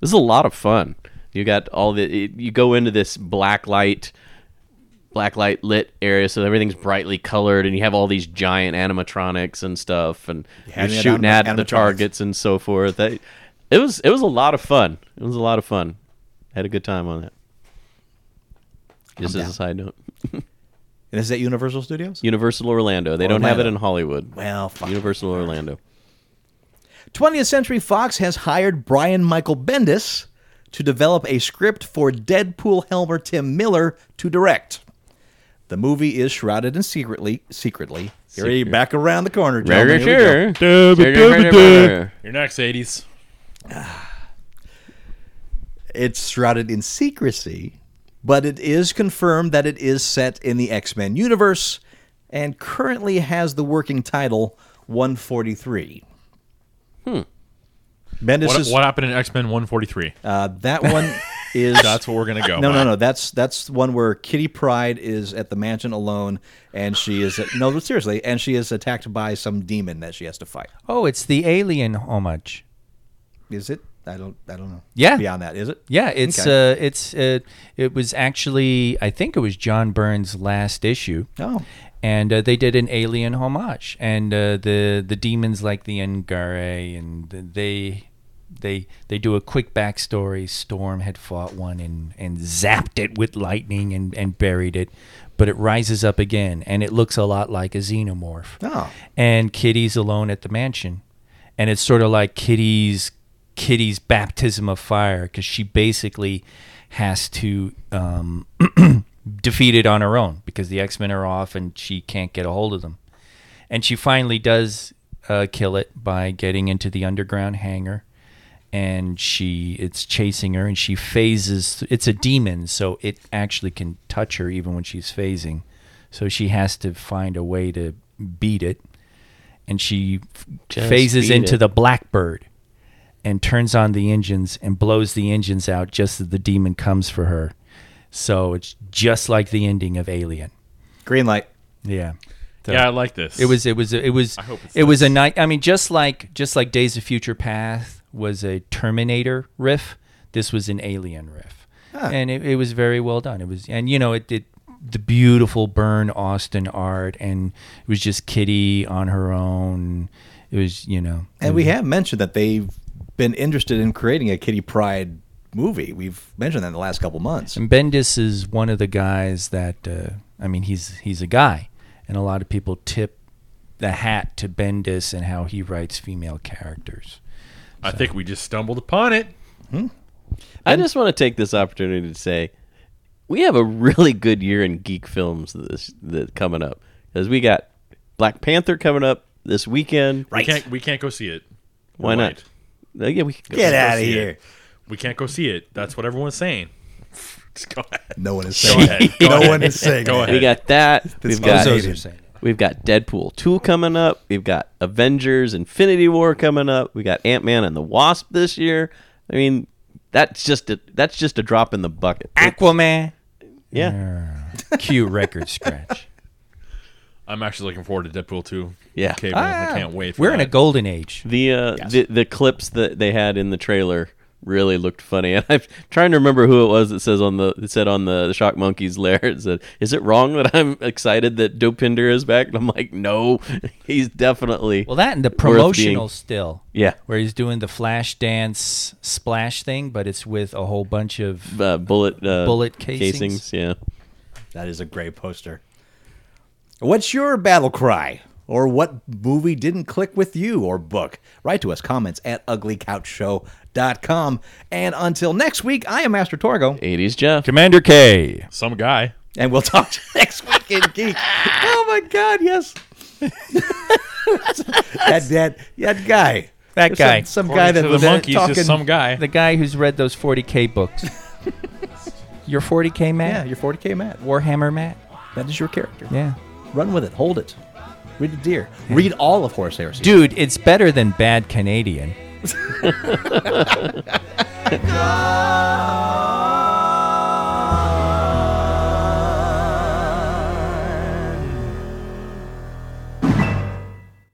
Speaker 5: This is a lot of fun. You got all the it, you go into this black light black light lit area so everything's brightly colored and you have all these giant animatronics and stuff and you're
Speaker 3: the
Speaker 5: shooting
Speaker 3: anim-
Speaker 5: at the
Speaker 3: animatronics.
Speaker 5: targets and so forth That- it was it was a lot of fun it was a lot of fun had a good time on that just as a side note
Speaker 3: And is that Universal Studios?
Speaker 5: universal orlando they don't have it in hollywood
Speaker 3: Well, fuck.
Speaker 5: universal orlando
Speaker 3: 20th Century Fox has hired Brian Michael Bendis to develop a script for Deadpool helmer Tim Miller to direct. The movie is shrouded in secretly, secretly. Here he back around the corner, gentlemen. Here we go.
Speaker 5: sure
Speaker 2: You're next, 80s.
Speaker 3: It's shrouded in secrecy, but it is confirmed that it is set in the X Men universe and currently has the working title 143. Hmm. Bendis
Speaker 2: What,
Speaker 3: is
Speaker 2: what happened in X Men 143?
Speaker 3: uh, that one is
Speaker 2: That's what we're gonna go.
Speaker 3: No,
Speaker 2: by.
Speaker 3: no, no. That's that's one where Kitty Pride is at the mansion alone, and she is no, but seriously, and she is attacked by some demon that she has to fight.
Speaker 6: Oh, it's the alien homage.
Speaker 3: Is it? I don't. I don't know.
Speaker 6: Yeah.
Speaker 3: Beyond that, is it?
Speaker 6: Yeah, it's
Speaker 3: Okay.
Speaker 6: uh it's uh it was actually I think it was John Burns' last issue.
Speaker 3: Oh.
Speaker 6: And uh, they did an alien homage and uh, the the demons like the Ngare and they they they do a quick backstory. Storm had fought one and, and zapped it with lightning and, and buried it, but it rises up again and it looks a lot like a xenomorph.
Speaker 3: Oh.
Speaker 6: And Kitty's alone at the mansion, and it's sort of like Kitty's Kitty's baptism of fire because she basically has to um, defeat it on her own because the X Men are off and she can't get a hold of them, and she finally does uh, kill it by getting into the underground hangar. And she, it's chasing her, and she phases. It's a demon, so it actually can touch her even when she's phasing. So she has to find a way to beat it and she f-
Speaker 5: Just
Speaker 6: phases
Speaker 5: beat
Speaker 6: into
Speaker 5: it.
Speaker 6: the blackbird and turns on the engines and blows the engines out just as the demon comes for her. So it's just like the ending of Alien.
Speaker 3: Green light.
Speaker 6: Yeah. So
Speaker 2: Yeah, I like this.
Speaker 6: It was it was it was
Speaker 2: hope it's
Speaker 6: it was a night I mean just like just like Days of Future Past was a Terminator riff, this was an Alien riff. And it, it was very well done. It was and you know it it the beautiful Burn Austin art, and it was just Kitty on her own. It was you know,
Speaker 3: And
Speaker 2: Mm-hmm.
Speaker 3: we have mentioned that they've been interested in creating a Kitty Pride movie. We've mentioned that in the last couple months.
Speaker 6: and Bendis is one of the guys that uh, I mean, he's he's a guy, and a lot of people tip the hat to Bendis and how he writes female characters.
Speaker 2: I think we just stumbled upon it.
Speaker 5: I just want to take this opportunity to say we have a really good year in geek films this that coming up because we got Black Panther coming up this weekend.
Speaker 2: Right. We can't, we can't go see it.
Speaker 5: Why
Speaker 2: We're
Speaker 5: not?
Speaker 2: late.
Speaker 5: Uh, Yeah, we can go.
Speaker 3: Get
Speaker 5: see
Speaker 3: out of
Speaker 2: see it.
Speaker 3: here.
Speaker 2: We can't go see it. That's what everyone's saying. Just go ahead.
Speaker 3: No one is
Speaker 2: Go
Speaker 3: saying.
Speaker 2: ahead. Go
Speaker 3: no
Speaker 2: ahead.
Speaker 3: one is saying.
Speaker 2: Go
Speaker 3: that.
Speaker 5: We
Speaker 2: ahead.
Speaker 5: got that. We've got
Speaker 3: Bozos are
Speaker 6: saying
Speaker 5: we've got Deadpool two coming up. We've got Avengers Infinity War coming up. We got Ant Man and the Wasp this year. I mean, that's just a that's just a drop in the bucket.
Speaker 6: Aquaman,
Speaker 5: yeah,
Speaker 6: Q record scratch.
Speaker 2: I'm actually looking forward to Deadpool 2.
Speaker 5: Yeah.
Speaker 2: Cable. I can't wait for
Speaker 6: Ah. We're
Speaker 2: that.
Speaker 6: in a golden age.
Speaker 5: the uh, the the clips that they had in the trailer really looked funny. And I'm trying to remember who it was that says on the it said on the, the Shock Monkeys lair. It said, "Is it wrong that I'm excited that Dopinder is back?" And I'm like, "No, he's definitely
Speaker 6: Well, that and the
Speaker 5: being-
Speaker 6: promotional still.
Speaker 5: Yeah.
Speaker 6: Where he's doing the flash dance splash thing, but it's with a whole bunch of.
Speaker 5: uh, bullet uh,
Speaker 6: Bullet
Speaker 5: casings.
Speaker 6: casings.
Speaker 5: Yeah,
Speaker 3: That is a great poster. What's your battle cry? Or what movie didn't click with you or book? Write to us comments at uglycouchshow.com. And until next week, I am Master Torgo,
Speaker 5: 80s Jeff.
Speaker 6: Commander K.
Speaker 2: Some guy.
Speaker 3: and we'll talk to you next week in Geek. Oh my God, yes. that, that, that guy.
Speaker 6: That guy.
Speaker 3: Some, some guy that
Speaker 2: to the
Speaker 3: was
Speaker 2: monkeys,
Speaker 3: talking.
Speaker 2: just some guy.
Speaker 6: The guy who's read those 40K books. Your 40K
Speaker 3: yeah,
Speaker 6: Matt?
Speaker 3: your 40K Matt.
Speaker 6: Warhammer Matt?
Speaker 3: That is your character.
Speaker 6: Yeah.
Speaker 3: Run with it. Hold it. Read a deer. Read all of Horace Heresy.
Speaker 6: Dude, it's better than Bad Canadian.
Speaker 3: God.